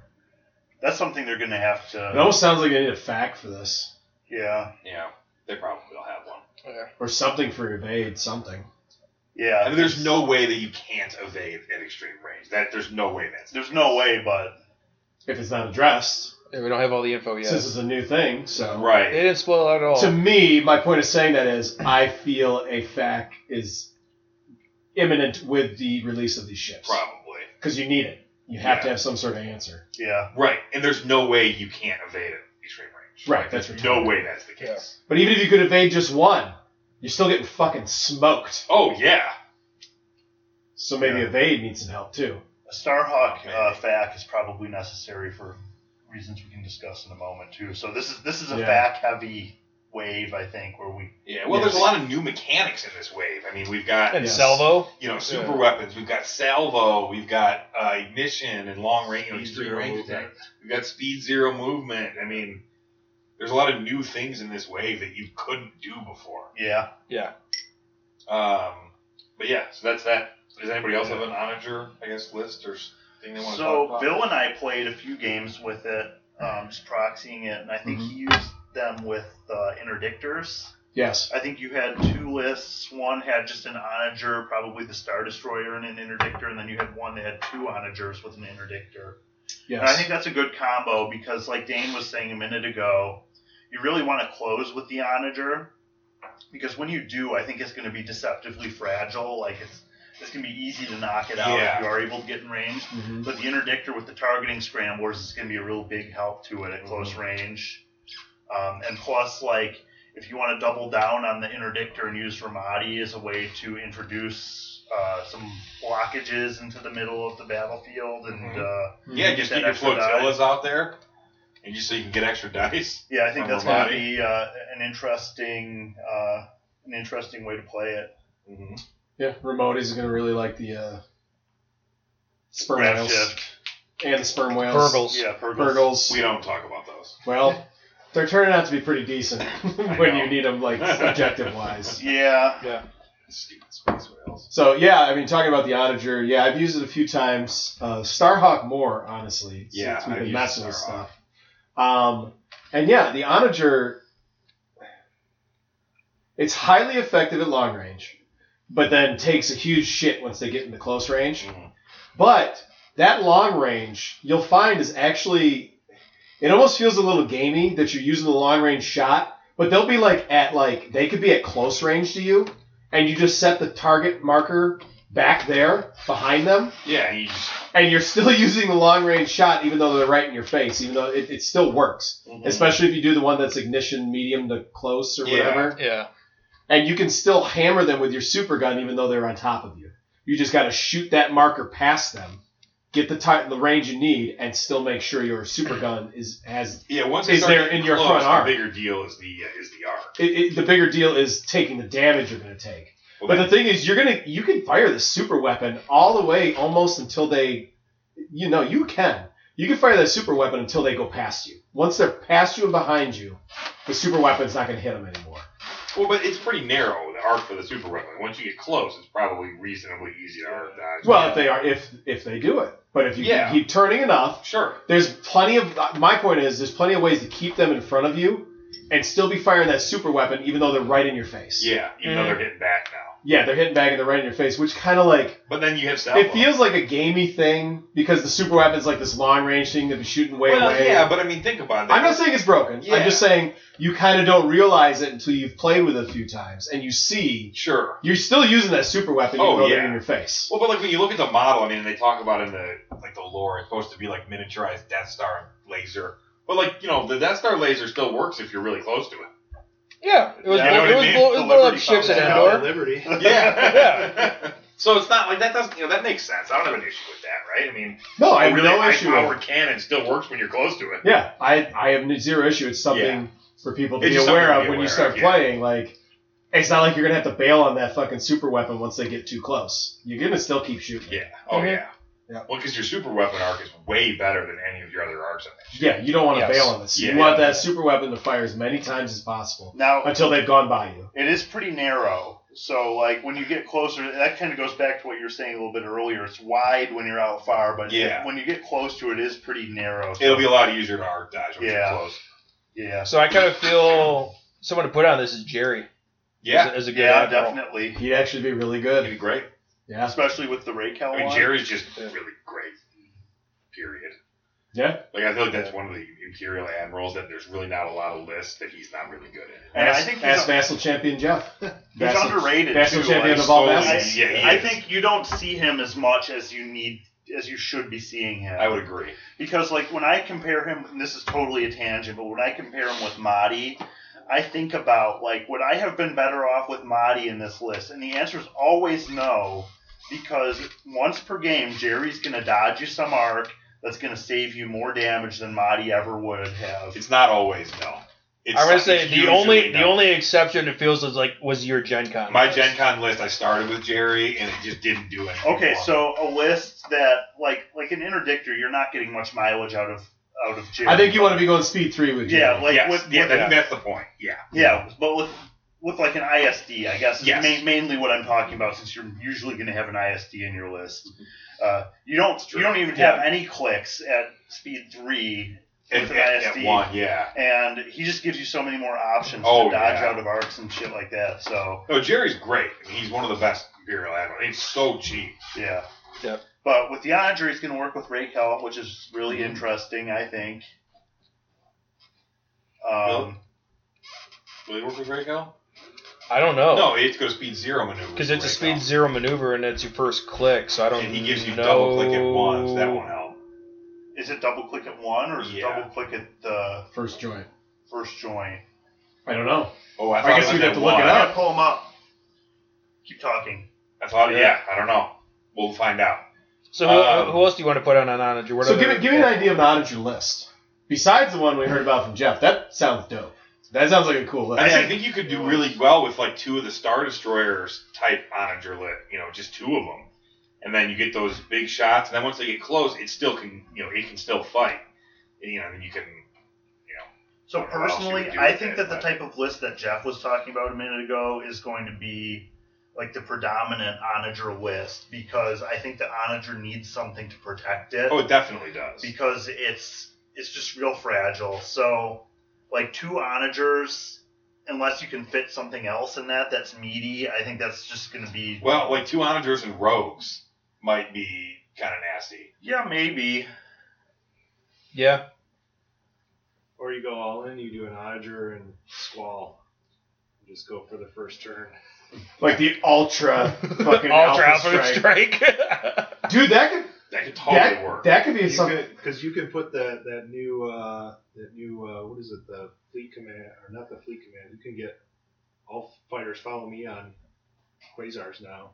E: That's something they're going to have to.
B: it almost sounds like they need a fact for this
E: Yeah.
D: Yeah, they probably will have one.
B: or something for evade something.
E: Yeah.
D: I mean, there's no way that you can't evade at extreme range. That there's no way that's
E: There's no way, but
B: If it's not addressed,
M: Yeah, we don't have all the info yet.
B: since it's a new thing. So
M: They
D: Oh, right.
M: didn't spoil it at all.
B: to me, my point of saying that is, I feel a fact is imminent with the release of these ships
D: Probably
B: because you need it. You have to
D: Yeah.
B: have some sort of answer.
E: yeah.
D: right, and there's no way you can't evade at extreme range.
B: Right, that's
D: there's
B: retarded.
D: no way that's the case.
B: But even if you could evade just one, you're still getting fucking smoked.
D: Oh yeah,
B: So maybe
E: Yeah.
B: evade needs some help too.
E: A Starhawk
D: Maybe.
E: uh, FAC is probably necessary for reasons we can discuss in a moment too. So this is this is a
B: Yeah.
E: FAC heavy wave, I think, where we
D: yeah. Well,
B: Yes.
D: there's a lot of new mechanics in this wave. I mean, we've got
M: and
B: Yes.
M: Salvo.
D: you know, super weapons. We've got salvo. We've got uh, ignition and long range, you know,
L: Speed
D: extreme
L: zero
D: range
L: movement.
D: attack. We've got speed zero movement. I mean, there's a lot of new things in this wave that you couldn't do before.
E: yeah.
D: Um, but yeah, so that's that. Does anybody else have an onager, I guess, list or s- thing they want to talk
E: So
D: about?
E: Bill and I played a few games with it, um, just proxying it, and I think
B: Mhm.
E: he used them with uh, interdictors.
B: Yes.
E: I think you had two lists. One had just an onager, probably the Star Destroyer and an interdictor, and then you had one that had two onagers with an interdictor.
B: Yes.
E: And I think that's a good combo because, like Dane was saying a minute ago, you really want to close with the onager because when you do, I think it's going to be deceptively fragile. Like it's it's going to be easy to knock it out
D: Yeah.
E: if you are able to get in range.
B: Mhm.
E: But the interdictor with the targeting scramblers is going to be a real big help to it at close range. Um, and plus, like, if you want to double down on the interdictor and use Ramadi as a way to introduce uh, some blockages into the middle of the battlefield, and uh,
D: yeah, just
E: that
D: get your
E: extra die.
D: flotillas out there, and just so you can get extra dice.
E: yeah, I think
D: From
E: that's going to
D: Ramadi.
E: be uh, an interesting uh, an interesting way to play it.
D: Mm-hmm.
B: Yeah, remote is gonna really like the uh, sperm
E: Grab
B: whales
E: shift.
B: and the sperm whales.
M: Burgles.
E: Yeah, Purgles.
B: Burgles.
D: We don't talk about those.
B: Well, they're turning out to be pretty decent *laughs* when
D: know.
B: you need them, like subjective wise.
E: Yeah.
D: Stupid space whales.
B: So yeah, I mean, talking about the Onager, yeah, I've used it a few times. Uh, Starhawk more, honestly.
D: Yeah,
B: since we've
D: I've
B: been
D: used
B: messing with
D: Starhawk.
B: stuff. Um, and yeah, the Onager, it's highly effective at long range. but then takes a huge shit once they get into close range.
D: Mm-hmm.
B: But that long range, you'll find, is actually it almost feels a little gamey that you're using the long range shot, but they'll be like at like they could be at close range to you, and you just set the target marker back there behind them,
D: Yeah, you just
B: and you're still *laughs* using the long range shot even though they're right in your face, even though it, it still works.
D: Mm-hmm.
B: Especially if you do the one that's ignition medium to close or
D: Yeah.
B: whatever
M: Yeah.
B: and you can still hammer them with your super gun even though they're on top of you. You just got to shoot that marker past them, get the ti the range you need, and still make sure your super gun is has.
D: yeah.
B: Is
D: Once they start
B: there
D: getting
B: in your
D: close,
B: front
D: the
B: arm?
D: Bigger deal is the uh, is the arc.
B: It, it, the bigger deal is taking the damage you're going to take. But the thing is, you're gonna you can fire the super weapon all the way almost until they, you know, you can. You can fire that super weapon until they go past you. Once they're past you and behind you, the super weapon's not going to hit them anymore.
D: Well, but it's pretty narrow the arc for the super weapon. Once you get close, it's probably reasonably easy to arc dodge.
B: Well, if they are, if if they do it, but if you
D: Yeah.
B: keep turning enough,
D: sure.
B: there's plenty of my point is there's plenty of ways to keep them in front of you and still be firing that super weapon even though they're right in your face
D: Yeah, even though they're hitting back now.
B: yeah they're hitting back and they're right in your face which kind of like
D: But then you have stealth.
B: it feels like a gamey thing because the super weapon's like this long range thing that be shooting way
D: well,
B: away
D: yeah, but I mean, think about it.
B: i'm not saying it's broken i'm
D: Yeah.
B: just saying you kind of don't realize it until you've played with it a few times and you see
D: sure.
B: you're still using that super weapon even
D: Oh,
B: though they're
D: yeah.
B: in your face
D: Well, but like when you look at the model, I mean, they talk about in the like the lore, it's supposed to be like miniaturized Death Star laser. But like you know, the Death Star laser still works if you're really close to it.
M: Yeah. It was
D: You know
M: blow-
D: what
M: it
D: I
M: was
D: mean?
M: blow- it was blowing up
E: Liberty
M: ships at
E: bombs
L: Down at
M: Endor.
L: Liberty.
D: Yeah. *laughs* so it's not like that doesn't you know that makes sense. I don't have an issue with that, right? I mean,
B: no i
D: a
B: have
D: really
B: no
D: high
B: issue with it.
D: powered cannon still works when you're close to it.
B: Yeah, I I have n- zero issue. It's something
D: Yeah.
B: for people to
D: It's
B: be
D: just
B: aware
D: something to
B: of
D: be
B: when you
D: aware
B: start
D: of, yeah.
B: playing. Like, it's not like you're gonna have to bail on that fucking super weapon once they get too close. You're gonna still keep shooting.
D: Yeah. Oh
M: Mhm.
D: yeah.
B: Yeah.
D: Well, because your super weapon arc is way better than any of your other arcs. I think.
B: Yeah, you don't want to
M: Yes.
B: bail on this. You
D: Yeah.
B: want that super weapon to fire as many times as possible
E: Now,
B: until they've gone by you.
E: it is pretty narrow. So, like, when you get closer, that kind of goes back to what you were saying a little bit earlier. It's wide when you're out far, but
D: Yeah.
E: when you get close to it, it is pretty narrow. So,
D: It'll be a lot easier to arc dodge when
E: Yeah.
D: you're close.
E: yeah.
M: So I kind of feel someone to put on this is Jerry.
D: Yeah.
M: As, a- as a good
E: Yeah,
M: admiral.
E: definitely.
B: He'd actually be really
D: That'd
B: good.
D: be great.
B: Yeah,
E: Especially with the Raquel
D: I mean,
E: one.
D: Jerry's just really great. Period.
B: yeah.
D: Like I feel like that's one of the Imperial admirals that there's really not a lot of lists that he's not really good at.
E: And I
B: Ask,
E: think he's
B: ask
E: un-
B: Vassal Champion Jeff.
E: *laughs* He's
B: Vassal-
E: underrated.
B: Vassal
E: too,
B: champion
E: like,
B: of all
E: so-
B: vassals.
E: I,
D: Yeah, he
E: I
D: is.
E: think you don't see him as much as you need, as you should be seeing him.
D: I would agree.
E: because like when I compare him, and this is totally a tangent, but when I compare him with Madi, I think about like would I have been better off with Madi in this list, and the answer is always no, because once per game Jerry's gonna dodge you some arc that's gonna save you more damage than Madi ever would have.
D: It's not always no. It's,
M: I'm gonna
D: it's
M: say the
D: usually
M: only the
D: no.
M: only exception it feels is like was your Gen Con.
D: my Gen Con list I started with Jerry and it just didn't do anything.
E: Okay,
D: for
E: so a list that like like an interdictor, you're not getting much mileage out of out of Jerry.
B: I think you want to be going speed three with you.
E: yeah,
D: me.
E: like
D: Yes,
E: with,
D: yeah,
E: with
D: I think that's the point. Yeah.
E: Yeah, but with with like an ISD, I guess is
D: Yes.
E: ma- mainly what I'm talking about, since you're usually going to have an ISD in your list. Uh, you don't
D: Mm-hmm. true.
E: you don't even
D: Yeah.
E: have any clicks at speed three
D: At,
E: with an
D: at-
E: ISD,
D: at one, yeah.
E: and he just gives you so many more options
D: Oh,
E: to dodge
D: yeah.
E: out of arcs and shit like that. So
D: No, Jerry's great. I mean, he's one of the best Imperial admirals. It's so cheap.
E: yeah.
M: Yep.
E: But with the Andre, he's going to work with Raquel, which is really
D: Mm-hmm.
E: interesting, I think.
D: Really?
E: Um,
D: Will he work with Raquel?
M: I don't
B: Oh.
M: know.
D: No, it's going to speed zero maneuver.
M: Because it's a
D: Raquel.
M: speed zero maneuver and it's your first click, so I don't.
D: And he gives you
M: know...
D: double click at once. That won't help.
E: Is it double click at one, or is
D: Yeah.
E: it double click at the
B: First joint.
E: first joint?
B: I don't know.
D: Oh, I,
B: I
D: thought
B: guess
D: it was
B: we'd have
D: at
B: to look it
D: one.
B: up.
E: Yeah, pull him up. Keep talking.
D: I thought, yeah, I don't know. We'll find out.
M: So who,
D: Um,
M: who else do you want to put on an honor? What
B: So
M: other-
B: give me, give me an idea of an your list. Besides the one we heard about from Jeff, that sounds dope. That sounds like a cool list.
D: I, mean, I think you could do really well with like two of the Star Destroyers type on a Drillet, you know, just two of them, and then you get those big shots. And then once they get close, it still can, you know, it can still fight. And, you know, and you can, you
E: So
D: What else you
E: personally,
D: would do
E: I
D: with
E: think
D: it,
E: that the
D: but-
E: type of list that Jeff was talking about a minute ago is going to be like the predominant onager list because I think the onager needs something to protect it
D: know, oh, it definitely does.
E: because it's it's just real fragile. So like two onagers unless you can fit something else in that that's meaty. I think that's just going to be
D: Well, like two onagers and rogues might be kind of nasty.
E: yeah, maybe.
M: Yeah.
L: Or you go all in, you do an Odger and Squall. You just go for the first turn.
B: Like the *laughs* ultra fucking
M: Ultra
B: alpha
M: Alpha
B: strike.
M: Strike. *laughs*
B: Dude, that could
D: That could totally
B: that,
D: work.
B: that could be something.
L: Because you can put that that new uh, that new uh, what is it the fleet command or not the fleet command? You can get all fighters follow me on quasars now.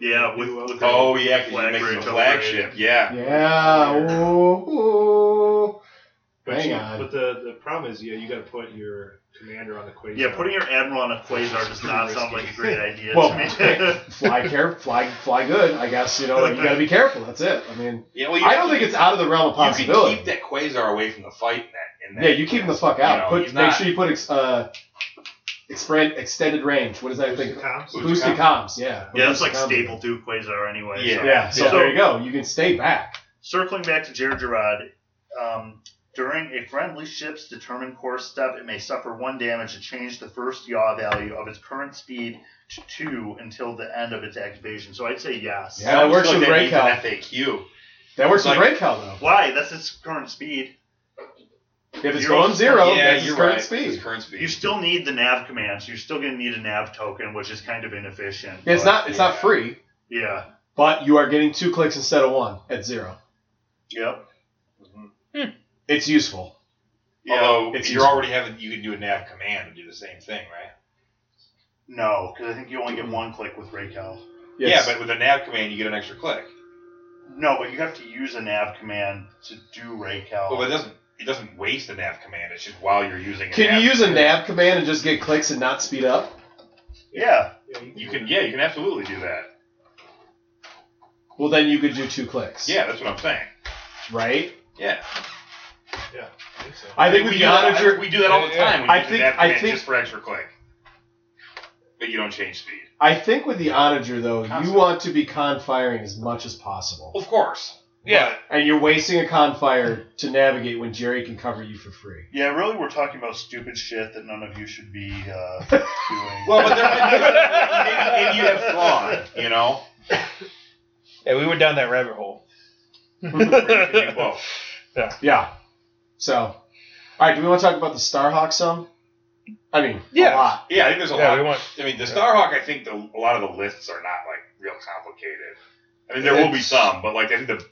E: Yeah, with,
L: Well,
E: with
D: oh yeah, because
E: Flag
D: you make it
E: bridge
D: a flagship.
E: upgrade.
D: Yeah.
B: Yeah. Ooh, ooh.
L: But
B: Hang
L: you-
B: on.
L: But the, the problem is, yeah, you got to put your commander on the quasar.
E: yeah, putting your admiral on a quasar does not sound like a great idea
B: Well,
E: to me.
D: *laughs*
B: fly care, fly, fly good. I guess you know you got to be careful. That's it. I mean,
D: Yeah. Well, you,
B: I don't think it's out of the realm of
D: you can
B: possibility.
D: keep that quasar away from the fight. In that, in that
B: yeah, you keep him the fuck out.
D: You know,
B: put
D: he's
B: make
D: not-
B: sure you put ex, uh, expand, extended range. What is that
L: Boosted
B: thing?
L: comps.
D: Boosted
B: Boosted comms. Yeah.
E: yeah, that's
B: Boosted
E: like
B: comms.
E: staple to quasar anyway.
D: Yeah.
E: so.
B: Yeah. So
E: Yeah.
B: there you go. You can stay back.
E: Circling back to Jared Gerard, um, during a friendly ship's determined course step, it may suffer one damage to change the first yaw value of its current speed to two until the end of its activation. So I'd say yes.
B: Yeah, that works
D: I feel
B: with
D: like
B: Raquel.
D: that needs an FAQ.
B: That works
D: Like-
B: with rank though.
E: Why? That's its current speed.
B: If it's
E: Zero-
B: going zero,
D: yeah,
B: that's his
D: you're
B: current
D: right.
B: speed.
D: It's current speed.
E: You still need the nav command, so you're still going to need a nav token, which is kind of inefficient.
B: It's not.
E: but-
B: It's not
D: Yeah.
B: free,
E: Yeah.
B: but you are getting two clicks instead of one at zero.
E: Yep.
B: It's useful.
E: Yeah.
D: Although
B: it's
D: you're
B: useful.
D: already having, you can do a nav command and do the same thing, right?
E: No, because I think you only get one click with Raquel.
B: Yes.
D: Yeah, but with a nav command, you get an extra click.
E: No, but you have to use a nav command to do Raquel.
D: Well, it doesn't. It doesn't waste the nav command. It's just while you're using. A
B: Can
D: nav
B: you use a
D: command.
B: nav command and just get clicks and not speed up?
E: yeah.
L: Yeah, you
D: You can. Yeah, you can absolutely do that.
B: Well, then you could do two clicks.
D: Yeah, that's what I'm saying.
B: Right.
D: Yeah.
L: I think so.
B: I think
D: we
B: with
D: do
B: the
D: that,
B: onager,
D: we do that all the
M: Yeah,
D: time. when
B: I
D: you use a
B: think-
D: nav
B: I
D: command
B: think-
D: just for extra click. But you don't change speed.
B: I think with the onager though, you
D: Constant.
B: want to be con firing as much as possible,
D: Of course.
M: Yeah.
B: and you're wasting a con fire to navigate when Jerry can cover you for free.
E: Yeah, really, we're talking about stupid shit that none of you should be uh, doing.
D: Well, but there might be *laughs*
M: *laughs*
D: maybe in you have fraud. You know.
M: yeah, we went down that rabbit *laughs* hole.
D: You can do both.
B: Yeah. So, all right. Do we want to talk about the Starhawk some? I mean,
M: Yeah.
B: a lot.
D: Yeah, I think there's a *laughs*
M: yeah,
D: lot.
M: we want.
D: I mean, the Starhawk. I think the, a lot of the lists are not like real complicated. I mean, there will be
B: It's-
D: some, but like I think the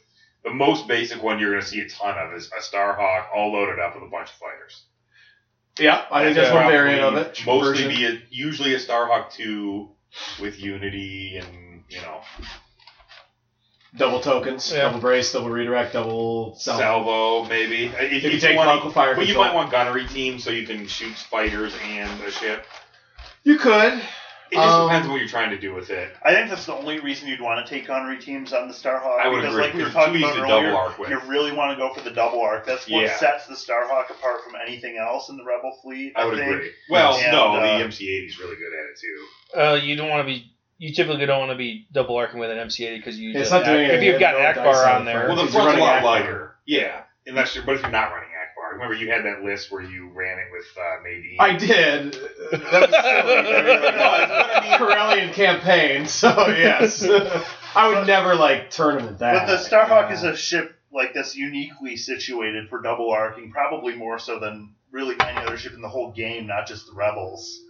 D: the most basic one you're going to see a ton of is a Starhawk all loaded up with a bunch of fighters.
B: Yeah, I think that's one
D: Probably
B: variant of it.
D: Mostly
B: Version.
D: be a, usually a Starhawk two with Unity and you know
B: double tokens,
M: Yeah.
B: double brace, double redirect, double self.
D: Salvo maybe. If,
B: If you
D: you
B: take
D: want,
B: Buckle Fire
D: but you
B: control.
D: might want gunnery team so you can shoot fighters and a ship.
B: You could.
D: It just
B: Um,
D: depends what you're trying to do with it.
E: I think that's the only reason you'd want to take honorary teams on the Starhawk.
D: I would
E: because,
D: agree,
E: like we were
D: because it's
E: talking
D: too
E: about
D: easy to
E: earlier,
D: double arc with.
E: you really want to go for the double arc. That's what
D: Yeah.
E: sets the Starhawk apart from anything else in the Rebel fleet. I,
D: I would
E: think.
D: agree. Well,
E: And,
D: no,
E: uh,
D: the MC80 is really good at it too.
M: Uh, you don't want to be. You typically don't want to be double arcing with an MC80 because you.
B: It's
M: just-
B: not doing
M: if
B: anything.
M: you've got
B: No dice
M: Akbar
B: on
M: on
B: the
M: there,
B: front.
D: Well, the
B: Because
D: front's a
B: you're
D: lot
B: running Akbar.
D: lighter. Yeah, unless you're, but if you're not running Akbar, remember you had that list where you ran it with uh, Nadine.
B: I did. That was silly. *laughs* Corellian campaign. So yes, I would never like tournament
E: But
B: that.
D: Ah,
E: the Starhawk
B: Yeah.
E: is a ship like that's uniquely situated for double arcing, probably more so than really any other ship in the whole game, not just the Rebels.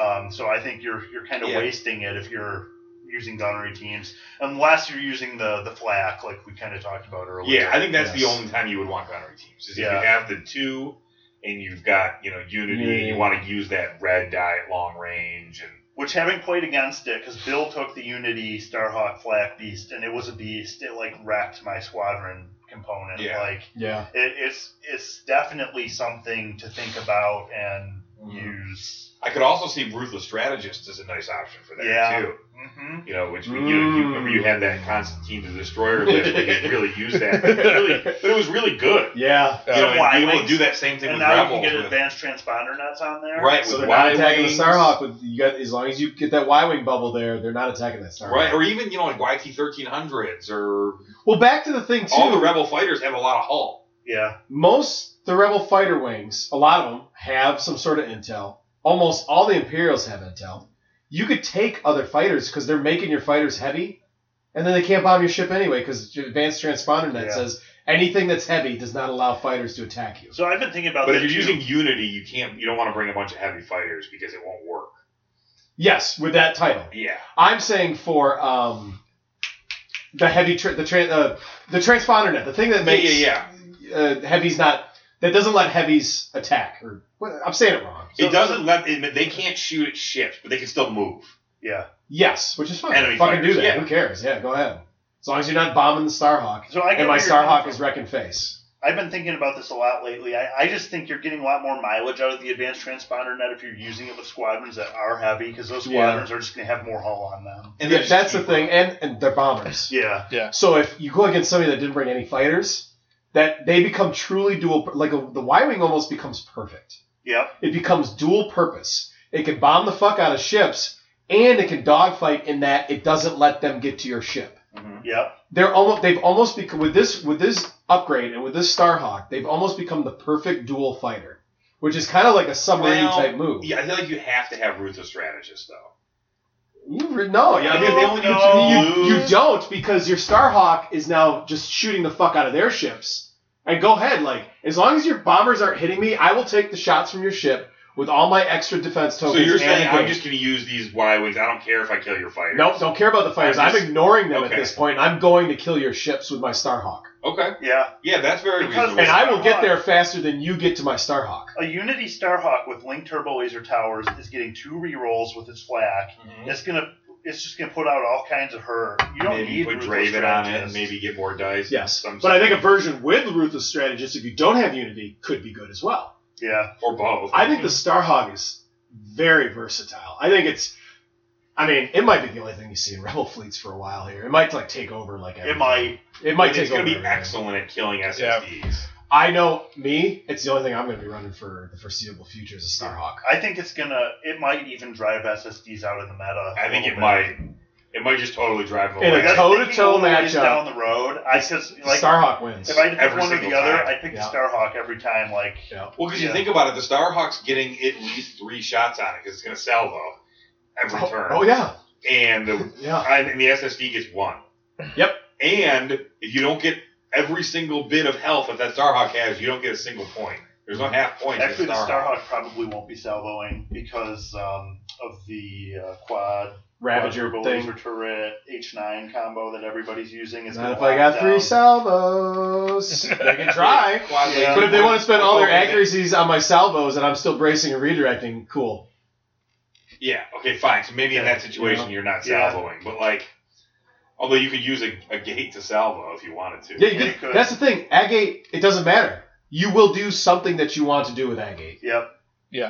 E: Um, so I think you're you're kind of
D: Yeah.
E: wasting it if you're using gunnery teams, unless you're using the the flak, like we kind of talked about earlier.
D: yeah, I think that's the
B: Yes.
D: only time you would want gunnery teams is
E: Yeah.
D: if you have the two and you've got you know Unity and
B: Yeah.
D: you want to use that red dye at long range and
E: Which having played against it, because Bill took the Unity Starhawk Flak Beast, and it was a beast. It like wrecked my squadron component.
D: Yeah.
E: Like
B: Yeah.
E: it, it's it's definitely something to think about and
D: Mhm.
E: use.
D: I could also see ruthless strategist as a nice option for that
E: Yeah.
D: too.
E: Mm-hmm.
D: You know, which we, you, you remember you had that Constantine the Destroyer list where you could really use that, It really, but it was really good.
B: Yeah.
D: You know,
E: why
D: and you
E: links-
D: do that same thing
E: And
D: with
E: now you
D: Rebels.
E: can get
D: with-
E: advanced transponder nuts on there.
D: Right,
B: So
D: with
B: they're not
D: Y
B: attacking
D: wings.
B: the Starhawk with you got as long as you get that Y wing bubble there, they're not attacking that Starhawk.
D: Right, or even you know like YT thirteen hundreds or
B: Well, back to the thing too.
D: all the rebel fighters have a lot of hull.
E: Yeah.
B: most the rebel fighter wings, a lot of them have some sort of intel. almost all the Imperials have intel. You could take other fighters because they're making your fighters heavy, and then they can't bomb your ship anyway because advanced transponder net
E: Yeah.
B: says anything that's heavy does not allow fighters to attack you.
E: So I've been thinking about
D: But
E: that
D: if you're
E: too.
D: using Unity, you can't. You don't want to bring a bunch of heavy fighters because it won't work.
B: Yes, with that title.
D: Yeah.
B: I'm saying for um, the heavy tra- the tra- uh, the transponder net, the thing that
D: Yeah,
B: makes
D: yeah,
B: Uh, heavies not that doesn't let heavies attack. Or what, I'm saying it wrong.
D: it doesn't let. It, they can't shoot at ships, but they can still move.
E: Yeah.
B: Yes, which is fine.
D: Enemy
B: Fucking
D: fighters,
B: do that.
D: yeah.
B: Who cares? Yeah, go ahead. As long as you're not bombing the Starhawk.
E: So I get
B: and my
E: where you're coming
B: Starhawk
E: from.
B: is wrecking face.
E: I've been thinking about this a lot lately. I, I just think you're getting a lot more mileage out of the advanced transponder net if you're using it with squadrons that are heavy, because those
B: Yeah.
E: squadrons are just going to have more hull on them.
D: And
B: Yeah,
D: they're just
B: that's the
D: cheaper.
B: thing, and, and they're bombers.
E: Yeah.
B: So if you go against somebody that didn't bring any fighters, that they become truly dual. Like a, the Y wing almost becomes perfect.
E: Yep.
B: It becomes dual purpose. It can bomb the fuck out of ships, and it can dogfight in that it doesn't let them get to your ship.
D: Mm-hmm.
E: Yep.
B: they're almost they've almost become with this with this upgrade and with this Starhawk, they've almost become the perfect dual fighter, which is kind of like a submarine
D: Well,
B: type move.
D: Yeah, I feel like you have to have ruthless strategists though.
B: You re- no, yeah, I mean,
D: No,
B: they only,
D: no.
B: you, you, you don't because your Starhawk is now just shooting the fuck out of their ships. And go ahead, like as long as your bombers aren't hitting me, I will take the shots from your ship with all my extra defense
D: So
B: tokens.
D: you're
B: and
D: saying
B: wings.
D: I'm just going to use these Y wings? I don't care if I kill your fighters.
B: nope, don't care about the fighters.
D: I'm
B: I'm,
D: just-
B: ignoring them at
D: okay.
B: this point. I'm going to kill your ships with my Starhawk,
D: Okay.
E: Yeah.
D: Yeah, that's very
E: Because-
D: reasonable.
B: and I will get
E: Starhawk.
B: there faster than you get to my Starhawk.
E: A Unity Starhawk with linked turbo laser towers is getting two rerolls with its flak.
D: Mhm.
E: It's gonna, it's just gonna put out all kinds of her. You don't
D: maybe
E: need
D: put
E: ruthless
D: Draven on it and
E: strategists.
D: maybe get more dice.
B: Yes,
D: Some-
B: but I think a version with Ruthless Strategist, if you don't have Unity, could be good as well.
E: Yeah.
D: or both.
B: I think the Starhog is very versatile. I think it's, I mean, it might be the only thing you see in Rebel fleets for a while here. It might like take over like
E: It
B: everything.
E: might.
B: It might take
D: it's going
B: over
D: to be
B: everything.
D: excellent at killing SSDs.
B: I know me. It's the only thing I'm going to be running for the foreseeable future is a Starhawk.
E: I think it's gonna. It might even drive SSDs out of the meta.
D: I
E: a
D: think
E: little
D: it
E: bit.
D: might. It might just totally drive them
B: In a
D: away.
E: Like, that's
B: toe-to-toe
E: thinking a little ways
B: matchup.
E: down the road. I because
B: The
E: like
B: Starhawk wins.
E: if I had to pick
D: Every
E: one or the
D: single
E: other,
D: time.
E: I'd pick
B: Yeah.
E: the Starhawk every time. Like
B: yeah.
D: Well, because
E: Yeah.
D: you think about it, the Starhawk's getting at least three shots on it because it's going to salvo every
B: Oh,
D: turn.
B: oh, yeah,
D: And the
B: yeah.
D: I and the SSD gets one.
B: Yep.
D: And if you don't get every single bit of health that that Starhawk has, you don't get a single point. There's no half points. in
E: actually, the
D: Starhawk.
E: Starhawk probably won't be salvoing because um, of the uh, quad
B: Ravager
E: quadruple
B: thing.
E: laser turret H nine combo that everybody's using. Is
B: Not
E: gonna
B: if I
E: lock
B: got three
E: down-
B: salvos. They can try.
D: Quad
E: Yeah.
B: But if they want to spend all their
D: Okay, then-
B: accuracies on my salvos and I'm still bracing and redirecting, cool.
D: Yeah. Okay. Fine. So maybe in that situation you're not
E: Yeah.
D: salvoing, but like, although you could use a, a gate to salvo if you wanted to.
B: Yeah, you
E: Yeah,
B: could-
E: you could.
B: that's the thing. Agate, it doesn't matter. You will do something that you want to do with Agate.
E: Yep.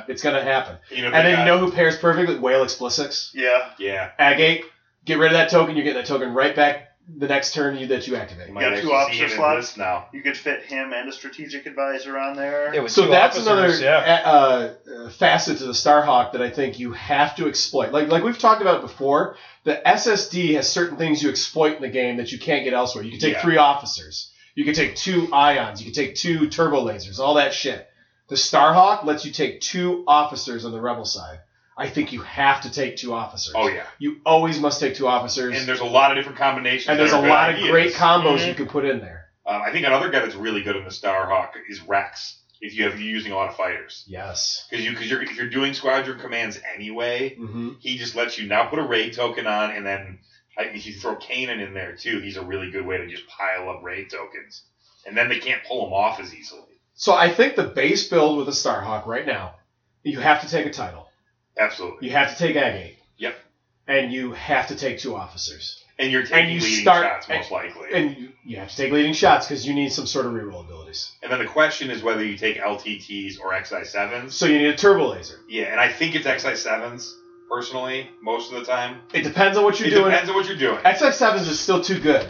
B: It's gonna happen.
D: You know, if
B: And then
D: they
B: you
D: got-
B: know who pairs perfectly? Whale Explicits.
E: Yeah.
D: Yeah.
B: Agate, get rid of that token. You're getting that token right back the next turn you, that you activate.
D: Might
E: got
D: actually
E: two
D: see
E: officer
D: him in
E: slots?
D: this now.
E: You could fit him and a strategic advisor on there.
M: Yeah, with
B: So
M: two
B: that's
M: officers,
B: another
M: Yeah.
B: uh, uh, facet to the Starhawk that I think you have to exploit. Like like we've talked about before, the SSD has certain things you exploit in the game that you can't get elsewhere. You can take
D: Yeah.
B: three officers, you can take two ions, you can take two turbo lasers, all that shit. The Starhawk lets you take two officers on the Rebel side. I think you have to take two officers.
D: Oh yeah.
B: You always must take two officers,
D: And
B: and,
D: there's a lot of different combinations.
B: there's
D: that
B: a
D: are good
B: lot
D: ideas.
B: of great combos
M: Mhm.
B: you can put in there.
D: Um, I think another guy that's really good in the Starhawk is Rex. If you have you're using a lot of fighters,
B: Yes.
D: because you because you're if you're doing squadron commands anyway,
B: hmm
D: he just lets you now put a raid token on, and then I, if you throw Kanan in there too, he's a really good way to just pile up raid tokens, and then they can't pull him off as easily.
B: So I think the base build with a Starhawk right now, you have to take a title.
D: Absolutely.
B: You have to take Agate.
D: Yep.
B: And you have to take two officers.
D: And you're taking
B: you
D: leading
B: start-
D: shots most likely. And,
B: And you, you have to take leading shots because you need some sort of reroll abilities.
D: then the question is whether you take LTTs or XI sevens.
B: So you need a turbo laser.
D: Yeah, and I think it's XI sevens personally most of the time.
B: It depends on what you're
D: it
B: doing.
D: depends on what you're doing,
B: XX7s is still too good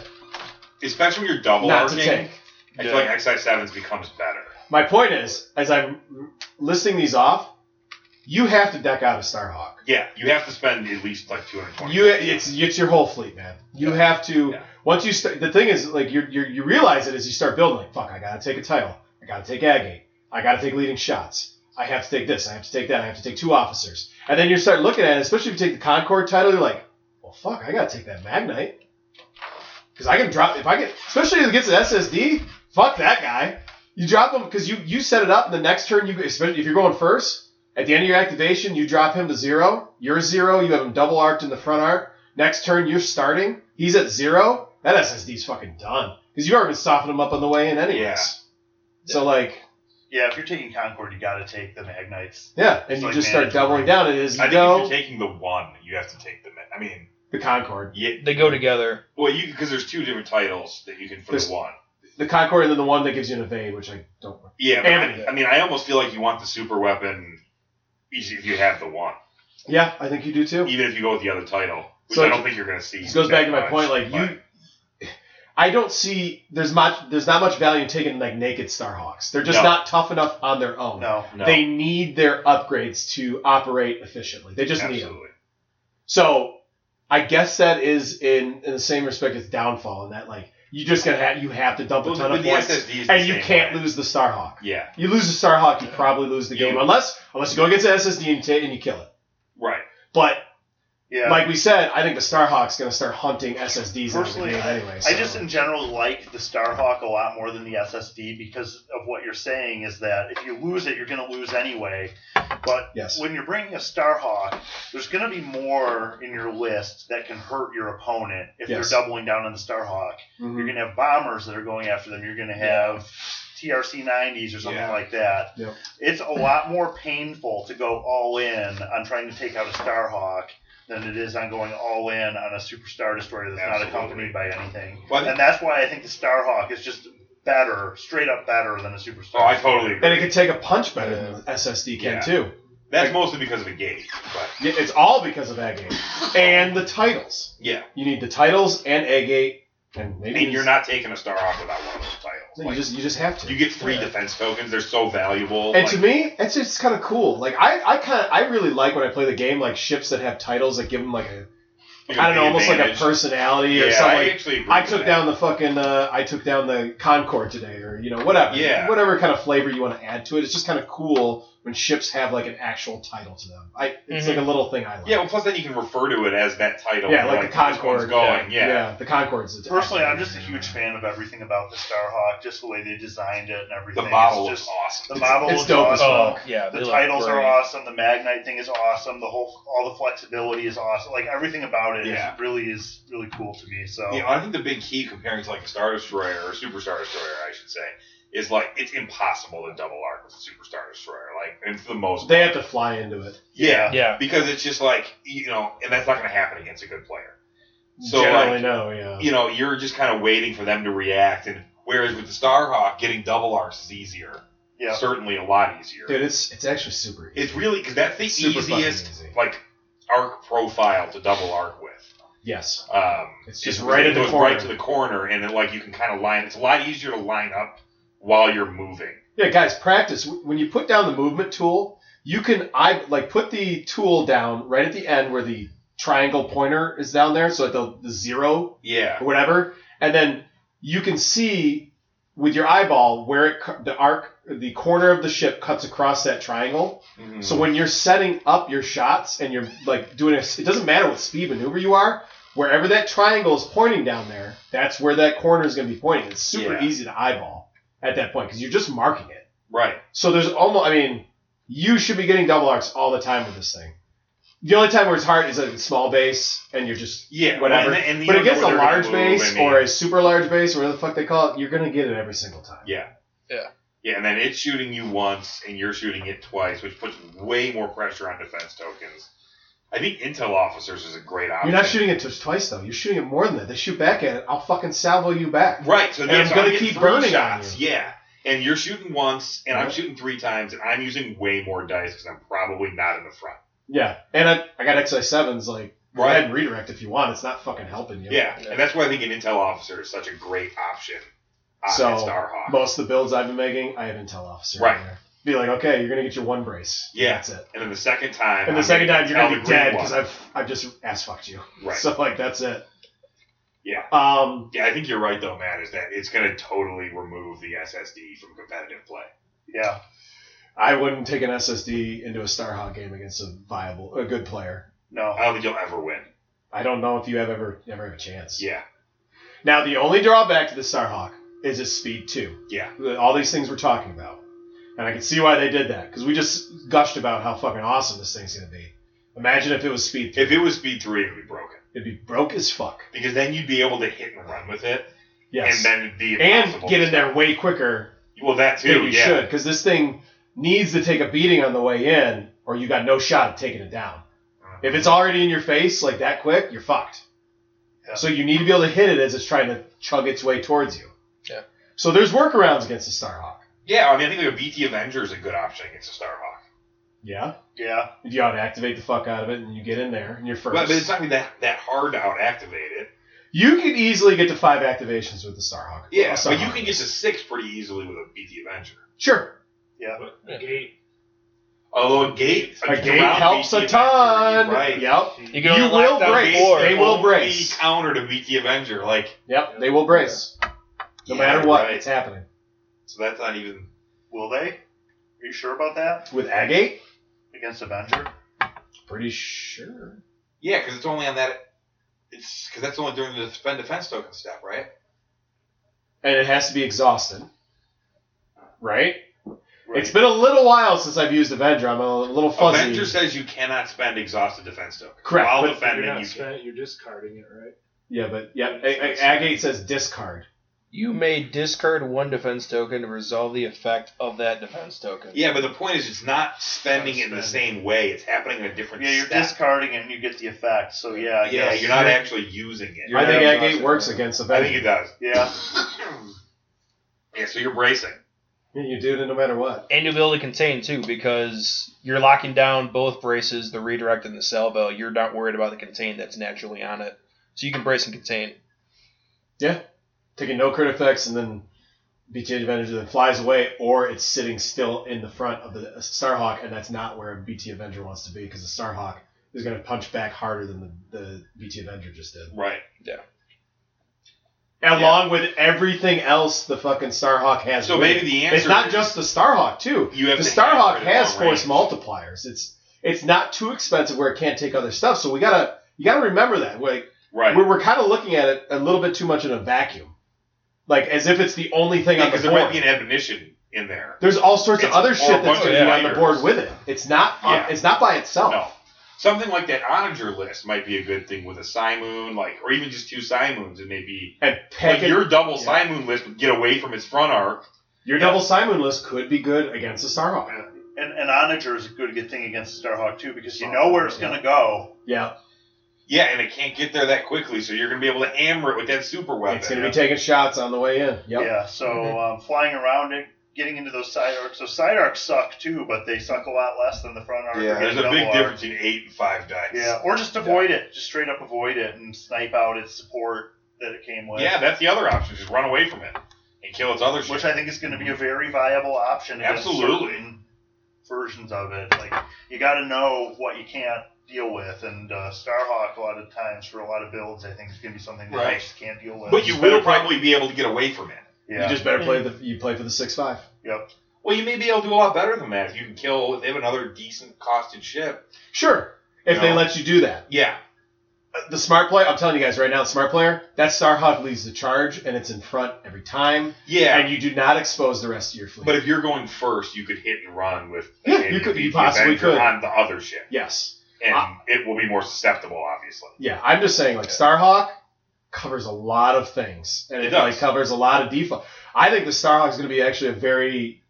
D: especially when you're double
B: not to
D: arcing.
B: take.
D: I feel like XI sevens becomes better.
B: My point is, as I'm listing these off, you have to deck out a Starhawk.
D: Yeah, you have to spend at least like 220.
B: You it's it's your whole fleet, man. You have to
D: Yeah.
B: once you start. The thing is, like you you you realize it as you start building. Like, fuck, I gotta take a title. I gotta take agate. I gotta take leading shots. I have to take this. I have to take that. I have to take two officers. And then you start looking at it, especially if you take the Concord title, you're like, well, fuck, I gotta take that Magnite. Because I can drop, if I get, especially if it gets an SSD, fuck that guy. You drop him, because you, you set it up, and the next turn, you especially if you're going first, at the end of your activation, you drop him to zero. You're zero, you have him double arced in the front arc. Next turn, you're starting, he's at zero. That SSD's fucking done. Because you already softened him up on the way in, anyways.
E: Yeah.
B: So, like,
E: Yeah, if you're taking Concord, you got to take the Magnites.
B: yeah, and
E: It's
B: you
E: like
B: just start
E: management.
B: doubling down. It is
D: I think
B: no
D: if you're taking the one, you have to take the. ma- I mean,
B: the Concord,
D: yeah.
M: They go together.
D: Well, you because there's two different titles that you can for
B: There's-
D: the one.
B: the Concord, and then the one that gives you an evade, which I don't.
D: Yeah, but
B: And-
D: I, I mean, I almost feel like you want the super weapon easy if you have the one,
B: Yeah, I think you do too.
D: even if you go with the other title, which
B: So
D: I don't think you're going to see.
B: This goes back to my
D: that
B: point. Like
D: much, but-
B: you, I don't see there's much there's not much value in taking like naked Starhawks. They're just
D: No.
B: not tough enough on their own.
E: No.
D: no,
B: They need their upgrades to operate efficiently. They just need them.
D: absolutely.
B: So I guess that is in in the same respect as downfall in that like you just gonna have you have to dump a
D: Well,
B: ton
D: with
B: of
D: the
B: points
D: SSD is the
B: and you
D: same
B: can't
D: way.
B: lose the Starhawk.
D: Yeah,
B: You lose the Starhawk, you probably lose the
D: You-
B: game unless unless you go against the SSD and, ta and you kill it.
D: right.
B: But
E: Yeah.
B: like we said, I think the Starhawk's going to start hunting SSDs
E: Personally,
B: out of the game anyway.
E: I
B: so-
E: just in general like the Starhawk a lot more than the SSD because of what you're saying is that if you lose it, you're going to lose anyway. But
B: Yes.
E: when you're bringing a Starhawk, there's going to be more in your list that can hurt your opponent if
B: Yes.
E: they're doubling down on the Starhawk. You're
B: Mhm.
E: going to have bombers that are going after them. You're going to have TRC 90s or something
D: Yeah.
E: like that.
B: Yep.
E: It's a lot more painful to go all in on trying to take out a Starhawk than it is on going all in on a Superstar Destroyer that's not
D: Absolutely.
E: accompanied by anything.
D: Well, I think-
E: and that's why I think the Starhawk is just better, straight up better than a Superstar.
D: Oh, I totally agree.
B: And it can take a punch better than the SSD can
D: Yeah.
B: too.
D: That's mostly because of the gauge, but
B: Yeah, It's all because of that game and the titles.
D: yeah.
B: You need the titles and egg eight, and
D: I
B: maybe
D: mean,
B: it's-
D: you're not taking a star off without one of those titles.
B: You
D: Like,
B: just you just have to.
D: you get three defense tokens; they're so valuable.
B: and
D: like,
B: to me, it's just kind of cool. Like I, I kind of I really like when I play the game like ships that have titles that give them like a
D: like
B: I don't know
D: big
B: almost like a
D: advantage.
B: personality
D: Yeah,
B: or something.
D: I
B: like-
D: actually agree
B: I
D: with
B: took
D: that.
B: down the fucking uh, I took down the Concord today, or you know whatever,
D: Yeah.
B: whatever kind of flavor you want to add to it. It's just kind of cool when ships have like an actual title to them. I it's
M: Mhm.
E: Mm-hmm.
B: like a little thing I like.
D: Yeah, well, plus then you can refer to it as that title.
B: yeah,
D: You're
B: like the
D: this one's
B: Concord
D: going. Yeah.
B: the Concord's. the-
E: Personally, I'm just a huge fan of everything about the Starhawk, just the way they designed it and
D: the
E: everything.
D: model
E: It's
D: is
E: just,
D: awesome.
E: the model
B: It's
E: is
B: dope as
E: awesome.
B: fuck.
M: Oh, Yeah,
E: The
M: they look
E: titles are
M: great.
E: awesome. The Magnite thing is awesome. The whole, all the flexibility is awesome. Like everything about it is-
D: Yeah.
E: really is really cool to me. So
D: You know, I think the big key comparing to like a Star Destroyer or a Super Star Destroyer, I should say, is like it's impossible to double arc with a Super Star Destroyer. Like, and for the most
B: They
D: part.
B: have to fly into it.
D: yeah,
M: Yeah.
D: because it's just like you know, and that's not going to happen against a good player. So
B: Generally,
D: like,
B: no, yeah.
D: you know, you're just kind of waiting for them to react. And whereas with the Starhawk, getting double arcs is easier.
E: Yeah.
D: certainly a lot easier.
B: Dude, it's it's actually super. Easy.
D: It's really because that's the
B: Super fucking
D: easiest
B: easy.
D: like arc profile to double arc with.
B: yes,
D: Um,
B: It's
D: it's
B: just
D: just
B: right
D: right
B: in
D: it
B: the
D: goes
B: corner.
D: right to the corner, and then like you can kind of line. It's a lot easier to line up while you're moving.
B: yeah, guys, practice when you put down the movement tool. You can I like put the tool down right at the end where the triangle pointer is down there, so at the, the zero
D: Yeah,
B: or whatever, and then you can see with your eyeball where it cu- the arc the corner of the ship cuts across that triangle.
D: Mhm.
B: So when you're setting up your shots and you're like doing a, it doesn't matter what speed maneuver you are, wherever that triangle is pointing down there, that's where that corner is going to be pointing. It's super
D: Yeah.
B: easy to eyeball at that point because you're just marking it.
D: right,
B: So there's almost I mean, you should be getting double arcs all the time with this thing. The only time where it's hard is a small base and you're just
D: yeah,
B: Whatever.
D: And, and you
B: but
D: don't know
B: against a
D: where they're gonna
B: large
D: move,
B: base
D: I mean.
B: or a super large base, or whatever the fuck they call it, you're gonna get it every single time.
D: Yeah. yeah, and then it's shooting you once, and you're shooting it twice, which puts way more pressure on defense tokens. I think intel officers is a great option.
B: You're not shooting it just twice though. You're shooting it more than that. They shoot back at it. I'll fucking salvo you back.
D: Right, so
B: And
D: that's
B: it's
D: so
B: gonna
D: getting
B: keep
D: three
B: burning on
D: shots.
B: you.
D: Yeah, and you're shooting once, and I'm
B: Yep.
D: shooting three times, and I'm using way more dice because I'm probably not in the front.
B: Yeah. And I, I got XI sevens like go ahead
D: Right.
B: and redirect if you want. It's not fucking helping you.
D: Yeah,
M: Yeah.
D: and that's why I think an intel officer is such a great option uh, on
B: So,
D: that Starhawk.
B: Most of the builds I've been making, I have intel officer. in
D: Right.
B: there. Be like, okay, you're gonna get your one brace.
D: Yeah.
B: That's it.
D: and then the second time,
B: And the
D: I'm
B: second
D: gonna
B: time you're
D: tell
B: gonna
D: the
B: be
D: green
B: dead
D: one.
B: because I've I've just ass fucked you. *laughs*
D: right.
B: So like that's it.
D: Yeah.
B: Um
D: yeah, I think you're right though, Matt. Is that it's going to totally remove the SSD from competitive play?
E: yeah,
B: I wouldn't take an SSD into a Starhawk game against a viable, a good player.
E: No,
D: I don't think you'll ever win.
B: I don't know if you have ever ever have a chance.
D: Yeah.
B: Now the only drawback to the Starhawk is its speed too.
D: Yeah.
B: All these things we're talking about, and I can see why they did that because we just gushed about how fucking awesome this thing's gonna be. Imagine if it was speed.
D: If it was speed three, it would be broken
B: It'd be broke as fuck.
D: because then you'd be able to hit and run with it,
B: Yes.
D: and then it'd be
B: And
D: impossible
B: get
D: to
B: in there way quicker
D: stop. Well, that
B: than
D: too.
B: you
D: yeah.
B: should because this thing needs to take a beating on the way in, or you got no shot at taking it down.
D: Uh-huh.
B: If it's already in your face like that quick, you're fucked.
E: Yeah.
B: So you need to be able to hit it as it's trying to chug its way towards you.
M: Yeah.
B: So there's workarounds against the Starhawk.
D: Yeah, I mean, I think like a BT Avenger is a good option against a Starhawk.
B: Yeah.
E: yeah.
B: If you ought to activate the fuck out of it and you get in there and you're first.
D: But, but it's not gonna be that that hard to out activate it.
B: you can easily get to five activations with the Starhawk.
D: Yeah,
B: A
D: but
B: Starhawk.
D: you can get to six pretty easily with a BT Avenger.
B: Sure.
C: But
M: Yeah.
C: the gate
D: Although a gate,
B: A gate
D: around
B: helps
D: BT
B: a
D: Avenger,
B: ton.
D: you're Right.
B: Yep.
M: You, can
B: You
M: only lock
B: will
M: down
B: break.
M: four.
B: They will
D: Only
B: brace.
D: counter to BT Avenger. Like
B: Yep. They will brace. No matter what,
D: right.
B: it's happening.
D: so that's not even.
E: Will they? Are you sure about that
B: With Agate?
E: against Avenger?
B: Pretty sure.
D: Yeah, because it's only on that. It's because that's only during the spend defense token step, right?
B: And it has to be exhausted. Right?
E: Right.
B: It's been a little while since I've used Avenger. I'm a little fuzzy.
D: Avenger says you cannot spend exhausted defense token.
B: Correct,
D: While
B: but
C: you're
D: defending,
C: not
D: you can.
C: spent, you're discarding it, right?
B: Yeah, but yeah, A- A- Agate says discard.
M: You may discard one defense token to resolve the effect of that defense token.
D: Yeah, but the point is, it's not spending it in the
C: Spending.
D: same way. It's happening in a different.
E: Yeah, you're
D: step.
E: discarding it and you get the effect. So yeah, I
D: Yeah,
E: guess.
D: you're not actually using it.
B: I think
M: Yeah,
B: Agate
M: exhausted,
B: works
M: yeah.
B: against
D: I think
B: Avenger.
D: it does.
E: Yeah.
D: *coughs* Yeah, so you're bracing.
B: you do it no matter what.
M: And you'll be able to contain too, because you're locking down both braces, the redirect and the salvo. You're not worried about the contain that's naturally on it. So you can brace and contain.
B: Taking no crit effects and then BT Avenger then flies away, or it's sitting still in the front of the uh, Starhawk, and that's not where BT Avenger wants to be because the Starhawk is going to punch back harder than the, the BT Avenger just did.
D: Right.
B: Along with everything else the fucking Starhawk has.
D: So
B: with
D: maybe
B: it.
D: the answer
B: It's not
D: is
B: just the Starhawk, too.
D: you have
B: the
D: to
B: Starhawk
D: hammer it at
B: has
D: long
B: force
D: range.
B: multipliers. It's it's not too expensive where it can't take other stuff. So we gotta you gotta remember that. Like
D: Right.
B: we're, we're kind of looking at it a little bit too much in a vacuum, like as if it's the only thing on
D: Because
B: the
D: there might
B: board.
D: be an admonition in there.
B: There's all sorts of
D: It's- or
B: other
D: a
B: shit that's
D: bunch
B: gonna
D: of
B: be on the
D: layers.
B: board with it. It's not on,
D: Yeah.
B: it's not by itself.
D: No. Something like that onager list might be a good thing with a Simoon, like, or even just two Simoons. It may be
B: And
D: like
B: peck it-
D: your double
B: yeah.
D: Simoon list would get away from its front arc.
B: your double Simon list could be good against the Starhawk.
E: Yeah. And, and Onager is a good good thing against Starhawk too because you know where it's gonna go.
B: Yeah,
D: Yeah, and it can't get there that quickly, so you're going to be able to hammer it with that super weapon.
B: it's gonna be taking shots on the way in. Yep.
E: Yeah. So um, flying around it, getting into those side arcs. So side arcs suck too, but they suck a lot less than the front arc.
D: yeah,
E: or
D: there's a
E: double
D: big
E: arc.
D: difference between eight and five dice.
E: Yeah. Or just avoid it. Just straight up avoid it and snipe out its support that it came with.
D: Yeah, that's the other option. Just run away from it and kill its other shit.
E: which I think is going to be a very viable option. against
D: Mm-hmm. Absolutely.
E: certain Versions of it, like you got to know what you can't deal with, and uh, Starhawk a lot of times for a lot of builds, I think is going to be something that
D: Right.
E: you just can't deal with.
D: but you will probably be able to get away from it.
E: yeah,
B: You just better play the you play for the six five.
D: Well, you may be able to do a lot better than that if you can kill if they have another decent costed ship.
B: Sure, if
D: No.
B: they let you do that. Uh,
D: Yeah,
B: the smart player, I'm telling you guys right now, the smart player, that Starhawk leads the charge and it's in front every time,
D: yeah.
B: and you do not expose the rest of your fleet.
D: But if you're going first, you could hit and run with
B: Yeah,
D: an
B: you could- you
D: MVP
B: possibly
D: Avenger
B: could.
D: on the other ship,
B: yes,
D: and
B: Ah.
D: it will be more susceptible, obviously.
B: yeah, I'm just saying, like Starhawk covers a lot of things, and it,
D: It
B: like
D: does.
B: covers a lot of default. I think the Starhawk is going to be actually a very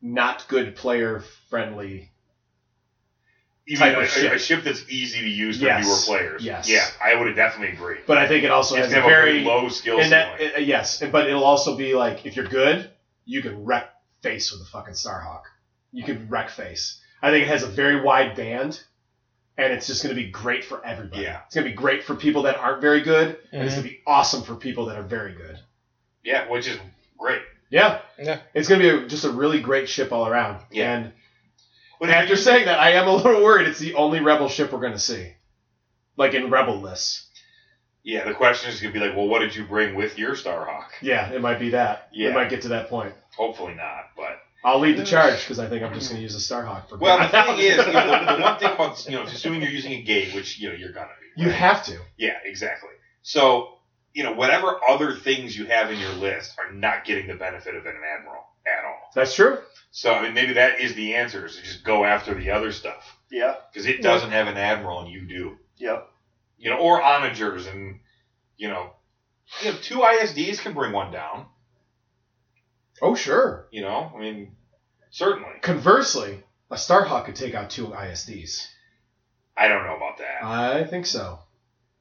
B: not good player friendly.
D: You
B: Type
D: mean
B: of
D: a,
B: ship.
D: a ship that's easy to use for
B: Yes.
D: newer players.
B: Yes.
D: Yeah, I would definitely agree.
B: But I think it also
D: it's
B: has
D: gonna
B: a
D: have a very
B: very
D: low skill
B: and that
D: ceiling.
B: uh, yes, but it'll also be like if you're good, you can wreck face with a fucking Starhawk. You can wreck face. I think it has a very wide band, and it's just going to be great for everybody.
D: Yeah.
B: it's going to be great for people that aren't very good, and it's
M: Mhm.
B: going to be awesome for people that are very good.
D: yeah, which is great.
B: Yeah,
M: Yeah.
B: It's going to be a, just a really great ship all around.
D: Yeah.
B: And
D: But if
B: after
D: you-
B: saying that, I am a little worried. It's the only Rebel ship we're going to see, like in Rebel lists.
D: yeah, the question is going to be like, well, what did you bring with your Starhawk?
B: Yeah, it might be that.
D: Yeah.
B: It might get to that point.
D: Hopefully not, but
B: I'll lead the charge because I think I'm just going to use a Starhawk for.
D: Well, the thing *laughs* is, you know, the, the one thing about you know, assuming you're using a gate, which you know you're gonna
B: *laughs*
D: be.
B: you have to.
D: Yeah, exactly. So you know, whatever other things you have in your list are not getting the benefit of an admiral at all.
B: That's true.
D: So I mean, maybe that is the answer: is to just go after the other stuff
E: Yeah.
D: because it doesn't have an admiral and you do.
E: Yep.
D: You know, or onagers and you know, you know, two ISDs can bring one down.
B: Oh sure.
D: You know, I mean, certainly.
B: Conversely, a Starhawk could take out two ISDs.
D: I don't know about that.
B: I think so.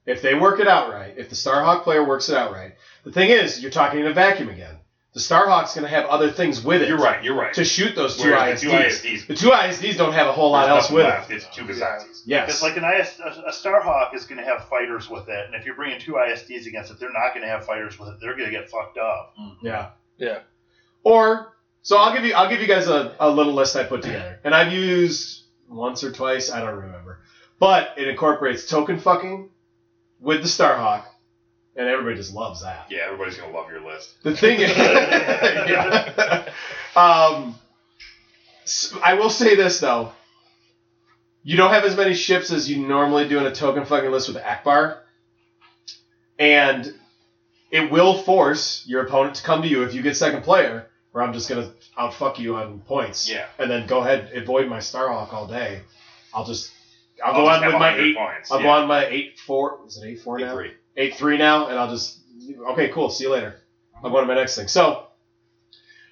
B: If they work it out right, if the Starhawk player works it out right, the thing is, you're talking in a vacuum again. The Starhawk's going to have other things with it.
D: You're right. You're right.
B: To shoot those two ISDs.
D: Whereas the two ISDs.
B: The two ISDs don't have a whole lot else with it.
D: It's two Gazazis.
B: Yes.
E: Because like an IS, a, a Starhawk is going to have fighters with it, and if you're bringing two ISDs against it, they're not going to have fighters with it. They're going to get fucked up.
B: Yeah.
M: Yeah.
B: Or so I'll give you I'll give you guys a, a little list I put together. And I've used once or twice, I don't remember. But it incorporates token fucking with the Starhawk. And everybody just loves that.
D: Yeah, everybody's gonna love your list.
B: The
D: *laughs*
B: thing is, *laughs* um, s- I will say this though: you don't have as many ships as you normally do in a token fucking list with Akbar, and it will force your opponent to come to you if you get second player, where I'm just gonna outfuck you on points.
D: Yeah.
B: and then go ahead avoid my Starhawk all day. I'll just I'll,
D: I'll
B: go
D: just
B: on
D: have
B: with my
D: 100
B: eight.
D: points.
B: I'll
D: yeah.
B: go on my eight four. Is it eight four
D: Eight
B: now?
D: three.
B: eight three now, and I'll just okay, cool. See you later. I'll go to my next thing. So,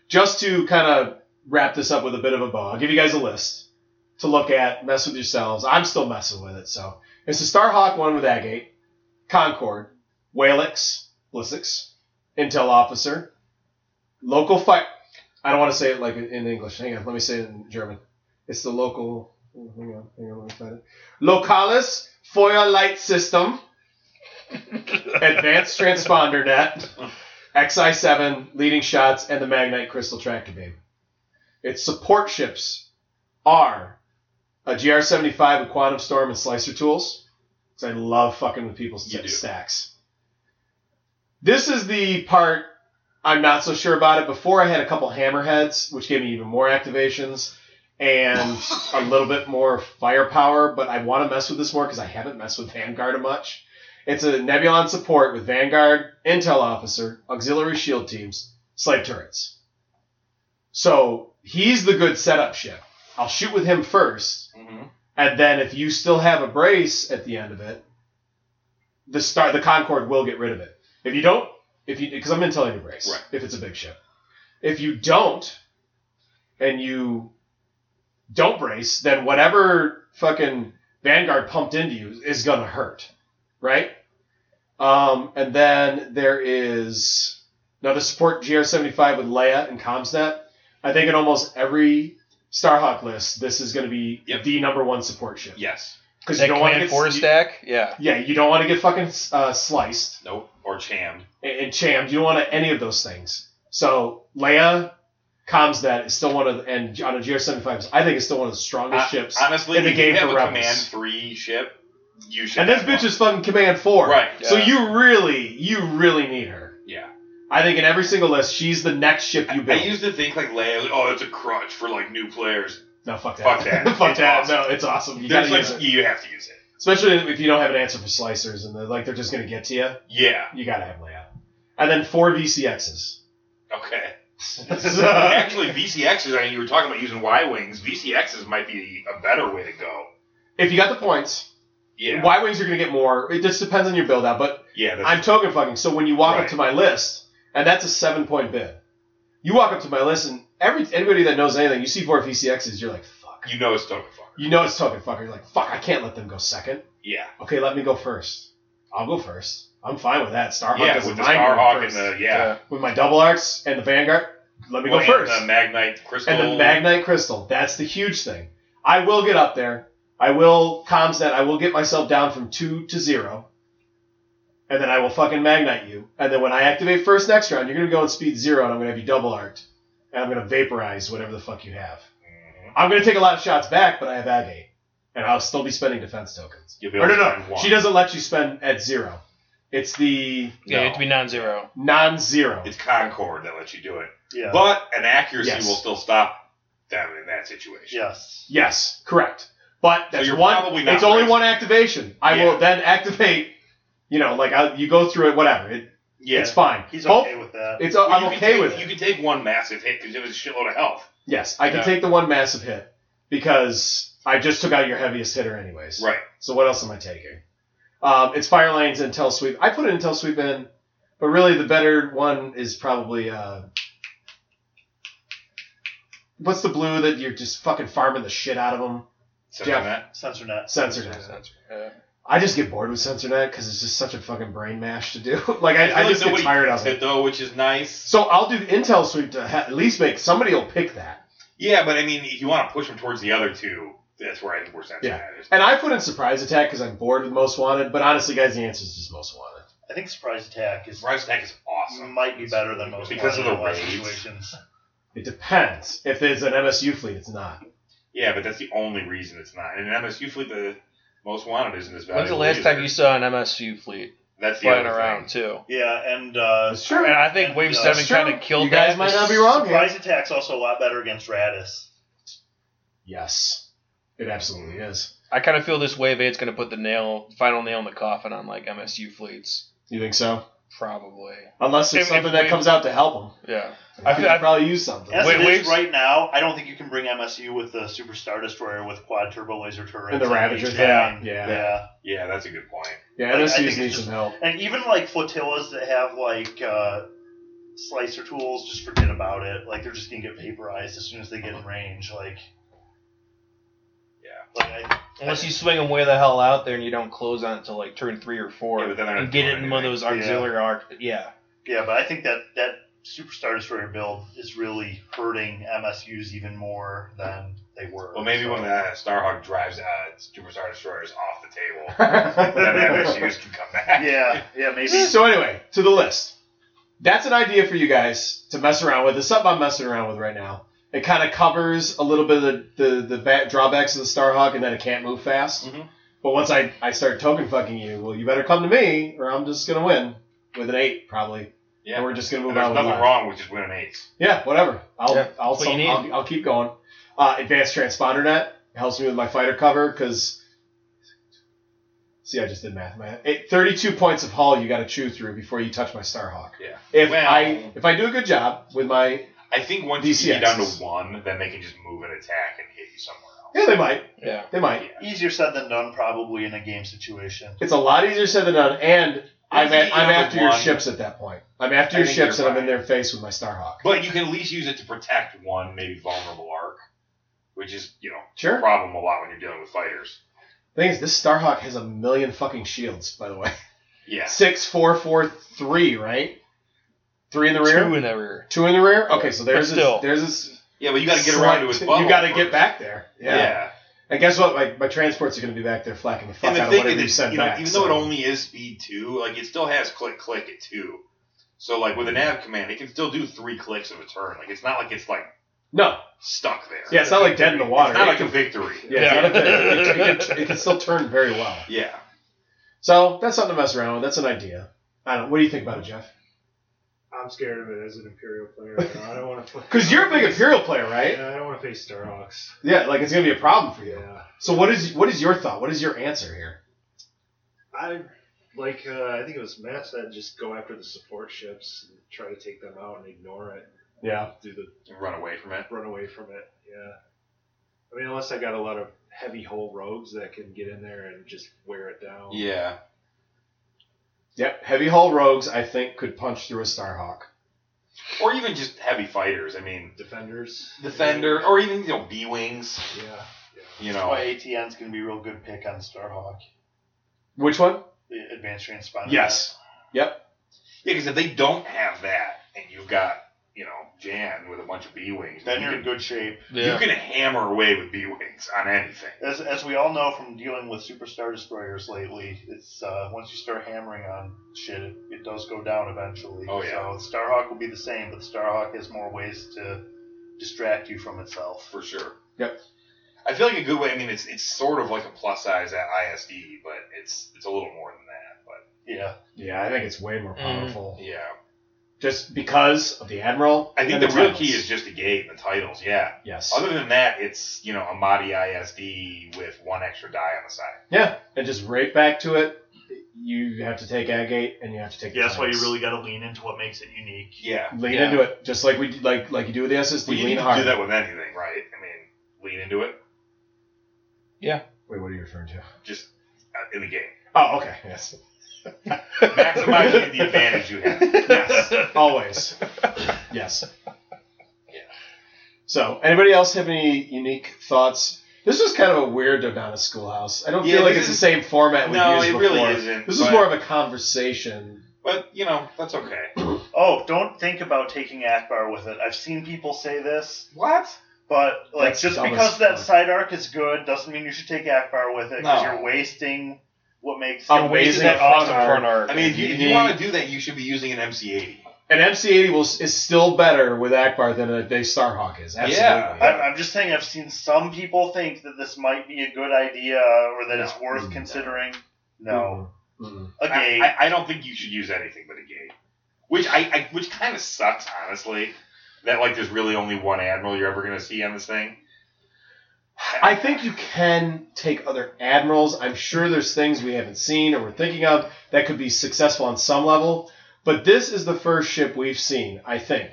B: just to kind of wrap this up with a bit of a bow, I'll give you guys a list to look at, mess with yourselves. I'm still messing with it. So it's the Starhawk one with Agate, Concord, Whalix, Blissix, Intel Officer, local fire. I don't want to say it like in in English. Hang on, let me say it in German. It's the local. oh, Hang on, hang on, let me find it. Localis Feuer Light System.
D: *laughs*
B: Advanced Transponder Net, XI7, Leading Shots, and the Magnite Crystal Tractor Beam. Its support ships are a GR75 with Quantum Storm and Slicer Tools. Because I love fucking with people's
D: You do.
B: stacks. This is the part I'm not so sure about it. Before I had a couple hammerheads, which gave me even more activations and a little bit more firepower, but I want to mess with this more because I haven't messed with Vanguard much. It's a Nebulon support with Vanguard, Intel Officer, Auxiliary Shield Teams, Slave Turrets. So he's the good setup ship. I'll shoot with him first,
D: Mhm.
B: and then if you still have a brace at the end of it, the star the Concord will get rid of it. If you don't, if you because I'm Intelling a brace,
D: Right.
B: if it's a big ship. If you don't, and you don't brace, then whatever fucking Vanguard pumped into you is gonna hurt right? Um, and then there is another support GR75 with Leia and Comsnet. I think in almost every Starhawk list, this is going to be
D: Yep.
B: the number one support ship
D: Yes.
B: because
M: That
B: you don't want to
M: command
B: get
M: four
B: you-
M: stack. Yeah.
B: Yeah, you don't want to get fucking uh, sliced
D: Nope. Or chammed.
B: and, and chammed. You don't want any of those things. So Leia, Comsnet is still one of the, and on a GR75, I think it's still one of the strongest
D: Hon-
B: ships.
D: Honestly,
B: in the
D: if
B: game
D: you have
B: for
D: a
B: Rebels.
D: command three ship, you should.
B: and this
D: have
B: bitch
D: one.
B: is fucking command four.
D: right.
B: So
M: Yeah.
B: you really, you really need her.
D: Yeah.
B: I think in every single list, she's the next ship you
D: I, I
B: build.
D: used to think like Leia, like, oh, it's a crutch for like new players.
B: no, fuck that.
D: Fuck that.
B: *laughs* fuck
D: It's
B: that.
D: awesome.
B: No, it's awesome. You
D: There's
B: gotta use
D: like
B: it.
D: you have to use it.
B: Especially if you don't have an answer for slicers and they're, like they're just gonna get to you.
D: Yeah.
B: You gotta have Leia. And then four VCXs.
D: Okay.
B: *laughs*
D: *laughs*
B: So-
D: Actually, VCXs. I mean, you were talking about using Y wings. VCXs might be a better way to go.
B: if you got the points,
D: Yeah.
B: Y wings are gonna get more. It just depends on your build out, but
D: Yeah. That's,
B: I'm token fucking. So when you walk up
D: Right.
B: to my list, and that's a seven point bid, you walk up to my list, and every anybody that knows anything, you see four VCXs, you're like, fuck.
D: *laughs* you know it's token fucker.
B: You know it's token fucker. You're like, fuck, I can't let them go second.
D: Yeah.
B: Okay, let me go first. I'll go first. I'm fine with that. Starhawk
D: yeah.
B: doesn't
D: With the
B: mind going
D: Starhawk and
B: first.
D: the yeah.
B: with my double arcs and the Vanguard. Let me go
D: Well, and
B: first.
D: The Magnite crystal.
B: And the Magnite Crystal. That's the huge thing. I will get up there. I will comms that. I will get myself down from two to zero. And then I will fucking Magnite you. And then when I activate first next round, you're going to go in speed zero and I'm going to have you double arced. And I'm going to vaporize whatever the fuck you have.
D: Mhm.
B: I'm going to take a lot of shots back, but I have Agate. And I'll still be spending defense tokens.
D: You'll be
B: Or no,
D: able to
B: no.
D: spend one.
B: She doesn't let you spend at zero. It's the
M: Yeah. You have to be non-zero.
B: non zero.
D: It's Concord that lets you do it.
E: Yeah.
D: But an accuracy
B: Yes.
D: will still stop them in that situation.
E: Yes.
B: Yes, correct. But that's
D: you're
B: one.
D: probably not
B: it's only
D: racist.
B: one activation. I
D: Yeah.
B: will then activate. You know, like I, you go through it, whatever. It,
D: Yeah.
B: It's fine.
E: He's
B: Hope-
E: okay with that.
B: It's uh,
D: Well,
B: I'm
D: you can
B: okay
D: take-
B: with it.
D: You can take one massive hit because it was a shitload of health.
B: Yes, I can
D: Yeah.
B: take the one massive hit because I just took out your heaviest hitter, anyways.
D: Right.
B: So what else am I taking? Um, it's fire lanes and tell sweep. I put an intel sweep in, but really the better one is probably uh, what's the blue that you're just fucking farming the shit out of them?
D: Something
B: Yeah.
D: like that.
E: Sensor net.
B: Sensor net. I just get bored with sensor net because it's just such a fucking brain mash to do. *laughs* like
D: feel
B: I, I
D: like
B: just get
D: nobody
B: tired
D: does
B: of
D: it
B: it.
D: though, which is nice.
B: So I'll do intel sweep to ha- at least make somebody will pick that.
D: Yeah, but I mean, if you want to push them towards the other two, that's where I think we're sensitive.
B: Yeah. And I put in surprise attack because I'm bored with most wanted. But honestly, guys, the answer is just most wanted.
E: I think surprise attack is
D: Surprise attack is awesome.
E: might be better than most
D: Because of
E: wanted
D: the
E: in a lot
D: raids.
E: situations.
B: It depends. If there's an MSU fleet, it's not.
D: Yeah, but that's the only reason it's not. And an MSU fleet, the most wanted isn't as valuable.
M: When's the last
D: either.
M: time you saw an MSU fleet
D: that's the
M: flying
D: other
M: around
D: Thing.
M: too?
E: Yeah, and uh,
B: That's true.
M: And I think Wave
E: That's
M: Seven
B: true.
M: kind of killed
B: You guys
M: that.
B: might not be wrong here.
E: surprise attack's also a lot better against Radis.
B: Yes, it absolutely is.
M: I kind of feel this Wave Eight's going to put the nail, final nail in the coffin on like MSU fleets,
B: You think so?
M: probably.
B: Unless there's
M: If-
B: something
M: if
B: that
M: we-
B: comes out to help
M: Yeah.
B: them,
M: I
B: I
M: feel-
B: could
M: I-
B: probably use something.
E: As
M: Wait,
E: it is
M: waves-
E: right now, I don't think you can bring MSU with the Super Star Destroyer with quad turbo laser turrets.
B: And the Ravager
E: H9.
B: thing.
E: Yeah.
B: Yeah.
D: Yeah, that's a good point.
B: yeah,
E: I- I
B: MSUs
E: think
B: need
E: it's
B: some
E: just- *laughs*
B: help.
E: And even like flotillas that have like uh, slicer tools, just forget about it. Like they're just gonna get vaporized as soon as they get in range. Like
D: Uh-huh. Yeah.
E: like I,
M: Unless you swing them way the hell out there and you don't close on it until like turn three or four
D: Yeah, but then they're
M: and
D: not
M: get it
D: doing
M: in one of
D: anything.
M: those auxiliary arc. Yeah.
E: yeah, but I think that that Super Star Destroyer build is really hurting MSUs even more than they were.
D: Well, maybe
E: So-
D: when the Starhawk drives uh, Superstar Destroyers off the
B: *laughs*
D: table, then MSUs can come back. *laughs*
E: *laughs* Yeah, yeah, maybe.
B: so anyway, to the list. That's an idea for you guys to mess around with. It's something I'm messing around with right now. It kind of covers a little bit of the, the, the ba- drawbacks of the Starhawk and that it can't move fast.
D: Mhm.
B: But once I, I start token fucking you, well, you better come to me or I'm just going to win with an 8 probably.
D: Yeah.
B: And we're just going to move
D: And there's
B: on with
D: nothing
B: that.
D: wrong with just winning eights.
B: Yeah, whatever. I'll,
M: Yeah,
B: I'll,
M: that's what you need.
B: I'll, I'll keep going. Uh, advanced transponder net helps me with my fighter cover because. See, I just did math. in My head. It, Thirty-two points of haul you got to chew through before you touch my Starhawk.
D: Yeah.
B: If
D: Well-
B: I if I do a good job with my
D: I think once you
B: DCXs.
D: get down to one, then they can just move an attack and hit you somewhere else.
B: yeah, they might
M: Yeah.
B: they might.
E: Easier said than done, probably in a game situation.
B: It's a lot easier said than done, and I'm at,
D: Easy
B: I'm
D: number
B: after your
D: one.
B: ships at that point. I'm after
D: I
B: your
D: think
B: ships,
D: you're
B: and I'm in
D: right.
B: their face with my Starhawk.
D: But you can at least use it to protect one maybe vulnerable arc, which is you know
B: Sure.
D: a problem a lot when you're dealing with fighters.
B: thing is, this Starhawk has a million fucking shields, by the way.
D: Yeah.
B: Six, four, four, three, right? Three in the rear.
M: Two in the rear.
B: Two in the rear. Okay, so there's
M: But
B: his,
M: still.
B: there's his.
D: Yeah, but you got to get around to his
B: slight-
D: bubble.
B: You got to
D: first.
B: get back there. Yeah.
D: Yeah.
B: And guess what? My, my transports are going to be back there flacking the fuck
D: And the
B: out of
D: thing
B: whatever you
D: is, that,
B: send
D: you know,
B: back.
D: even
B: so-
D: though it only is speed two, like it still has click click at two. So like with a nav command, it can still do three clicks of a turn. Like it's not like it's like
B: no,
D: stuck there.
B: yeah, it's not like dead in the water.
D: It's not
B: It
D: like a
B: can-
D: victory.
B: yeah, it's
M: Yeah.
B: not a thing. It, can, it can still turn very well.
D: Yeah.
B: So that's something to mess around with. That's an idea. I don't. What do you think about it, Jeff?
L: I'm scared of it as an Imperial player.
B: *laughs*
L: right now. I don't want to play.
B: Because you're a big Imperial player, right?
L: Yeah, I don't want to face Starhawks.
B: Yeah, like it's going to be a problem for you.
L: Yeah.
B: So what is what is your thought? What is your answer here?
L: I like. Uh, I think it was Matt said, just go after the support ships, and try to take them out and ignore it.
B: Yeah.
L: Do the
D: Run away from it.
L: run away from it. Yeah. I mean, unless I got a lot of heavy hole rogues that can get in there and just wear it down.
D: Yeah.
B: Yep. Heavy hull rogues, I think, could punch through a Starhawk.
D: Or even just heavy fighters. I mean,
L: Defenders.
D: defender, or even you know B wings.
L: Yeah.
D: You
E: That's
D: know.
E: why ATN's gonna be a real good pick on Starhawk.
B: Which one?
E: The advanced transponder.
B: Yes.
D: Yeah, because if they don't have that, and you've got you know Jan with a bunch of B wings,
E: Then you're in
D: can,
E: good shape.
M: Yeah.
D: you can hammer away with B wings on anything.
E: As, as we all know from dealing with superstar destroyers lately, it's uh, once you start hammering on shit, it, it does go down eventually.
D: Oh, yeah.
E: So Starhawk will be the same, but Starhawk has more ways to distract you from itself.
D: for sure.
B: Yep.
D: I feel like a good way. I mean, it's it's sort of like a plus size at ISD, but it's it's a little more than that. But
E: Yeah.
B: Yeah, I think it's way more
M: Mm.
B: powerful.
D: yeah,
B: Just because of the Admiral?
D: I think
B: and
D: the, real
B: titles.
D: key is just the game, the titles, yeah.
B: Yes.
D: Other than that, it's, you know, a Mahdi ISD with one extra die on the side.
B: Yeah, and just right back to it. You have to take Agate, and you have to take.
E: Yeah, that's why you
B: Titus.
E: really got to lean into what makes it unique.
D: Yeah.
B: lean
M: Yeah.
B: into it, just like we did- like like you do with the SSD.
D: Well, you
B: lean
D: need to
B: hard.
D: do that with anything, right? I mean, lean into it.
B: Wait, what are you referring to?
D: Just uh, in the game.
B: Oh, okay. Yes.
D: Maximizing the advantage you have. Yes.
B: Always. yes. Yeah. So, anybody else have any unique thoughts? This was kind of a weird Dodonna Schoolhouse. I don't
D: Yeah,
B: feel like
D: this
B: it's the
D: is-
B: same format we
D: No,
B: used
D: it
B: before.
D: really isn't,
B: This is
D: but-
B: more of a conversation.
D: But, you know, that's okay.
E: Oh, don't think about taking Akbar with it. I've seen people say this,
D: What?
E: but like
B: That's
E: just
B: dumb
E: because
B: as
E: that
B: fuck.
E: side arc is good doesn't mean you should take Akbar with it because
D: No.
E: you're wasting what makes
B: I'm
E: it-
B: wasting
E: that
B: a
E: awesome
B: front arc.
E: front arc.
D: I mean, if you, if you want to do that, you should be using an MC80.
B: And MC80 will is still better with Akbar than a Day Starhawk is. Absolutely.
D: Yeah.
E: I'm, I'm just saying I've seen some people think that this might be a good idea or that it's worth
B: Mm, no.
E: considering. No,
B: Mhm.
E: a
D: I,
E: game.
D: I, I don't think you should use anything but a gate, which I, I which kind of sucks, honestly. That like there's really only one admiral you're ever gonna see on this thing.
B: I think you can take other admirals. I'm sure there's things we haven't seen or we're thinking of that could be successful on some level. But this is the first ship we've seen, I think.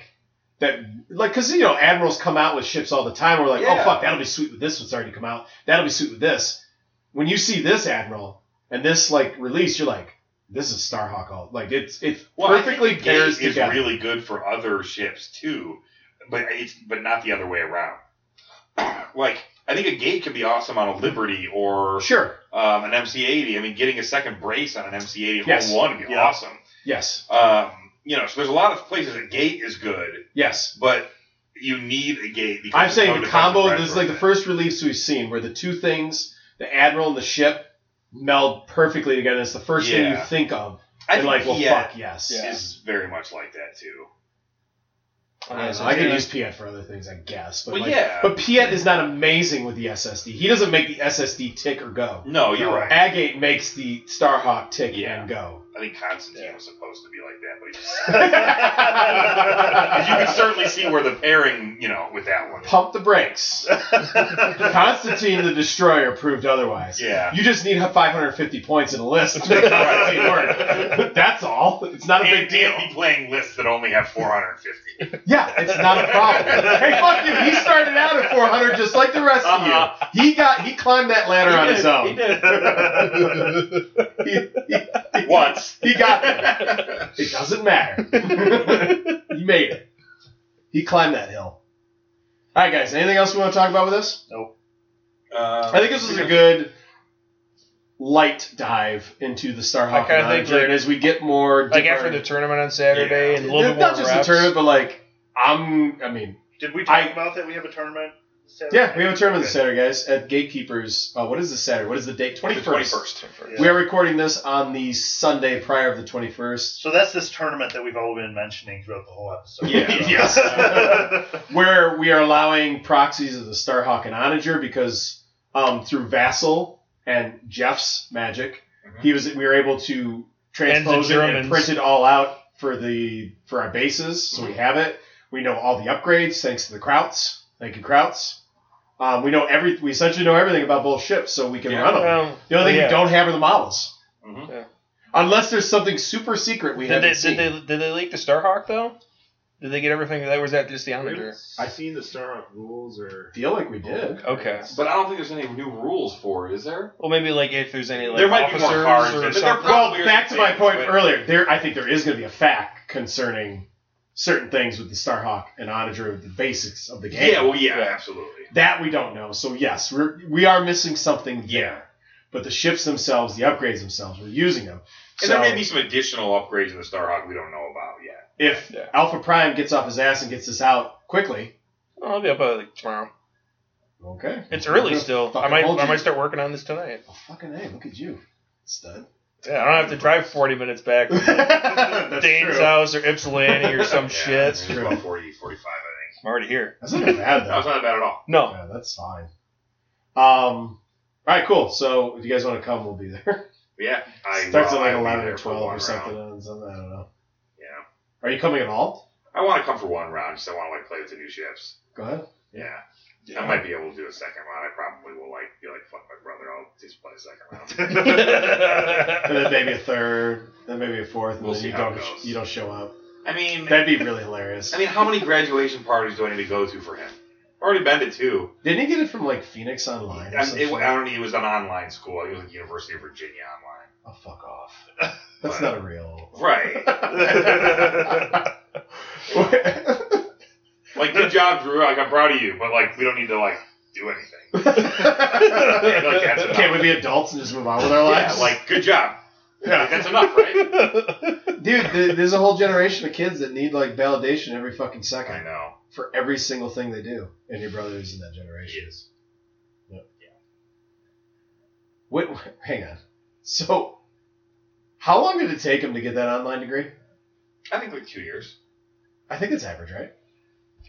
B: That like because you know admirals come out with ships all the time. We're like, oh
D: Yeah.
B: fuck, that'll be sweet with this one's already come out. That'll be sweet with this. When you see this admiral and this like release, you're like, this is Starhawk. All like it's it
D: Well, I think
B: perfectly
D: the gate
B: pairs
D: is
B: together.
D: really good for other ships too, but it's but not the other way around. *clears throat* like I think a gate could be awesome on a Liberty or
B: sure.
D: um, an MC80. I mean, getting a second brace on an MC80 hole
B: Yes.
D: one would be
E: Yeah.
D: awesome.
B: Yes.
D: Um, you know, so there's a lot of places a gate is good,
B: Yes.
D: but you need a gate. Because
B: I'm
D: there's no
B: saying the
D: defensive
B: combo.
D: breadth
B: This is
D: for
B: like the
D: it.
B: first release we've seen where the two things, the admiral and the ship, meld perfectly together. It's the first thing you
D: Yeah.
B: think of.
D: I
B: and
D: think
B: like, well,
D: he had-
B: fuck yes.
M: Yeah.
D: is very much like that too.
B: I, don't know,
M: so
B: I could
M: Oh, yeah.
B: use Piet for other things, I guess. But
D: Well,
B: like-
D: yeah.
B: But Piet is not amazing with the SSD. He doesn't make the SSD tick or go.
D: No, you're right.
B: Agate makes the Starhawk tick
D: Yeah.
B: and
D: *laughs*
B: go. *laughs*
D: I think Constantine was supposed to be like that, but he just,
B: Pump
D: you can certainly see where the pairing, you know, with that one.
B: the brakes. Constantine the Destroyer proved otherwise.
D: Yeah.
B: You just need 550 points in a list to make Constantine work. That's all. It's not a big
D: And
B: deal.
D: Dan be playing lists that only have 450.
B: Yeah, it's not a problem. hey, fuck you. He started out at 400 just like the rest
D: Uh-huh.
B: of you. He got he climbed that ladder on his own. He,
D: Once.
B: he got there. *laughs* It doesn't matter. he made it. He climbed that hill. All right, guys. Anything else we want to talk about with this?
D: Uh,
B: I think this is a good light dive into the Starhawk
M: I kinda
B: Manager,
M: think,
B: and as we get more
M: Like
B: deeper-
M: after the tournament on Saturday
D: Yeah.
M: and a little bit more
B: not just
M: reps.
B: the tournament, but like I'm. I mean,
E: Did we
B: I-
E: talk about that we have a tournament? Saturday?
B: yeah, we have a tournament this
E: Okay.
B: Saturday, guys, at Gatekeepers. Uh, what is the Saturday? What is *laughs* the date? Twenty first.
D: 21st.
B: We are recording this on the Sunday prior of the twenty first.
E: So that's this tournament that we've all been mentioning throughout the whole episode.
B: Yeah. *laughs*
E: *laughs*
M: *laughs*
B: Yes. where we are allowing proxies of the Starhawk and Onager because um, through Vassal and Jeff's magic,
D: Mhm.
B: he was we were able to
M: the
B: transpose it and
M: Germans.
B: print it all out for the for our bases, so we have it. We know all the upgrades thanks to the Krauts. Thank you, Krauts. Um, we know every we essentially know everything about both ships, so we can
D: Yeah.
B: run them.
M: Um,
B: The only thing
M: yeah.
B: we don't have are the models,
D: Mhm.
B: unless there's something super secret we
M: Did
B: haven't
M: they,
B: seen.
M: did they did they leak the Starhawk though? Did they get everything that was that just the Onager?
L: I've seen the Star Up rules or.
B: feel like we did.
M: Okay.
D: But I don't think there's any new rules for it, is there?
M: Well, maybe like if there's any like
D: There might be
M: officers
D: more cards
M: or
D: than- but they're
M: something.
B: Well,
D: Probably
B: back to my
D: aren't
B: point
D: taken, but-
B: earlier, there I think there is going to be a fact concerning certain things with the Starhawk and Onager of the basics of the game.
D: Yeah, well, yeah, absolutely.
B: that we don't know. So yes, we're we are missing something there.
D: Yeah.
B: But the ships themselves, the upgrades themselves, we're using them. so
D: And there may be some additional upgrades in the Starhawk we don't know about yet.
B: if
M: Yeah.
B: Alpha Prime gets off his ass and gets this out quickly,
M: Oh, I'll be up by like tomorrow.
B: okay.
M: It's
B: I'm
M: early
B: gonna
M: still. I
B: fucking
M: might
B: hold
M: I
B: you.
M: might start working on this tonight.
B: Oh, fucking hey, look at you,
D: *laughs*
B: stud.
M: Yeah, I don't have to drive 40 minutes *laughs* back to
B: That's
M: Dane's
B: true.
M: house or Ypsilanti *laughs* or some
D: Yeah,
M: shit.
D: It's about 40, 45, I think.
M: I'm already here.
B: That's not bad
D: No,
B: though.
D: That's not bad at all.
M: No,
B: Yeah, that's fine. Um, all right, cool. So if you guys want to come, we'll be there.
D: But yeah. I
B: Starts at
D: well,
B: like
D: I'll be
B: eleven
D: there
B: or
D: for
B: twelve
D: one
B: or something.
D: round.
B: and something, I don't know.
D: Yeah.
B: Are you coming at all?
C: I want to come for one round, just I want to like play with the new ships.
B: Go ahead.
C: Yeah. I might be able to do a second round. I probably will like be like, fuck my brother. I'll just play a
B: *laughs*
C: second round.
B: And then maybe a third, then maybe a fourth, and
C: We'll
B: then
C: see
B: you
C: how it
B: don't
C: goes.
B: you don't show up.
C: I mean,
B: That'd be really hilarious.
C: *laughs* I mean, how many graduation parties do I need to go to for him? I've already been to two.
B: Didn't he get it from like Phoenix Online? Or
C: I,
B: some
C: it,
B: shit?
C: I don't. It was an online school. It was like University of Virginia online.
B: oh, fuck off.
C: *laughs*
B: That's not a real.
E: *laughs*
L: *laughs*
C: Right. like good job, Drew. Like I'm proud of you, but like we don't need to like do anything.
B: *laughs*
C: Like, that's enough.
B: Can't we be adults and just move on with our
C: uh, *laughs* yeah,
B: lives?
C: like good job. Like,
B: yeah.
C: that's enough,
B: *laughs*
C: right?
B: dude, th- there's a whole generation of kids that need like validation every fucking
C: I
B: second
C: know.
B: for every single thing they do, and your brother is in that generation.
C: is.
B: Wait, wait, hang on. So, how long did it take him to get that online degree?
C: I think like two years.
B: I think that's average, right?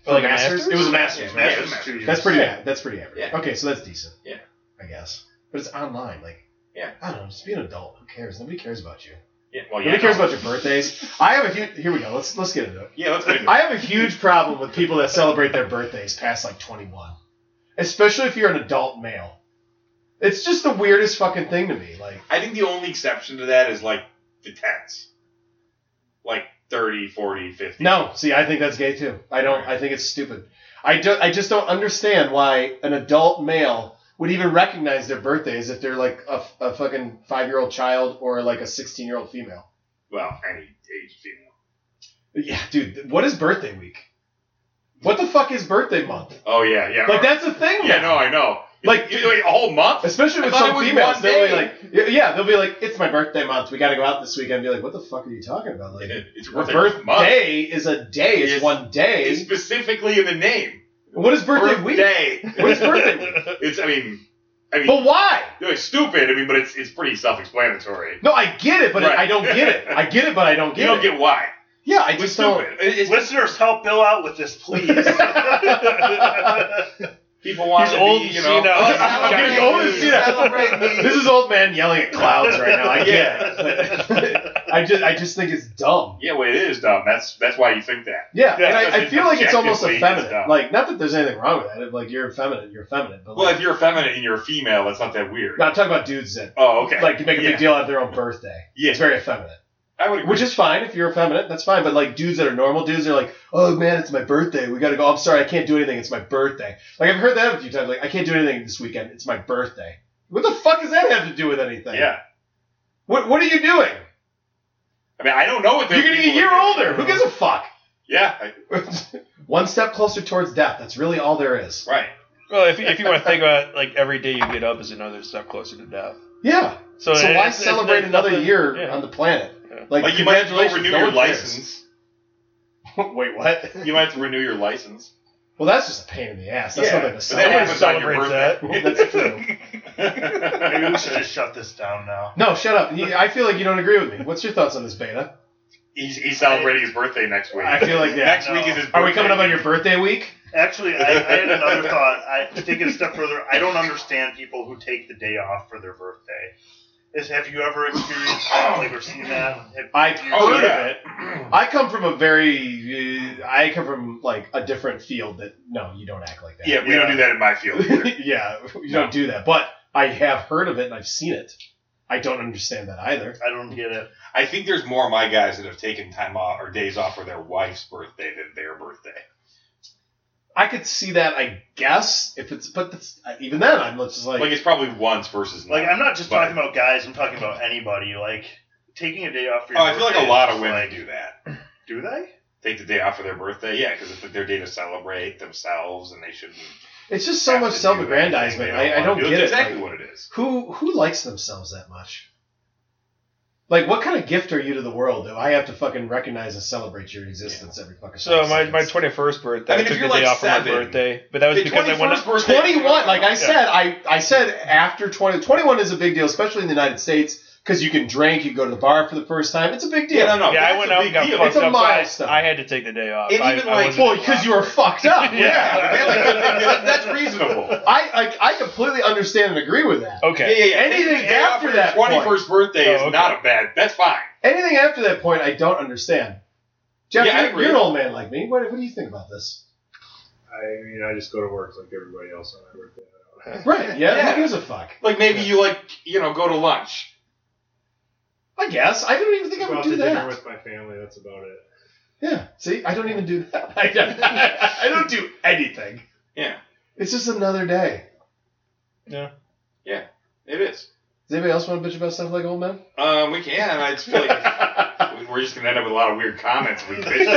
M: For like a
B: It was a master's. right?
C: Yeah, yeah, it was
E: Masters two
C: masters.
E: years.
B: That's pretty. bad. That's pretty average.
C: Yeah.
B: Okay, so that's decent.
C: Yeah.
B: I guess. But it's online. Like.
C: Yeah.
B: I don't know. Just be an adult. Who cares? Nobody cares about you.
C: Yeah, well, yeah.
B: Nobody cares
C: no.
B: about your birthdays. I have a huge. Here we go. Let's let's get into it.
C: *laughs* Yeah, let's get into it.
B: I have a huge problem with people that celebrate their birthdays past like 21, especially if you're an adult male. It's just the weirdest fucking thing to me. Like,
C: I think the only exception to that is like the tens. Like 30, 40, 50.
B: no, see, I think that's gay too. I don't. I think it's stupid. I do, I just don't understand why an adult male would even recognize their birthdays if they're like a, a fucking five year old child or like a 16 year old female.
C: Well, any age female.
B: Yeah, dude, what is birthday week? What the fuck is birthday month?
C: Oh, yeah, yeah.
B: Like, that's the thing.
C: Yeah,
B: now.
C: no, I know.
B: Like-
C: you wait a whole month?
B: Especially
C: I
B: with
C: thought it
B: some
C: was
B: females,
C: one
B: they'll be
C: day.
B: like, yeah, yeah, they'll be like, it's my birthday month. We got to go out this weekend. And be like, what the fuck are you talking about?
C: *laughs*
B: Like,
C: It's
B: your
C: worth
B: birthday
C: a month.
B: is a day. It's
C: Yes.
B: one day.
C: It's specifically in the name.
B: what is birthday, week?
C: Birthday.
B: What is birthday week?
C: *laughs* It's, I mean, I mean,
B: But why?
C: you're like stupid. I mean, but it's it's pretty self-explanatory.
B: No, I get it, but
C: Right.
B: I don't get it. I get it, but I don't
C: You
B: get
C: don't
B: it.
C: get why.
B: yeah, I
C: It's
B: just don't.
C: stupid. It- it's-
E: Listeners, help Bill out with this, please.
C: people want
M: He's
C: to
M: old
C: be,
M: and
C: you know. Oh,
B: *laughs*
M: senile.
B: *laughs* I'm getting old and senile. This is old man yelling at clouds right now. I
C: *laughs*
B: get it. *laughs* I just, I just think it's dumb.
C: Yeah, well, it is dumb. That's that's why you think that.
B: Yeah,
C: Yeah,
B: and I, I
C: because
B: feel like it's almost
C: objectively it's
B: effeminate.
C: dumb.
B: Like, not that there's anything wrong with that. If, like, you're effeminate, you're effeminate. But
C: Well,
B: like,
C: if you're effeminate and you're a female, that's not that weird.
B: No, I'm talking about dudes that
C: oh, okay.
B: like make a
C: yeah.
B: big deal out of their own birthday.
C: Yeah,
B: It's very effeminate,
C: I would agree.
B: which is fine if you're effeminate. That's fine. But like dudes that are normal dudes are like, oh man, it's my birthday. We gotta go. I'm sorry, I can't do anything. It's my birthday. Like I've heard that a few times. Like I can't do anything this weekend. It's my birthday. What the fuck does that have to do with anything?
C: yeah.
B: What What are you doing?
C: I mean, I don't know what
B: You're gonna be a year older. Who gives a fuck? *laughs*
C: Yeah,
B: One step closer towards death. That's really all there is.
C: I- right.
M: Well, if, if you want to think about it, like every day you get up is another step closer to death.
B: Yeah. So,
M: it-
B: why
M: it's- it's
B: celebrate
M: nothing-
B: another year
M: yeah.
B: on the planet?
M: Yeah.
B: Like,
C: Like you might have to go
B: congratulations,
C: renew
B: no
C: your
B: one cares.
C: license.
B: Wait, what?
C: You might have to renew your license. *laughs*
B: Well, that's just a pain in the ass. That's
C: Yeah,
B: nothing to
C: but
B: celebrate.
C: that happens on your
M: Celebrate
B: *laughs*
C: birthday.
B: that. That's true.
E: Maybe we should just shut this down now.
B: No, shut up. You- I feel like you don't agree with me. What's your thoughts on this beta?
C: he's, he's celebrating his birthday next week.
B: I feel like yeah.
C: next
E: no.
C: week is his. Birthday.
B: Are we coming up on your birthday week?
E: Actually, I, I had another thought. I take it a step further. I don't understand people who take the day off for their birthday. Is, have you ever experienced that like, or seen that? Have
B: I've
E: you-
C: Oh,
B: heard
C: yeah.
B: of it. I come from a very, uh, I come from like a different field that no, you don't act like that.
C: Yeah, we don't do that in my field. either.
B: *laughs* yeah, you
C: No.
B: don't do that. But I have heard of it and I've seen it. I don't understand that either.
E: I don't get it.
C: I think there's more of my guys that have taken time off or days off for their wife's birthday than their birthday.
B: I could see that, I guess, if it's, but that's, even then, I'm just like,
C: Like, it's probably once versus none.
E: Like, I'm not just
C: But-
E: talking about guys. I'm talking about anybody. Like, taking a day off for your
C: Oh, I feel like a
E: birthday
C: lot
E: is
C: of women
E: like-
C: do that.
E: Do they?
C: Take the day off for their birthday, yeah, because it's like their day to celebrate themselves, and they shouldn't.
B: it's just so
C: have
B: much
C: to do
B: self-aggrandizement.
C: anything they
B: I, I don't
C: wanna do.
B: get
C: It's
B: it.
C: Exactly
B: Like,
C: what it is.
B: Who who likes themselves that much? Like, what kind of gift are you to the world? Do I have to fucking recognize and celebrate your existence every fucking?
M: So
B: five
M: my, my
B: seconds?
M: 21st birthday,
C: I
M: I,
C: mean, if
M: took
C: you're
M: the
C: like
M: day off for
C: seven,
M: my birthday, but that was
C: The
M: because I wanted
C: 21st birthday.
B: 21 like i said I, I said after 20 21 is a big deal especially in the united states because you can drink you go to the bar for the first time it's a big deal
C: Yeah, no, no.
M: yeah, I
C: that's
M: went
C: a
M: out
C: big
M: and got
C: deal.
M: fucked
B: It's a
M: up. so I-
B: milestone.
M: I, had to take the day off.
C: And
M: I,
C: even,
M: I
B: *laughs*
C: like,
M: wasn't-
B: well because you were fucked up
M: *laughs*
C: *laughs*
M: Yeah.
C: Yeah, man, like, that- that- that's reasonable.
B: i like i completely understand and agree with that
C: Yeah,
M: okay.
C: yeah, yeah.
B: Anything
C: Taking the day off
B: after
C: for your
B: that
C: 21st birthday
M: Oh,
C: is
M: okay.
C: not a bad. That's fine.
B: anything after that point i don't understand Jeff,
D: Yeah, I
B: you're,
D: agree.
B: you're an old man like me. What, what do you think about this?
L: I mean, I just go to work like everybody else, and I work that out.
B: Right? Yeah.
D: Yeah.
B: Who gives a fuck?
D: Like maybe you like you know go to lunch.
B: I guess I don't even think I
L: go
B: would
L: out
B: do
L: to
B: that.
L: dinner with my family. That's about it.
B: Yeah. See, I don't even do that. I don't, I don't do anything.
D: Yeah.
B: It's just another day.
D: It is.
B: Does anybody else want to bitch about stuff like old men?
D: Um, we can. I just feel like we- we're just gonna end up with a lot of weird comments. if We *laughs* bitch.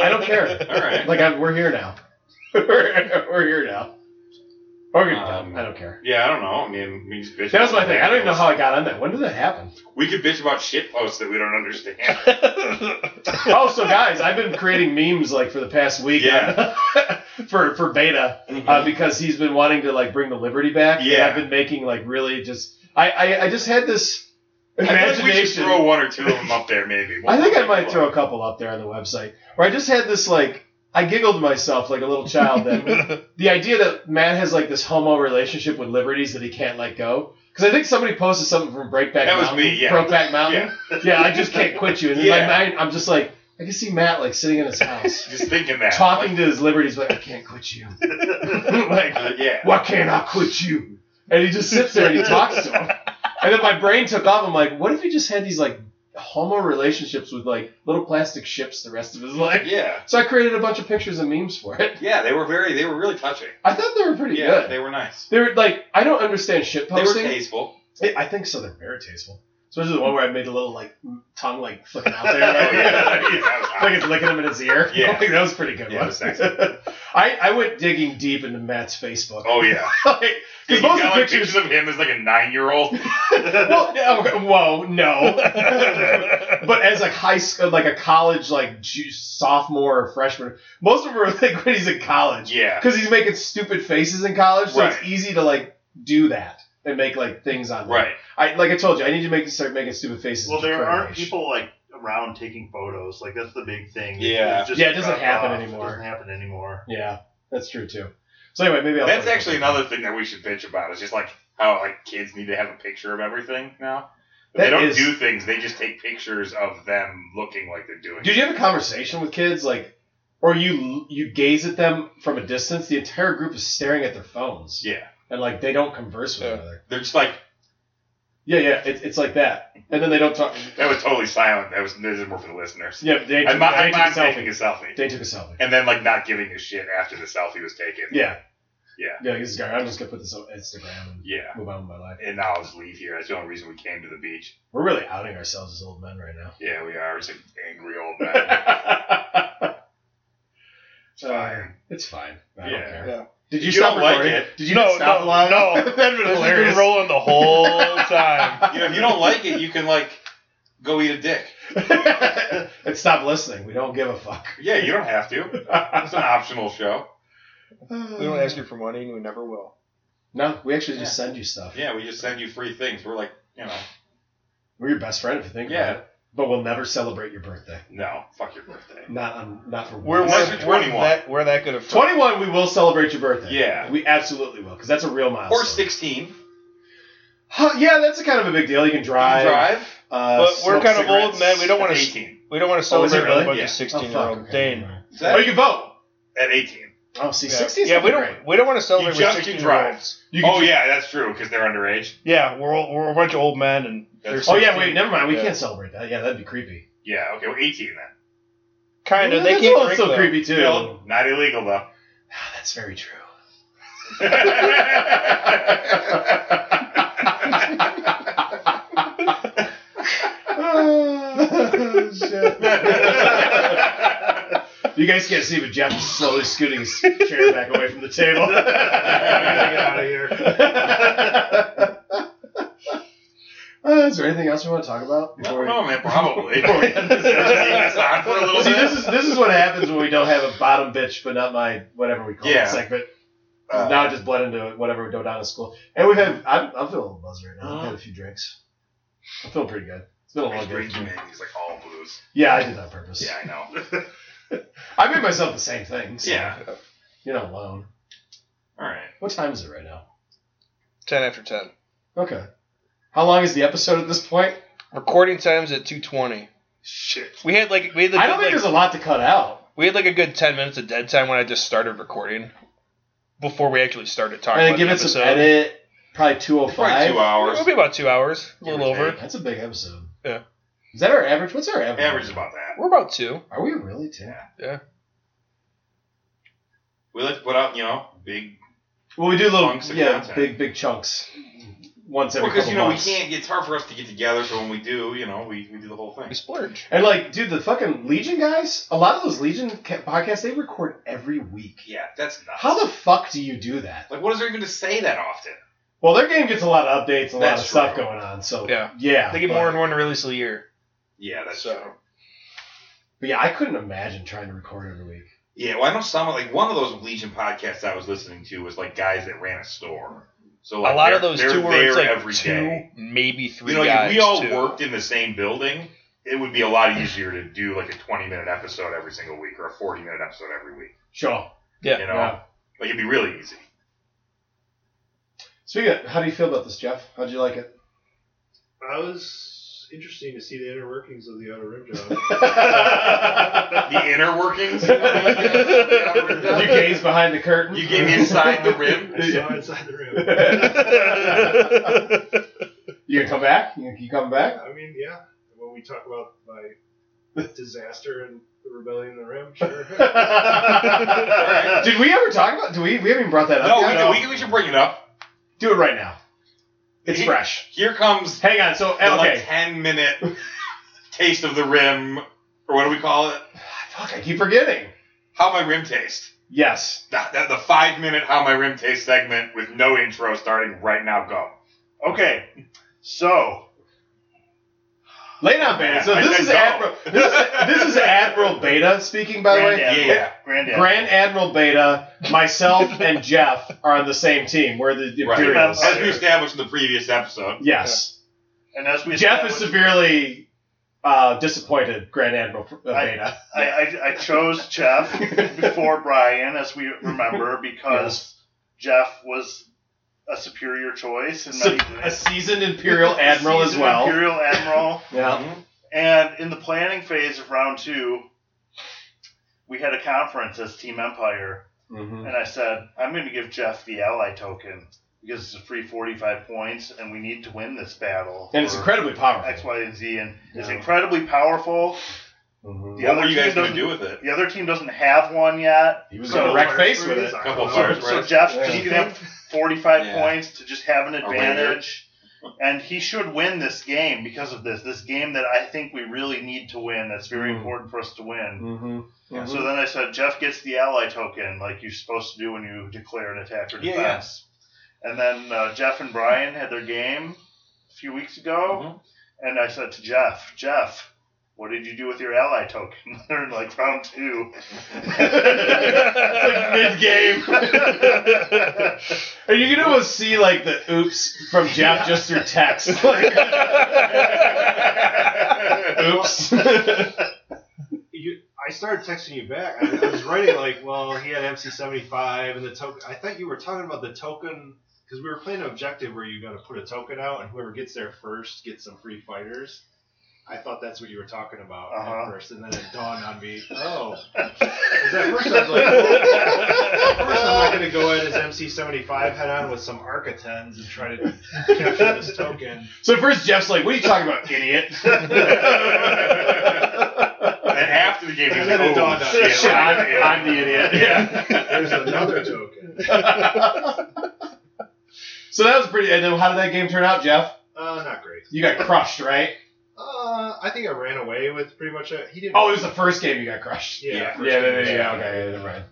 B: I don't care.
D: All right.
B: Like I, we're here now. *laughs* we're, we're here now. Or we're gonna
D: Um,
B: die. I don't care.
D: Yeah, I don't know. I mean, we just bitch.
B: That was my
D: about
B: thing. I don't even know
D: things.
B: how I got on that. When did that happen?
D: we could bitch about shit posts that we don't *laughs* understand.
B: *laughs* oh, so guys, I've been creating memes like for the past week.
D: Yeah.
B: *laughs*
D: Mm-hmm.
B: for for Beta uh, because he's been wanting to like bring the Liberty back. and
D: Yeah.
B: I've been making like really just I I, I just had this
D: I think we
B: *laughs*
D: should
B: imagination.
D: throw one or two of them up there, maybe.
B: I think I might throw a couple up there on the website where I just had this like I giggled to myself like a little child
D: *laughs*
B: that the idea that man has like this homo relationship with liberties that he can't let go. Because I think somebody posted something from Breakback
D: That was
B: Mountain.
D: me, yeah.
B: Brokeback Mountain. *laughs* Yeah. I just can't quit you. And in
D: Yeah.
B: my mind, I'm just like, I can see Matt like sitting in his
D: *laughs*
B: house,
D: Just thinking that.
B: talking to his liberties, like, I can't quit you. like,
D: Like, uh, yeah.
B: why can't I quit you? And he just sits there and he talks to him. And then my brain took off. I'm like, what if he just had these like homo relationships with like little plastic ships the rest of his life?
D: Yeah.
B: So I created a bunch of pictures and memes for it.
D: Yeah, they were very, they were really touching.
B: I thought they were pretty
D: Yeah,
B: good.
D: they were nice.
B: They were like, I don't understand shit
D: They were
B: posting.
D: tasteful.
B: I I think so. They're very tasteful. Especially the one where I made the little like tongue like flicking out
D: *laughs*
B: there.
D: Oh, yeah. Yeah, that was
B: like *laughs*
D: hot.
B: it's licking him in his ear.
D: Yeah.
B: *laughs* Like, that was a pretty good
D: Yeah,
B: one.
D: it was sexy.
B: *laughs* I, I went digging deep into Matt's Facebook.
D: Oh, yeah.
B: *laughs* Like,
D: You
B: Because most
D: got,
B: of the
D: like,
B: pictures.
D: pictures of him as like a nine year *laughs* old.
B: well, no, whoa,
D: *laughs*
B: no. but as a high school, like a college, like ju- sophomore or freshman, most of them are *laughs* like when he's in college.
D: Yeah.
B: Because he's making stupid faces in college, so it's
D: Right.
B: easy to like do that and make like things on. there.
D: Right.
B: I like I told you, I need to make start making stupid faces.
E: Well,
B: to
E: there
B: try
E: aren't
B: to-
E: people like around taking photos. Like that's the big thing.
D: Yeah.
E: It's just
B: Yeah, it doesn't
E: dropped
B: happen
E: off. It
B: anymore.
E: doesn't happen anymore.
B: Yeah, that's true too. So anyway, maybe I'll.
D: That's actually another thing that we should bitch about. Is just like how like kids need to have a picture of everything now.
B: That
D: they don't
B: is-
D: do things; they just take pictures of them looking like they're doing.
B: Did you have a conversation with kids like? Or you you gaze at them from a distance. The entire group is staring at their phones,
D: Yeah,
B: and like they don't converse with
M: Yeah.
B: each other.
D: they're just like
B: Yeah, yeah, it, it's like that. And then they don't talk.
D: that was totally silent. That was this is more for the listeners.
B: Yeah, they,
D: I'm not,
B: they
D: I'm
B: took a
D: not
B: selfie.
D: taking a selfie,
B: They took a selfie.
D: and then like not giving a shit after the selfie was taken.
B: Yeah.
D: Yeah.
B: Yeah, this is great. I'm just going to put this on Instagram and
D: yeah.
B: move on with my life.
D: And now I'll just leave here. That's the only reason we came to the beach.
B: We're really outing ourselves as old men right now.
D: Yeah, we are. It's an angry old *laughs* man.
B: Fine. It's fine. I
D: Yeah.
B: don't care.
M: Yeah.
B: Did you,
D: You
B: stop
D: don't like
B: recording?
D: it.
B: Did you
M: No,
B: hit stop
M: no,
B: line? *laughs*
M: no.
B: That'd been
M: This has
B: hilarious.
M: been rolling the
B: *laughs*
M: whole time.
D: you know, if you don't like it, you can like go eat a dick.
B: and stop listening. We don't give a fuck.
D: Yeah, you don't have to. It's an optional show.
M: we don't ask you for money, and we never will.
B: No, we actually just send you stuff.
D: Yeah, we just send you free things. We're like, you know,
B: We're your best friend if you think
D: Yeah.
B: about it. But we'll never celebrate your birthday.
D: no, fuck your birthday.
B: Not on, not for
M: We're,
B: one
D: Unless
M: we're,
B: second.
D: you're
M: we're
D: 21.
M: that we're that good of friends.
B: 21, we will celebrate your birthday.
D: Yeah.
B: We absolutely will, because that's a real milestone.
D: Or 16.
B: Huh, yeah, that's a kind of a big deal. You can drive.
D: Drive.
B: Uh,
M: But we're
B: smoke
M: kind of
B: cigarettes.
M: old men. We don't want
D: At
M: to.
D: 18.
M: We don't want to
B: Oh, is it
M: celebrate with
B: really?
M: a bunch
D: Yeah.
B: Oh,
M: of
B: fuck,
M: sixteen-year-old
B: okay.
M: Dane.
D: Is
B: Oh,
D: that-
B: you can vote.
D: At 18.
B: Oh, see,
M: Yeah.
B: 16 is
M: yeah, we don't.
B: fucking great.
M: We don't want to celebrate
D: You
M: with
D: just can drive.
M: sixteen-year-olds.
B: You can
D: Oh, yeah, that's true, because they're underage.
M: Yeah, we're all, we're a bunch of old men, and they're
D: That's-
B: Oh, yeah,
M: 16.
B: wait, never mind. We
M: Yeah.
B: can't celebrate that. Yeah, that'd be creepy.
D: Yeah, okay, well, 18 then.
M: Kind
B: Well,
M: of. They
B: that's
M: can't
B: also
M: drink. though.
B: creepy, too.
D: Still, not illegal, *laughs* though.
B: Ah, that's very true. oh, shit. you guys can't see, but Jeff is slowly scooting his chair back away from the *laughs* table.
E: Gotta get out of here.
B: *laughs* Uh, is there anything else we want to talk about?
D: I
B: before
D: don't
B: we-
D: know, man, *laughs* probably.
B: before we end this episode?
D: It's on for a little
B: See,
D: bit.
B: this is this is what happens when we don't have a bottom bitch, but not my whatever we call
D: Yeah.
B: it segment. 'Cause
D: Uh,
B: now it just bled into whatever we go down to school. And we've had I'm, I'm feeling a little buzz right now. I've had a few drinks. I feel pretty good. It's been a long
D: he's
B: day.
D: drinking it, he's like all booze.
B: Yeah, I did that on purpose.
D: Yeah, I know.
B: I made myself the same thing. so
D: *laughs* Yeah.
B: You're not alone.
D: All right.
B: What time is it right now?
M: Ten after ten.
B: Okay. How long is the episode at this point?
M: Recording times at two twenty.
E: Shit.
M: We had like we had. Like,
B: I don't
M: like,
B: think there's a lot to cut out.
M: We had like a good ten minutes of dead time when I just started recording, before we actually started talking.
B: And
M: about
B: give
M: the
B: it some
M: episode.
B: edit, probably two oh
D: Probably
B: five.
D: two hours.
M: It'll be about two hours, a little over.
B: That's a big episode.
M: Yeah.
B: Is that our average? What's our average?
D: Average is about that.
M: We're about two.
B: Are we really two?
D: We like to put out, you know, big.
B: Well, we do little
D: Chunks of
B: yeah,
D: content.
B: big big chunks once every
D: Because
B: couple
D: you know
B: months.
D: we can't. It's hard for us to get together, so when we do, you know, we, we do the whole thing.
M: We splurge.
B: And like, dude, the fucking Legion guys. A lot of those Legion ca- podcasts they record every week.
D: Yeah, that's nuts.
B: How the fuck do you do that?
D: like, what is there even to say that often?
B: Well, their game gets a lot of updates, a lot
D: That's
B: of stuff
D: true.
B: going on. So
M: Yeah.
B: yeah.
M: They get
B: but-
M: more than one release a year.
D: Yeah, that's
M: So-
D: true.
B: But yeah, I couldn't imagine trying to record every week.
D: Yeah, well, I know some like one of those Legion podcasts I was listening to was like guys that ran a store. So like
M: a lot
D: they're-
M: of those
D: they're
M: two were
D: there
M: it's like
D: every
M: *laughs* two,
D: day.
M: maybe three
D: You know,
M: guys.
D: if we all
M: too.
D: worked in the same building, it would be a lot easier to do like a twenty minute episode every single week or a forty minute episode every week.
B: Sure.
M: Yeah.
D: You know,
B: Yeah.
D: like it'd be really easy.
B: Speaking of, how do you feel about this, Jeff? How'd you like
D: *laughs*
B: it?
L: I was interesting to see the inner workings of the outer rim *laughs* job.
B: *laughs*
D: The inner workings. you know, like, uh, yeah,
B: you gaze behind the curtain.
D: You gave me inside the
B: *laughs*
D: rim.
L: I saw inside the room. *laughs*
B: you gonna come back? You, you coming
D: *laughs*
B: back?
L: I mean, yeah. When we talk about my *laughs* disaster and the rebellion in the rim, sure. *laughs*
B: Did we ever talk about? Do we? We haven't even brought that up.
D: No,
B: yet?
D: we, we, we should bring it up.
B: do it right now. It's
D: He-
B: fresh.
D: Here comes
B: Hang on. So
D: the, like
B: okay.
D: ten
M: *laughs*
D: minute taste of the rim, or what do we call it?
B: Fuck, I keep forgetting.
D: How my rim taste.
B: Yes.
D: The, the, the five minute How My Rim Tastes segment with no intro starting right now. Go.
E: Okay. So
B: Lay down, Beta. So
D: I
B: this
D: said
B: is
D: go.
B: Admiral. This, this is Admiral Beta speaking. By the way,
E: Grand Admiral.
D: Yeah.
E: Grand Admiral.
B: Grand Admiral Beta, myself, and Jeff are on the same team. We're the
D: Right.
B: Imperials.
D: As we established in the previous episode,
B: Yes.
E: And as we
B: Jeff is
E: established-
B: severely uh, disappointed, Grand Admiral uh,
E: I-
B: Beta.
E: I, I, I chose Jeff
C: *laughs*
E: before Brian, as we remember, because Jeff was a superior choice and
B: Se- a seasoned
E: *laughs*
B: Imperial Admiral as well.
E: Imperial Admiral.
B: Yeah.
E: And in the planning phase of round two, we had a conference as Team Empire,
B: Mhm.
E: and I said, I'm going to give Jeff the ally token because it's a free 45 points, and we need to win this battle.
B: And it's
E: for
B: incredibly powerful.
E: X, Y, and Z, and it's
B: Yeah.
E: incredibly powerful.
B: Mhm.
E: The
D: what
E: other
D: were you guys
E: team
D: going to do
E: doesn't-
D: with it?
E: The other team doesn't have one yet.
B: He was
E: So-
B: gonna wreck face with it.
L: A
D: couple
L: couple
D: fires.
E: So
D: Right.
E: Jeff's
B: Yeah.
E: just gonna have 45
D: Yeah.
E: points to just have an
D: ringer.
E: advantage, and he should win this game because of this. This game that I think we really need to win. That's very
B: Mhm.
E: important for us to win.
B: Mm-hmm.
E: So then I said, Jeff gets the ally token, like you're supposed to do when you declare an attack or
D: Yeah,
E: defense. And then uh, Jeff and Brian had their game a few weeks ago,
D: Mm-hmm.
E: and I said to Jeff, Jeff. What did you do with your ally token? *laughs* They're in like round two.
B: Mid game. and you can almost see like the oops from Jeff just through
L: *laughs*
B: text. Like, oops.
L: You, I started texting you back. I, I was writing like, well, he had MC seventy five and the token. I thought you were talking about the token because we were playing an objective where you're going to put a token out, and whoever gets there first gets some free fighters. I thought that's what you were talking about
E: Uh-huh.
L: at first, and then it dawned on me. Oh, is that first? I was like, at first I'm not going to go in as MC seventy five head on with some Architens and try to capture this token.
B: so first Jeff's like, "What are you talking about, idiot?"
D: And then after the game, he was like,
L: And then it
D: oh,
L: dawned on
D: shit,
L: us.
B: Shit, I'm,
D: I'm,
B: I'm the idiot.
L: There's another token.
B: So that was pretty. And then how did that game turn out, Jeff?
L: Uh, not great.
B: You got crushed, right?
L: Uh, I think I ran away with pretty much a. He didn't.
B: Oh, it was the first game you got crushed.
L: yeah.
D: yeah.
L: first
B: Yeah, yeah,
L: game.
B: yeah, yeah. Okay, yeah, never mind.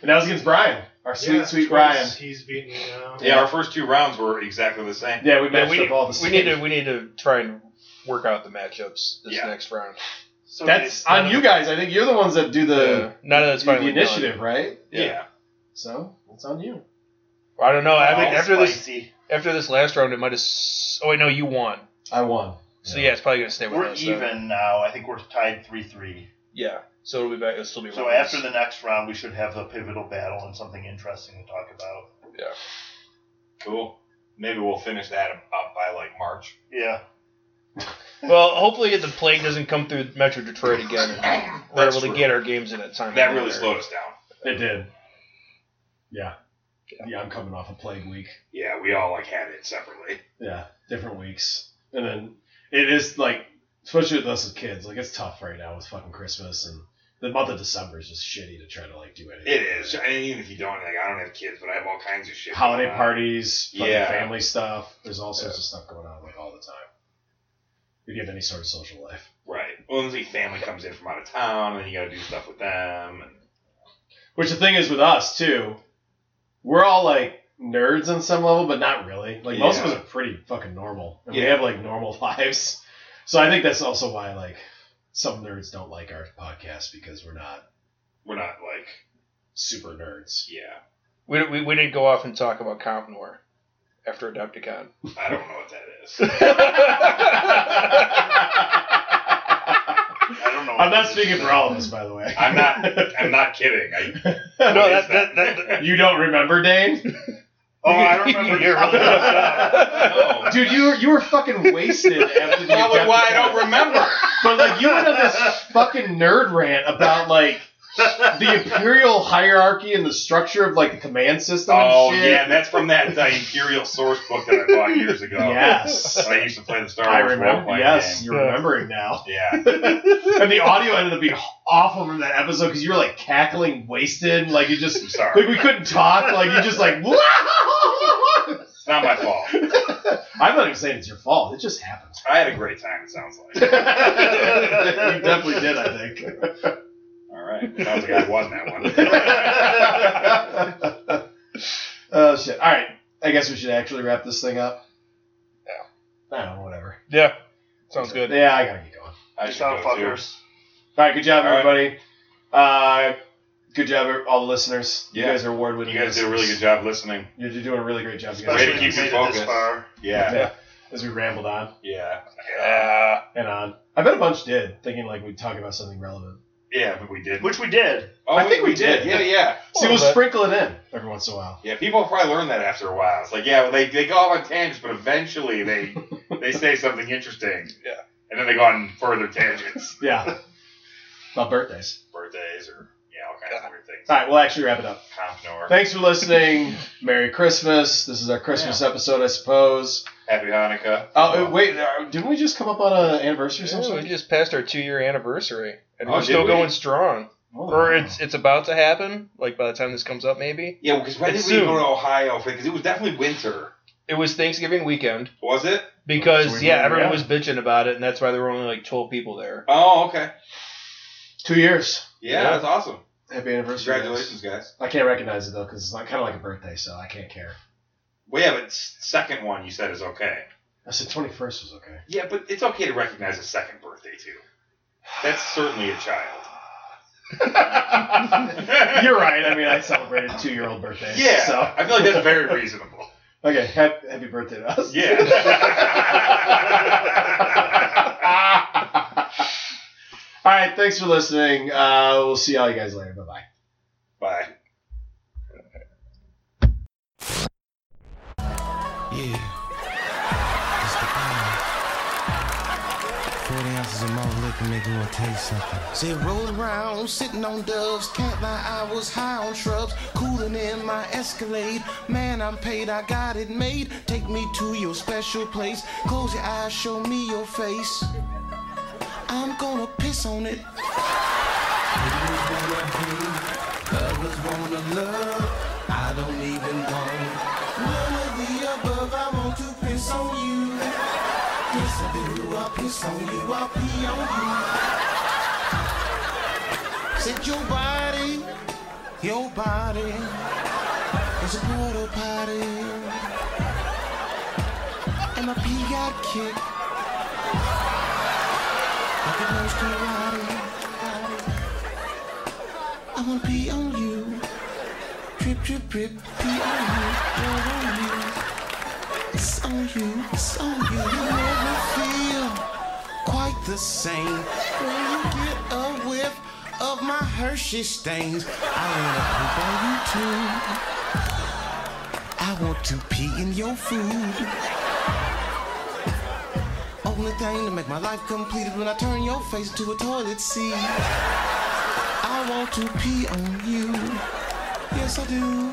B: And that was against Brian, our sweet,
L: Yeah,
B: sweet
L: twice
B: Brian.
L: He's beaten me now.
D: yeah, our first two rounds were exactly the same.
B: Yeah, we matched
M: we,
B: up all the.
M: we need to we need to try and work out the matchups this
D: Yeah.
M: next round.
E: So
B: That's on you guys. I think you're the ones that do the,
M: Yeah. None of that's
B: do Uh, the
M: finally done.
B: initiative, right?
M: Yeah.
B: So it's on you.
M: I don't know. I
E: All
M: think after this
E: spicy.
M: after this last round, it might have. s- Oh wait, no, you won.
B: I won.
M: So yeah, it's probably gonna stay with
E: We're
M: us. so-
E: even now. I think we're tied three three.
M: Yeah. So it'll be back. It'll still be.
E: So
M: one of
E: after
M: us.
E: the next round, we should have a pivotal battle and something interesting to talk about.
D: Cool. Maybe we'll finish that up by like March.
E: Yeah.
C: Well, hopefully the plague doesn't come through Metro Detroit
D: *coughs*
C: again. and We're
D: That's
C: able to
D: true.
C: get our games in at time.
D: That really slowed us down.
B: It did. Yeah. Yeah, I'm coming off a plague week.
D: Yeah, we all like had it separately.
B: Yeah, different weeks. And then it is like, especially with us as kids, like it's tough right now with fucking Christmas and the month of December is just shitty to try to like do anything.
D: It is. I mean, even if you don't, like, I don't have kids, but I have all kinds of shit.
B: Holiday
D: going on.
B: parties, fucking
D: Yeah.
B: family stuff. There's all sorts of stuff going on like all the time. If you have any sort of social life.
D: Right. Well, then the family comes in from out of town, and then you got to do stuff with them. And
B: Which the thing is with us too, we're all like nerds on some level, but not really. Like most of us
D: Yeah.
B: are pretty fucking normal, and we
D: Yeah.
B: have like normal *laughs* lives. So I think that's also why like some nerds don't like our podcast because we're not
D: we're not like,
B: super nerds. *laughs*
D: yeah,
C: We, we, we didn't go off and talk about Comp Noir after Adepticon.
D: I don't know what that is.
E: I don't know.
B: I'm not speaking for all of us, by the way.
D: I'm not. I'm not kidding. I,
C: *laughs* no,
D: what
C: that,
D: is
C: that, that,
B: You don't remember, Dane?
E: Oh, I remember.
C: You're
E: now.
D: No.
B: Dude, you were you were fucking wasted after the
D: Probably why I
B: Adepticon.
D: don't remember.
B: But like you went on this fucking nerd rant about like the imperial hierarchy and the structure of like the command system.
D: Oh
B: and *laughs* shit.
D: yeah, that's from that uh, Imperial source book that I bought years ago.
B: Yes.
D: When I used to play the Star Wars
B: I remember.
D: role-playing
B: Yes,
D: game.
B: you're remembering now.
D: Yeah.
B: and the audio ended up being awful from that episode because you were like cackling, wasted, like you just
D: I'm sorry.
B: like we couldn't talk, like you just like. *laughs* I'm
D: It's not my fault.
B: not even saying it's your fault. It just
D: *laughs*
B: happened.
D: I had a great time. It sounds like.
B: you *laughs* definitely did, I think.
D: *laughs* All right. Sounds like I won that
B: *laughs*
D: one.
B: Oh shit! All right, I guess we should actually wrap this thing up. Yeah. I don't know. Whatever.
C: yeah, sounds good.
B: Yeah, I gotta get going.
D: I should
E: Sound
D: go too.
E: fuckers.
B: All right, good job,
D: All right.
B: everybody. Uh, good job, er, all the listeners. You
D: Yeah.
B: guys are award-winning.
D: You guys did a really good
B: listeners.
D: job listening.
B: You're, you're doing a really great job. You guys
E: Especially
D: Way to
E: if
D: keep
E: you made
D: it
E: it
D: focused.
E: this far.
D: Yeah.
B: as we rambled on
D: Yeah.
C: Yeah.
B: and on. I bet a bunch did, thinking like we'd talk about something relevant.
D: Yeah, but we did.
E: Which we did.
D: Oh,
B: I think we did.
D: Yeah, yeah.
B: See, we'll
C: but-
B: sprinkle it in every once in a while.
D: Yeah, people probably learn that after a while. It's like, yeah, well, they, they go off on tangents, but
B: *laughs*
D: eventually they they say something interesting.
C: Yeah.
D: And then they go on further tangents. *laughs*
B: Yeah. About birthdays.
D: Birthdays or, yeah, all kinds of weird things.
B: All right, we'll actually wrap it up.
D: Compnor.
B: Thanks for listening. Merry Christmas. This is our Christmas episode, I suppose.
D: Happy Hanukkah.
B: Oh, uh, wait, uh, didn't we just come up on an anniversary or
C: Yeah,
B: something?
C: we just passed our two year anniversary, and
D: Oh,
C: we're
D: did
C: still
D: we?
C: going strong.
B: Oh,
C: Or
B: wow.
C: it's it's about to happen. Like by the time this comes up, maybe
D: Yeah, because when
C: It's
D: did we
C: soon.
D: go to Ohio? Because it was definitely winter.
C: it was Thanksgiving weekend
D: Was it?
C: because
B: So we
C: yeah,
B: were-
C: everyone
B: yeah.
C: was bitching about it, and that's why there were only like twelve people there.
D: Oh, okay.
B: two years.
D: Yeah,
C: Yeah.
D: that's awesome.
B: Happy anniversary. guys.
D: Congratulations, guys.
B: I can't recognize it though because it's like, kind of like a birthday, so I can't care.
D: Well, yeah, but s- second one you said is okay.
B: I said twenty first was okay.
D: Yeah, but it's okay to recognize a second birthday, too. That's certainly a *laughs* child.
B: You're right. I mean, I celebrated two year old birthday.
D: Yeah,
B: So
D: I feel like that's very reasonable.
B: okay. Happy, happy birthday to us.
D: *laughs* Yeah.
B: all right. Thanks for listening. Uh, we'll see all you guys later. Bye bye.
D: Bye.
M: Yeah. It's the bomb. 40 ounces of malt liquor make me want to taste something. See, roll around, sitting on doves. Can't lie, I was high on shrubs. Cooling in my Escalade. Man, I'm paid, I got it made. Take me to your special place. Close your eyes, show me your face. I'm gonna piss on it. Others wanna love, I don't even want. None of the above, I want to piss on you. Yes, I do, I piss on you, I pee on you. Said your body, your body is a porta potty. And my pee got kicked. Like it knows karate. I wanna pee on you. Drip, drip, drip, pee on you, drip on you. It's on you, it's on you. You never feel quite the same when you get a whiff of my Hershey stains. I wanna poop on you too. I want to pee in your food. Oh, holding a thing to make my life completed when I turn your face to a toilet seat. I want to pee on you. Yes, I do.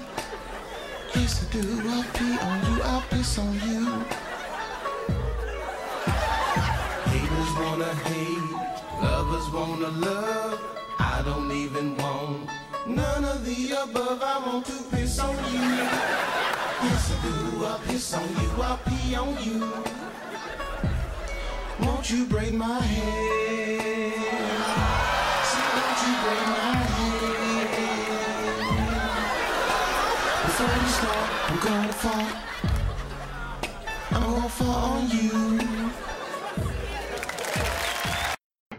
M: Yes, I do. I'll pee on you. I'll piss on you. Haters wanna hate. Lovers wanna love. I don't even want none of the above. I want to piss on you. Yes, I do. I'll piss on you. I'll pee on you. Won't you braid my hair? See, won't you braid my hair? Before you start, I'm gonna fall. I'm gonna fall on you.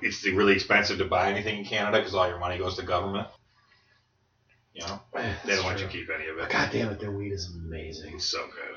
D: It's really expensive to buy anything in Canada because all your money goes to government. *sighs* You know, they don't want you to keep any of it.
B: God damn it, their weed is amazing.
D: It's so good.